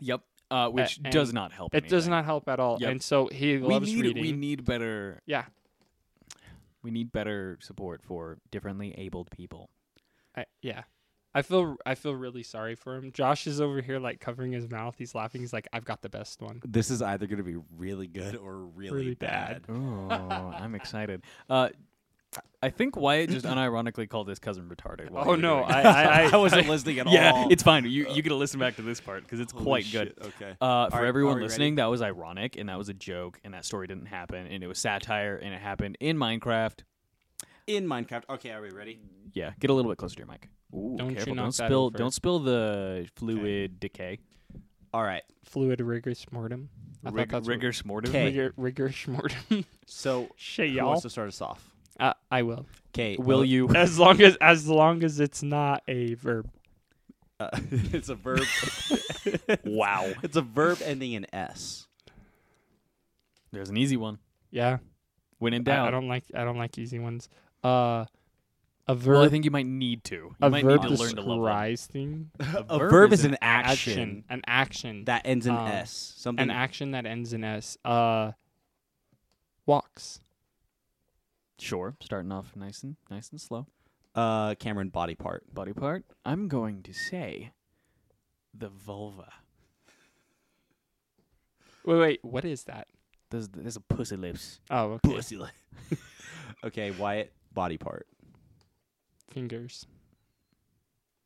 [SPEAKER 2] Yep. Uh, which
[SPEAKER 3] and
[SPEAKER 2] does not help.
[SPEAKER 3] it does
[SPEAKER 2] anything.
[SPEAKER 3] not help at all
[SPEAKER 2] Yep.
[SPEAKER 3] and so he
[SPEAKER 2] We
[SPEAKER 3] loves
[SPEAKER 2] need.
[SPEAKER 3] reading
[SPEAKER 2] We need better.
[SPEAKER 3] yeah
[SPEAKER 2] We need better support for differently abled people.
[SPEAKER 3] I, yeah. I feel I feel really sorry for him. Josh is over here like covering his mouth. He's laughing. He's like, "I've got the best one."
[SPEAKER 1] This is either going to be really good or really,
[SPEAKER 3] Really
[SPEAKER 1] bad.
[SPEAKER 3] bad.
[SPEAKER 2] Oh, I'm excited. Uh, I think Wyatt just unironically called his cousin retarded. while
[SPEAKER 3] Oh,
[SPEAKER 2] you were
[SPEAKER 3] no,
[SPEAKER 2] doing
[SPEAKER 3] I-
[SPEAKER 2] that.
[SPEAKER 3] I- I-
[SPEAKER 1] wasn't listening at
[SPEAKER 3] Oh.
[SPEAKER 2] yeah,
[SPEAKER 1] all.
[SPEAKER 2] it's fine.
[SPEAKER 3] Uh,
[SPEAKER 2] You you gotta listen back to this part because it's
[SPEAKER 1] Holy
[SPEAKER 2] quite good.
[SPEAKER 1] shit, Okay.
[SPEAKER 2] Uh,
[SPEAKER 1] Are-
[SPEAKER 2] for
[SPEAKER 1] are
[SPEAKER 2] everyone
[SPEAKER 1] we
[SPEAKER 2] listening, that was ironic and that was a joke, and that story didn't happen, and it was satire, and it happened in Minecraft.
[SPEAKER 1] in Minecraft. Okay, are we ready?
[SPEAKER 2] Yeah, get a little bit closer to your mic. Ooh,
[SPEAKER 3] Don't you
[SPEAKER 2] careful.
[SPEAKER 3] knock
[SPEAKER 2] don't
[SPEAKER 3] that
[SPEAKER 2] spill.
[SPEAKER 3] over.
[SPEAKER 2] Don't spill the fluid decay.
[SPEAKER 1] All right.
[SPEAKER 3] Fluid rigorous mortem. I
[SPEAKER 2] Rig-
[SPEAKER 3] thought that's
[SPEAKER 2] rigor mortis.
[SPEAKER 1] Okay.
[SPEAKER 3] rigor, rigorous mortem.
[SPEAKER 1] So
[SPEAKER 3] Shay,
[SPEAKER 1] who
[SPEAKER 3] y'all.
[SPEAKER 1] wants to start us off?
[SPEAKER 3] Uh, I will.
[SPEAKER 1] Okay.
[SPEAKER 2] Will you?
[SPEAKER 3] As long as as long as it's not a verb.
[SPEAKER 1] Uh, it's a verb.
[SPEAKER 2] wow.
[SPEAKER 1] It's a verb ending in s.
[SPEAKER 2] There's an easy one.
[SPEAKER 3] Yeah.
[SPEAKER 2] When in
[SPEAKER 3] I-
[SPEAKER 2] doubt.
[SPEAKER 3] I, don't like I don't like easy ones. Uh, a verb.
[SPEAKER 2] well, I think you might need to. You
[SPEAKER 3] a
[SPEAKER 2] might
[SPEAKER 3] verb
[SPEAKER 2] need to learn to love them.
[SPEAKER 3] describes thing.
[SPEAKER 1] A,
[SPEAKER 2] verb
[SPEAKER 1] verb,
[SPEAKER 2] is
[SPEAKER 1] is an action,
[SPEAKER 3] An action.
[SPEAKER 1] that ends in
[SPEAKER 3] Um,
[SPEAKER 1] s. Something
[SPEAKER 2] Mm.
[SPEAKER 3] an action that ends in s. Uh, walks.
[SPEAKER 2] Sure. Starting off nice and nice and slow.
[SPEAKER 1] uh Cameron body part.
[SPEAKER 2] Body part. I'm going to say the vulva.
[SPEAKER 3] Wait, wait. What is that?
[SPEAKER 2] There's there's a pussy lips.
[SPEAKER 3] Oh, okay.
[SPEAKER 1] li- okay, Wyatt body part.
[SPEAKER 3] Fingers.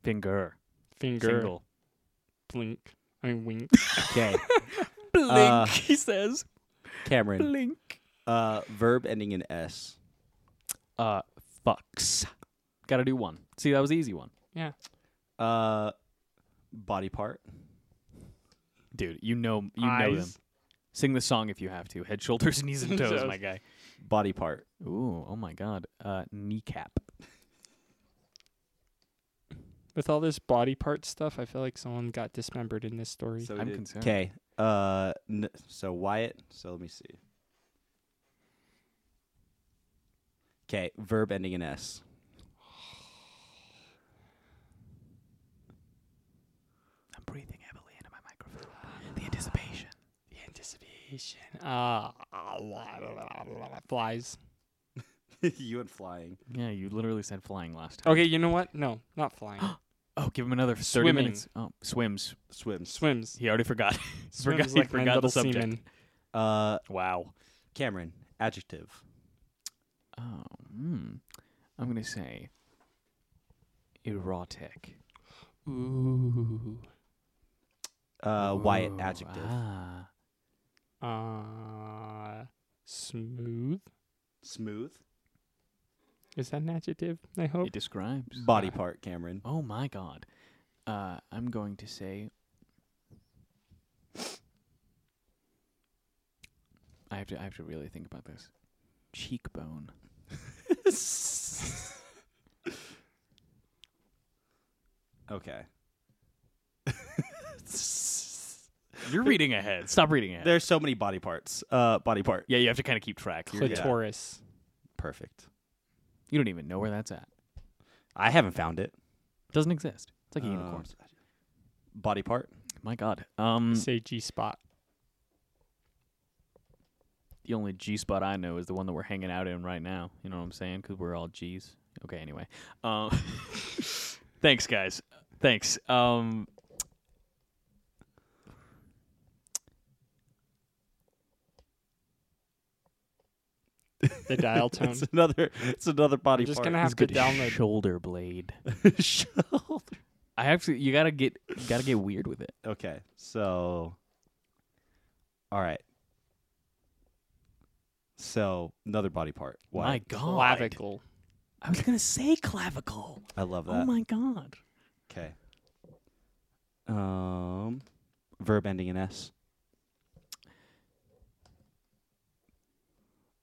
[SPEAKER 2] Finger.
[SPEAKER 3] Finger.
[SPEAKER 2] Single.
[SPEAKER 3] Blink. I mean, wink.
[SPEAKER 1] Okay.
[SPEAKER 2] Blink.
[SPEAKER 1] Uh,
[SPEAKER 2] he says.
[SPEAKER 1] Cameron
[SPEAKER 2] Blink.
[SPEAKER 1] uh verb ending in s.
[SPEAKER 2] Uh, fucks. Gotta do one. See, that was the easy one,
[SPEAKER 1] Uh body part.
[SPEAKER 2] dude. You know, you know them.
[SPEAKER 3] Eyes.
[SPEAKER 2] Sing the song if you have to. Head, shoulders, knees, and toes,
[SPEAKER 3] Toes.
[SPEAKER 2] my guy.
[SPEAKER 1] Body part.
[SPEAKER 2] Ooh, oh my god. Uh, kneecap.
[SPEAKER 3] With all this body part stuff, I feel like someone got dismembered in this story.
[SPEAKER 1] So
[SPEAKER 2] I'm concerned.
[SPEAKER 1] Okay. Uh n- so Wyatt, so let me see. Okay, verb ending in s.
[SPEAKER 2] I'm breathing heavily into my microphone. The anticipation.
[SPEAKER 3] the anticipation. Uh, flies.
[SPEAKER 1] you and flying.
[SPEAKER 2] Yeah, you literally said flying last time.
[SPEAKER 3] Okay, you know what? No, not flying.
[SPEAKER 2] Oh, give him another 30
[SPEAKER 3] Swimming.
[SPEAKER 2] minutes. Oh, swims.
[SPEAKER 1] Swims.
[SPEAKER 3] Swims.
[SPEAKER 2] He already forgot.
[SPEAKER 3] Swims
[SPEAKER 2] forgot- he
[SPEAKER 3] like my
[SPEAKER 2] forgot the
[SPEAKER 3] little
[SPEAKER 2] subject.
[SPEAKER 3] semen.
[SPEAKER 1] Uh
[SPEAKER 2] wow.
[SPEAKER 1] Cameron, adjective.
[SPEAKER 2] Oh, hmm. I'm gonna say erotic.
[SPEAKER 3] Ooh.
[SPEAKER 1] Uh Wyatt
[SPEAKER 2] Ooh,
[SPEAKER 1] adjective.
[SPEAKER 2] Ah.
[SPEAKER 3] Uh, smooth.
[SPEAKER 1] Smooth.
[SPEAKER 3] Is that an adjective? I hope.
[SPEAKER 2] It describes.
[SPEAKER 1] Body part, Cameron.
[SPEAKER 2] Oh my god. Uh, I'm going to say. I have to. I have to really think about this. Cheekbone.
[SPEAKER 1] okay.
[SPEAKER 2] You're reading ahead. Stop reading ahead.
[SPEAKER 1] There's so many body parts. Uh, body part.
[SPEAKER 2] yeah, you have to kind of keep track.
[SPEAKER 1] You're- yeah.
[SPEAKER 3] Clitoris.
[SPEAKER 1] Perfect.
[SPEAKER 2] You don't even know where that's at.
[SPEAKER 1] I haven't found it.
[SPEAKER 2] Doesn't exist. It's like a
[SPEAKER 1] Um,
[SPEAKER 2] unicorn.
[SPEAKER 1] Body part.
[SPEAKER 2] My god. Um,
[SPEAKER 3] Say G spot.
[SPEAKER 2] the only G spot I know is the one that we're hanging out in right now. You know what I'm saying? Because we're all G's. Okay, anyway. Um, thanks, guys. Thanks. Um,
[SPEAKER 3] The dial tone.
[SPEAKER 1] It's another. It's another body
[SPEAKER 3] I'm just
[SPEAKER 1] part.
[SPEAKER 3] gonna have
[SPEAKER 2] it's
[SPEAKER 3] to
[SPEAKER 2] good
[SPEAKER 3] download.
[SPEAKER 2] shoulder blade.
[SPEAKER 1] Shoulder.
[SPEAKER 2] I actually, you gotta get, gotta get weird with it.
[SPEAKER 1] Okay. So. All right. So another body part. Why?
[SPEAKER 2] My god.
[SPEAKER 3] clavicle.
[SPEAKER 2] I was gonna say clavicle.
[SPEAKER 1] I love
[SPEAKER 2] Oh
[SPEAKER 1] that.
[SPEAKER 2] my god.
[SPEAKER 1] okay. Um, verb ending in s.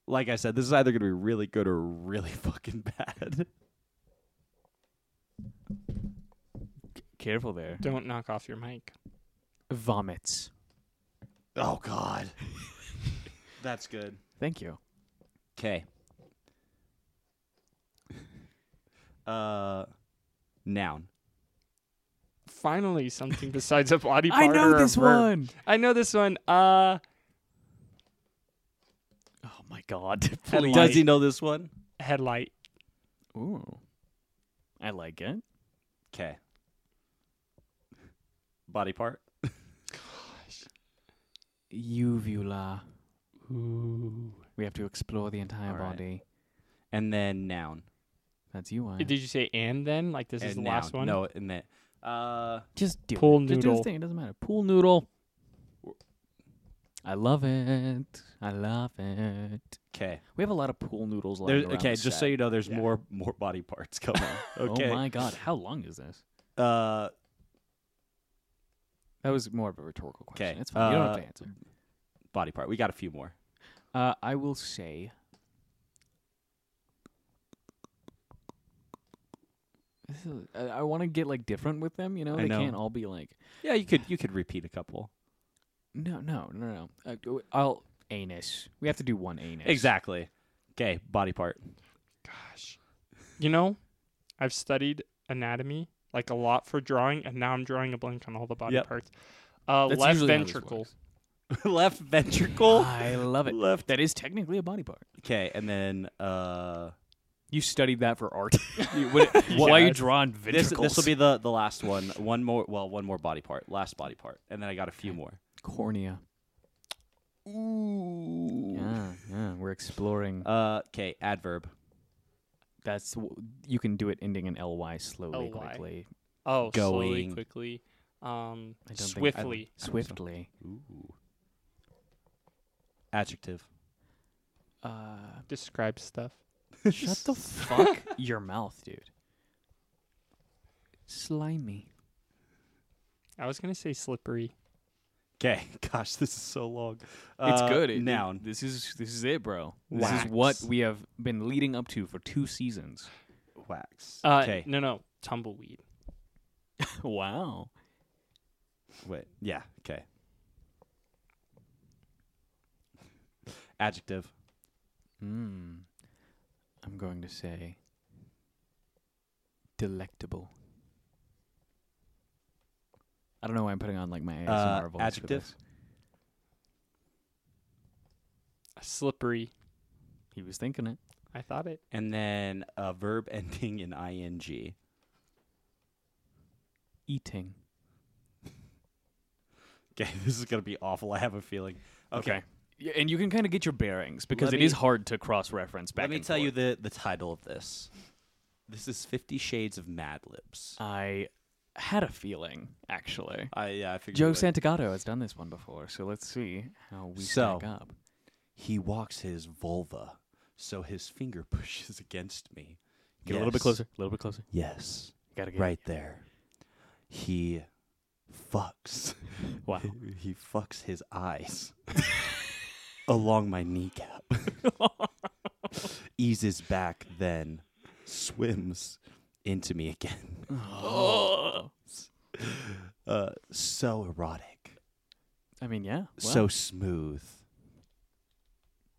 [SPEAKER 1] Like I said, this is either going to be really good or really fucking bad.
[SPEAKER 2] Careful there.
[SPEAKER 3] Don't knock off your mic.
[SPEAKER 2] Vomits.
[SPEAKER 1] Oh God. That's good.
[SPEAKER 2] Thank you.
[SPEAKER 1] Okay. Uh, noun.
[SPEAKER 3] Finally, something besides a body part.
[SPEAKER 2] I know
[SPEAKER 3] or a
[SPEAKER 2] this
[SPEAKER 3] verb.
[SPEAKER 2] one.
[SPEAKER 3] I know this one. Uh,
[SPEAKER 2] Oh my god.
[SPEAKER 3] Headlight.
[SPEAKER 1] Does he know this one?
[SPEAKER 3] headlight.
[SPEAKER 2] Ooh. I like it.
[SPEAKER 1] Okay. Body part.
[SPEAKER 2] Uvula.
[SPEAKER 3] Ooh.
[SPEAKER 2] We have to explore the entire
[SPEAKER 1] All right.
[SPEAKER 2] body.
[SPEAKER 1] And then noun.
[SPEAKER 2] That's you, I.
[SPEAKER 3] Did you say and then? Like this is the
[SPEAKER 1] And
[SPEAKER 3] last
[SPEAKER 1] noun.
[SPEAKER 3] one?
[SPEAKER 1] No, and then. Uh,
[SPEAKER 2] just do
[SPEAKER 3] Pool
[SPEAKER 2] it. Just do
[SPEAKER 3] noodle.
[SPEAKER 2] this thing. It doesn't matter. Pool noodle.
[SPEAKER 1] W-
[SPEAKER 2] I I love it. I love it.
[SPEAKER 1] Okay.
[SPEAKER 2] We have a lot of pool noodles.
[SPEAKER 1] There,
[SPEAKER 2] lying around
[SPEAKER 1] okay,
[SPEAKER 2] the
[SPEAKER 1] just
[SPEAKER 2] set.
[SPEAKER 1] so you know, there's
[SPEAKER 3] Yeah.
[SPEAKER 1] more more body parts coming. Okay.
[SPEAKER 2] Oh my god, how long is this?
[SPEAKER 1] Uh,
[SPEAKER 2] That was more of a rhetorical question.
[SPEAKER 1] Okay,
[SPEAKER 2] It's fine. you don't have
[SPEAKER 1] uh,
[SPEAKER 2] to answer.
[SPEAKER 1] body part. We got a few more.
[SPEAKER 2] Uh, I will say. This is- I, I want to get like different with them. You know,
[SPEAKER 1] I
[SPEAKER 2] they
[SPEAKER 1] know.
[SPEAKER 2] can't all be like
[SPEAKER 1] Yeah, you could you could repeat a couple.
[SPEAKER 2] no, no, no, no. Uh, do- I'll anus. We have to do one anus.
[SPEAKER 1] Exactly. Okay, body part.
[SPEAKER 3] Gosh. You know, I've studied anatomy like a lot for drawing, and now I'm drawing a blank on all the body
[SPEAKER 1] Yep.
[SPEAKER 3] parts. Uh,
[SPEAKER 2] That's
[SPEAKER 3] left
[SPEAKER 2] usually how this
[SPEAKER 3] ventricle.
[SPEAKER 2] works.
[SPEAKER 1] Left ventricle.
[SPEAKER 2] Ah, I love it.
[SPEAKER 1] Left.
[SPEAKER 2] That is technically a body part.
[SPEAKER 1] Okay, and then uh,
[SPEAKER 2] You studied that for art. Why
[SPEAKER 3] Why
[SPEAKER 2] are
[SPEAKER 3] you
[SPEAKER 2] you
[SPEAKER 3] Yes.
[SPEAKER 2] drawing
[SPEAKER 1] this
[SPEAKER 2] ventricles?
[SPEAKER 1] this will be the the last one. One more. Well, one more body part. Last body part, and then I got a few more.
[SPEAKER 2] cornea.
[SPEAKER 1] Ooh.
[SPEAKER 2] Yeah, yeah. We're exploring.
[SPEAKER 1] Uh, okay, adverb.
[SPEAKER 2] That's w- you can do it ending in ly slowly,
[SPEAKER 3] LY.
[SPEAKER 2] quickly,
[SPEAKER 3] Oh, slowly,
[SPEAKER 1] Going.
[SPEAKER 3] quickly,
[SPEAKER 2] I
[SPEAKER 3] um,
[SPEAKER 2] don't think- I-
[SPEAKER 3] swiftly.
[SPEAKER 2] swiftly.
[SPEAKER 1] Ooh. Adjective.
[SPEAKER 2] Uh,
[SPEAKER 3] Describe stuff.
[SPEAKER 2] shut the fuck your mouth, dude. Slimy.
[SPEAKER 3] I was gonna say slippery.
[SPEAKER 1] Okay. Gosh, this is so long.
[SPEAKER 2] It's
[SPEAKER 1] Uh,
[SPEAKER 2] good. It-
[SPEAKER 1] noun.
[SPEAKER 2] This is this is it, bro. This
[SPEAKER 1] Wax.
[SPEAKER 2] is what we have been leading up to for two seasons.
[SPEAKER 1] Wax.
[SPEAKER 3] Uh,
[SPEAKER 1] okay.
[SPEAKER 3] no, no, tumbleweed.
[SPEAKER 2] wow.
[SPEAKER 1] Wait. Yeah. Okay. Adjective.
[SPEAKER 2] Hmm. I'm going to say delectable. I don't know why I'm putting on like my ASMR
[SPEAKER 1] Uh,
[SPEAKER 2] voice. for
[SPEAKER 1] adjective?
[SPEAKER 2] this.
[SPEAKER 3] Slippery.
[SPEAKER 2] He was thinking it.
[SPEAKER 3] I thought it.
[SPEAKER 1] And then a verb ending in ing.
[SPEAKER 2] Eating.
[SPEAKER 1] Okay, this is gonna be awful. I have a feeling. Okay,
[SPEAKER 2] Y- And you can kind of get your bearings because it
[SPEAKER 1] Let
[SPEAKER 2] is
[SPEAKER 1] me-
[SPEAKER 2] hard to cross reference back.
[SPEAKER 1] let me
[SPEAKER 2] and
[SPEAKER 1] tell you
[SPEAKER 2] forth.
[SPEAKER 1] the the title of this. This is Fifty Shades of Mad Libs.
[SPEAKER 2] I had a feeling actually.
[SPEAKER 1] I yeah, I figured. you
[SPEAKER 2] Joe
[SPEAKER 1] would.
[SPEAKER 2] Santagato has done this one before, so let's see how we
[SPEAKER 1] So-
[SPEAKER 2] stack up.
[SPEAKER 1] he walks his vulva, so his finger pushes against me.
[SPEAKER 2] Get a little bit
[SPEAKER 1] Yes.
[SPEAKER 2] closer. A little bit closer.
[SPEAKER 1] Yes,
[SPEAKER 2] Gotta get
[SPEAKER 1] right there. He fucks.
[SPEAKER 2] Wow.
[SPEAKER 1] he fucks his eyes along my kneecap. Eases back, then swims into me again.
[SPEAKER 2] Oh.
[SPEAKER 1] Uh, so erotic,
[SPEAKER 2] I mean, yeah. Well,
[SPEAKER 1] so smooth.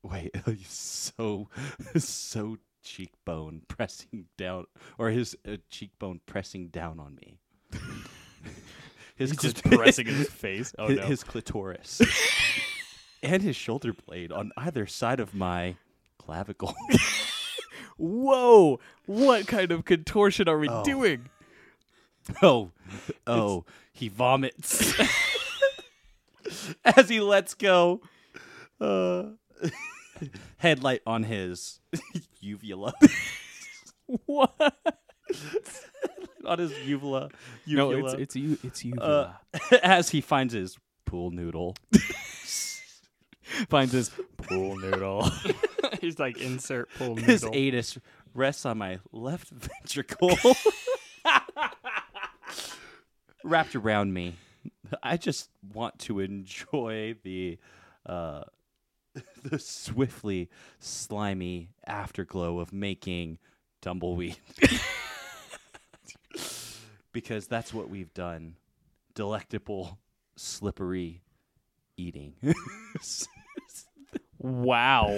[SPEAKER 1] Wait, so so cheekbone pressing down, or his uh, cheekbone pressing down on me. his
[SPEAKER 2] he's just
[SPEAKER 1] clit-
[SPEAKER 2] pressing in his face. Oh
[SPEAKER 1] hi-
[SPEAKER 2] no.
[SPEAKER 1] his clitoris and his shoulder blade on either side of my clavicle.
[SPEAKER 2] Whoa! What kind of contortion are we
[SPEAKER 1] Oh.
[SPEAKER 2] doing?
[SPEAKER 1] oh, oh, he vomits as he lets go. Uh, headlight on his uvula.
[SPEAKER 2] What?
[SPEAKER 1] on his uvula.
[SPEAKER 2] No,
[SPEAKER 1] uvula
[SPEAKER 2] it's it's you. It's you.
[SPEAKER 1] Uh, as he finds his pool noodle.
[SPEAKER 2] Finds his pool noodle.
[SPEAKER 3] He's like insert pull noodle.
[SPEAKER 1] His anus rests on my left ventricle, wrapped around me. I just want to enjoy the, uh, the swiftly slimy afterglow of making tumbleweed, because that's what we've done: delectable, slippery eating.
[SPEAKER 2] wow.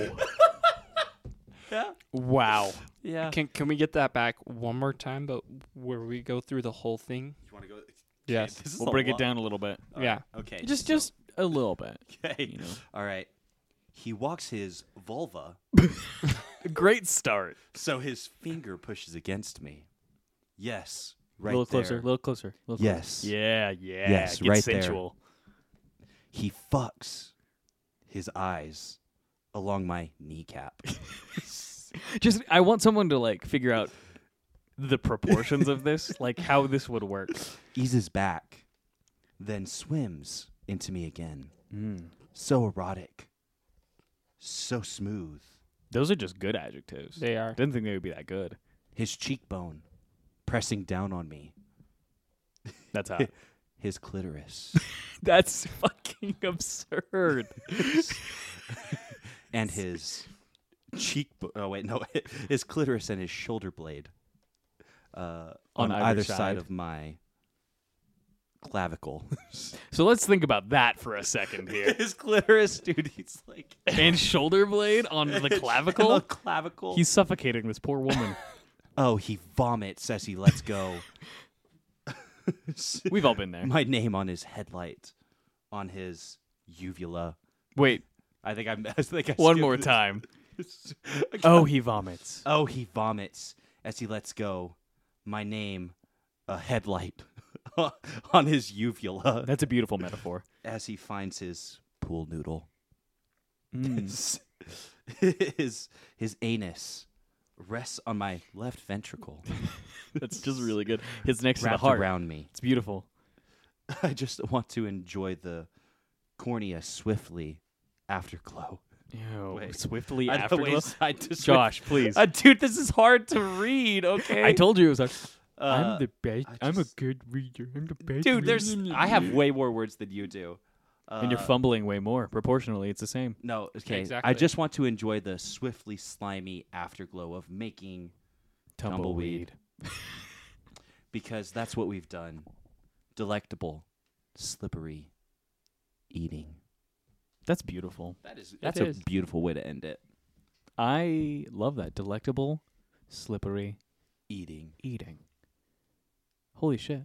[SPEAKER 1] Yeah.
[SPEAKER 2] Wow.
[SPEAKER 1] yeah.
[SPEAKER 3] Can can we get that back one more time? But where we go through the whole thing?
[SPEAKER 1] You want to go?
[SPEAKER 3] Yes.
[SPEAKER 1] This is
[SPEAKER 2] We'll
[SPEAKER 1] a
[SPEAKER 2] break it
[SPEAKER 1] lot.
[SPEAKER 2] down a little bit.
[SPEAKER 3] yeah.
[SPEAKER 1] Okay.
[SPEAKER 2] Just
[SPEAKER 1] so-
[SPEAKER 2] just a little bit.
[SPEAKER 1] Okay.
[SPEAKER 2] You know.
[SPEAKER 1] All right. He walks his vulva,
[SPEAKER 2] Great start.
[SPEAKER 1] so his finger pushes against me. Yes,
[SPEAKER 2] A
[SPEAKER 1] right
[SPEAKER 2] little
[SPEAKER 1] there.
[SPEAKER 2] closer. A little closer. a little
[SPEAKER 1] yes.
[SPEAKER 2] closer. Yeah. Yeah.
[SPEAKER 1] Yes,
[SPEAKER 2] Get
[SPEAKER 1] right there.
[SPEAKER 2] sensual.
[SPEAKER 1] He fucks his eyes along my kneecap.
[SPEAKER 2] Just I want someone to like figure out the proportions of this, like how this would work.
[SPEAKER 1] Eases back, then swims into me again. so erotic, so smooth.
[SPEAKER 2] Those are just good adjectives.
[SPEAKER 3] They are.
[SPEAKER 2] Didn't think they would be that good.
[SPEAKER 1] His cheekbone pressing down on me,
[SPEAKER 2] That's hot.
[SPEAKER 1] his clitoris,
[SPEAKER 2] That's fucking absurd.
[SPEAKER 1] and his cheekbone. Oh wait, no, his clitoris and his shoulder blade uh,
[SPEAKER 2] On either
[SPEAKER 1] side.
[SPEAKER 2] side.
[SPEAKER 1] of my clavicle.
[SPEAKER 2] so let's think about that for a second here.
[SPEAKER 1] his clitoris, dude. He's like
[SPEAKER 2] and shoulder blade on the clavicle.
[SPEAKER 1] The clavicle.
[SPEAKER 2] He's suffocating this poor woman.
[SPEAKER 1] oh, he vomits as he lets go.
[SPEAKER 2] We've all been there.
[SPEAKER 1] my name on his headlight, on his uvula.
[SPEAKER 2] Wait,
[SPEAKER 1] I think I'm. I think I
[SPEAKER 2] one
[SPEAKER 1] skipped
[SPEAKER 2] more
[SPEAKER 1] it.
[SPEAKER 2] time. Oh, he vomits.
[SPEAKER 1] Oh, he vomits as he lets go. My name, a headlight, on his uvula
[SPEAKER 2] That's a beautiful metaphor.
[SPEAKER 1] as he finds his pool noodle. Hmm.
[SPEAKER 2] Mm.
[SPEAKER 1] his his anus rests on my left ventricle,
[SPEAKER 2] That's just really good. His next to the
[SPEAKER 1] wrapped
[SPEAKER 2] heart.
[SPEAKER 1] around me.
[SPEAKER 2] It's beautiful.
[SPEAKER 1] I just want to enjoy the cornea swiftly afterglow.
[SPEAKER 2] Ew,
[SPEAKER 1] Wait.
[SPEAKER 2] swiftly
[SPEAKER 1] I know,
[SPEAKER 2] afterglow.
[SPEAKER 1] wait, I just-
[SPEAKER 2] Josh, please.
[SPEAKER 1] Uh, dude, this is hard to read. Okay,
[SPEAKER 2] I told you it was. Like,
[SPEAKER 1] Uh,
[SPEAKER 2] I'm the best.
[SPEAKER 1] I
[SPEAKER 2] I'm a
[SPEAKER 1] just-
[SPEAKER 2] good reader. I'm the best.
[SPEAKER 1] dude. There's
[SPEAKER 2] reader."
[SPEAKER 1] I have way more words than you do. Uh,
[SPEAKER 2] and you're fumbling way more. Proportionally, it's the same.
[SPEAKER 1] No, okay. I
[SPEAKER 3] Exactly.
[SPEAKER 1] just want to enjoy the swiftly slimy afterglow of making Tumbleweed. because that's what we've done. Delectable, slippery, eating.
[SPEAKER 2] That's beautiful.
[SPEAKER 1] That is
[SPEAKER 3] that's
[SPEAKER 1] that's
[SPEAKER 3] a
[SPEAKER 1] a beautiful way to end it.
[SPEAKER 2] I love that delectable, slippery
[SPEAKER 1] Eating.
[SPEAKER 2] eating. Holy shit!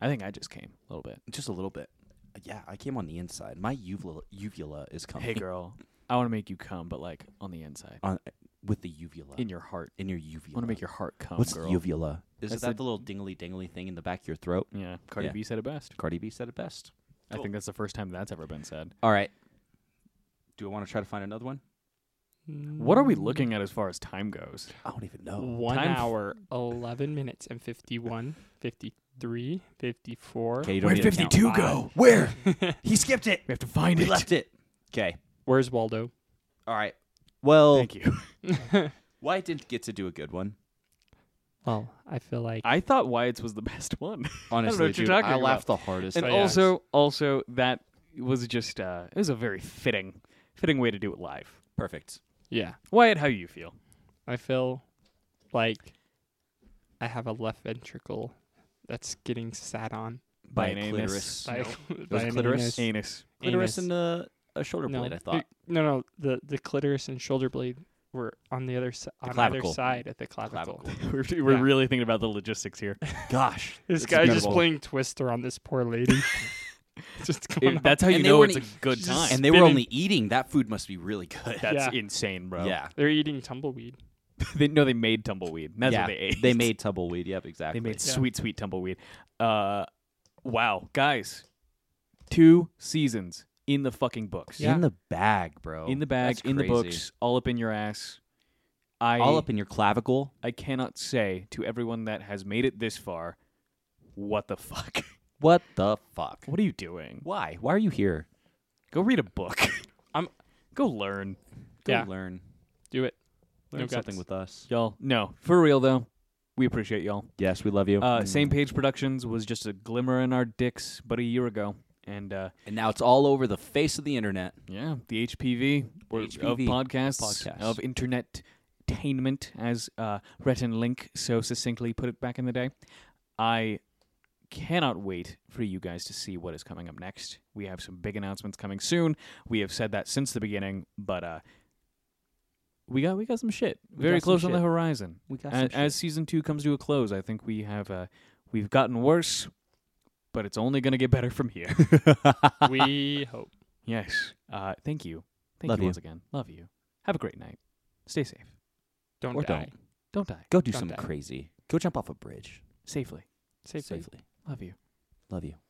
[SPEAKER 2] I think I just came a little bit.
[SPEAKER 1] Just a little bit. Yeah, I came on the inside. My uvula uvula is coming.
[SPEAKER 2] Hey, girl, I want to make you come, but like on the inside,
[SPEAKER 1] on with the uvula
[SPEAKER 2] in your heart.
[SPEAKER 1] in your
[SPEAKER 2] I
[SPEAKER 1] uvula.
[SPEAKER 2] want to make your heart come,
[SPEAKER 1] What's
[SPEAKER 2] girl.
[SPEAKER 1] uvula? Is
[SPEAKER 2] That's
[SPEAKER 1] that
[SPEAKER 2] the-
[SPEAKER 1] the little dingly dingly thing in the back of your throat?
[SPEAKER 2] Yeah, Cardi
[SPEAKER 1] Yeah.
[SPEAKER 2] B said it best.
[SPEAKER 1] Cardi B said it best.
[SPEAKER 2] I think that's the first time that's ever been said.
[SPEAKER 1] All right. Do I want to try to find another one?
[SPEAKER 2] What are we looking at as far as time goes?
[SPEAKER 1] I don't even know.
[SPEAKER 3] Mm, One
[SPEAKER 2] Time f-
[SPEAKER 3] hour, 11 minutes, and 51, 53, 54.
[SPEAKER 1] Okay, you don't need to count.
[SPEAKER 2] go?
[SPEAKER 4] Where?
[SPEAKER 1] He skipped it.
[SPEAKER 2] We have to find
[SPEAKER 1] We
[SPEAKER 2] it.
[SPEAKER 1] left it. Okay.
[SPEAKER 3] Where's Waldo?
[SPEAKER 1] All right. Well,
[SPEAKER 2] Thank you.
[SPEAKER 1] Wyatt didn't get to do a good one.
[SPEAKER 3] Well, I feel like
[SPEAKER 2] I thought Wyatt's was the best one.
[SPEAKER 1] Honestly,
[SPEAKER 2] what you're
[SPEAKER 1] dude,
[SPEAKER 2] talking
[SPEAKER 1] I laughed the hardest.
[SPEAKER 2] and
[SPEAKER 3] Oh, yeah.
[SPEAKER 2] also also that was just uh it was a very fitting fitting way to do it live
[SPEAKER 1] Perfect.
[SPEAKER 3] yeah,
[SPEAKER 2] wyatt how you feel
[SPEAKER 3] I feel like I have a left ventricle that's getting sat on
[SPEAKER 2] By
[SPEAKER 1] By,
[SPEAKER 2] an
[SPEAKER 1] a
[SPEAKER 2] anus.
[SPEAKER 1] clitoris.
[SPEAKER 3] by,
[SPEAKER 1] was
[SPEAKER 3] by an
[SPEAKER 1] clitoris?
[SPEAKER 3] anus.
[SPEAKER 2] anus
[SPEAKER 1] clitoris
[SPEAKER 3] anus.
[SPEAKER 1] and a, a shoulder
[SPEAKER 3] no,
[SPEAKER 1] blade, I
[SPEAKER 3] the-
[SPEAKER 1] thought.
[SPEAKER 3] no, no, the the clitoris and shoulder blade were on the other si- on either
[SPEAKER 1] clavicle.
[SPEAKER 3] side at the clavicle.
[SPEAKER 2] we're, we're
[SPEAKER 3] Yeah.
[SPEAKER 2] really thinking about the logistics here
[SPEAKER 1] Gosh.
[SPEAKER 3] This
[SPEAKER 1] It's
[SPEAKER 3] guy's just
[SPEAKER 1] incredible.
[SPEAKER 3] playing Twister on this poor lady. just going
[SPEAKER 2] It- that's how you
[SPEAKER 1] And they
[SPEAKER 2] know it's a
[SPEAKER 1] weren't e-
[SPEAKER 2] good time
[SPEAKER 1] And they were only eating. That food must be really good.
[SPEAKER 2] that's
[SPEAKER 3] Yeah.
[SPEAKER 2] insane bro
[SPEAKER 1] yeah.
[SPEAKER 3] They're eating tumbleweed.
[SPEAKER 2] they no they made tumbleweed that's
[SPEAKER 1] yeah.
[SPEAKER 2] what they ate
[SPEAKER 1] made tumbleweed. Yep, exactly.
[SPEAKER 2] they made
[SPEAKER 3] Yeah.
[SPEAKER 2] sweet sweet tumbleweed uh wow guys two seasons in the fucking books
[SPEAKER 3] Yeah.
[SPEAKER 1] in the bag, bro.
[SPEAKER 2] in the bag
[SPEAKER 1] That's
[SPEAKER 2] in the
[SPEAKER 1] crazy.
[SPEAKER 2] books all up in your ass i
[SPEAKER 1] All up in your clavicle.
[SPEAKER 2] I cannot say to everyone that has made it this far, what the fuck?
[SPEAKER 1] What the fuck?
[SPEAKER 2] What are you doing?
[SPEAKER 1] Why? Why are you here?
[SPEAKER 2] Go read a book.
[SPEAKER 3] I'm-
[SPEAKER 2] go learn,
[SPEAKER 1] Go
[SPEAKER 3] Yeah.
[SPEAKER 1] learn.
[SPEAKER 3] Do it.
[SPEAKER 1] Learn
[SPEAKER 3] No
[SPEAKER 1] something
[SPEAKER 3] guts.
[SPEAKER 1] with us.
[SPEAKER 2] y'all. No, for real though, we appreciate y'all.
[SPEAKER 1] Yes, we love you. Mm.
[SPEAKER 2] Uh, Same Page Productions was just a glimmer in our dicks, but a year ago, and uh,
[SPEAKER 1] and now it's all over the face of the internet.
[SPEAKER 2] yeah, the HPV, were- of
[SPEAKER 1] HPV
[SPEAKER 2] podcasts
[SPEAKER 1] podcast.
[SPEAKER 2] of internet attainment, as uh, Rhett and Link so succinctly put it back in the day. I cannot wait for you guys to see what is coming up next. We have some big announcements coming soon. We have said that since the beginning, but uh, we got we got some shit very
[SPEAKER 1] got some
[SPEAKER 2] close on the
[SPEAKER 1] shit.
[SPEAKER 2] horizon.
[SPEAKER 1] We got
[SPEAKER 2] As, as season two comes to a close, I think we have uh, we've gotten worse, but it's only going to get better from here.
[SPEAKER 3] we hope.
[SPEAKER 2] yes. Uh, thank you. Thank
[SPEAKER 1] Love
[SPEAKER 2] you
[SPEAKER 1] you.
[SPEAKER 2] once again. Love you. Have a great night. Stay safe.
[SPEAKER 3] Don't
[SPEAKER 1] Or
[SPEAKER 3] die.
[SPEAKER 1] don't.
[SPEAKER 2] Don't die.
[SPEAKER 1] Go do
[SPEAKER 3] Don't
[SPEAKER 1] something
[SPEAKER 3] die.
[SPEAKER 1] crazy. Go jump off a bridge
[SPEAKER 2] Safely.
[SPEAKER 3] Safely.
[SPEAKER 1] safely.
[SPEAKER 2] Love you.
[SPEAKER 1] Love you.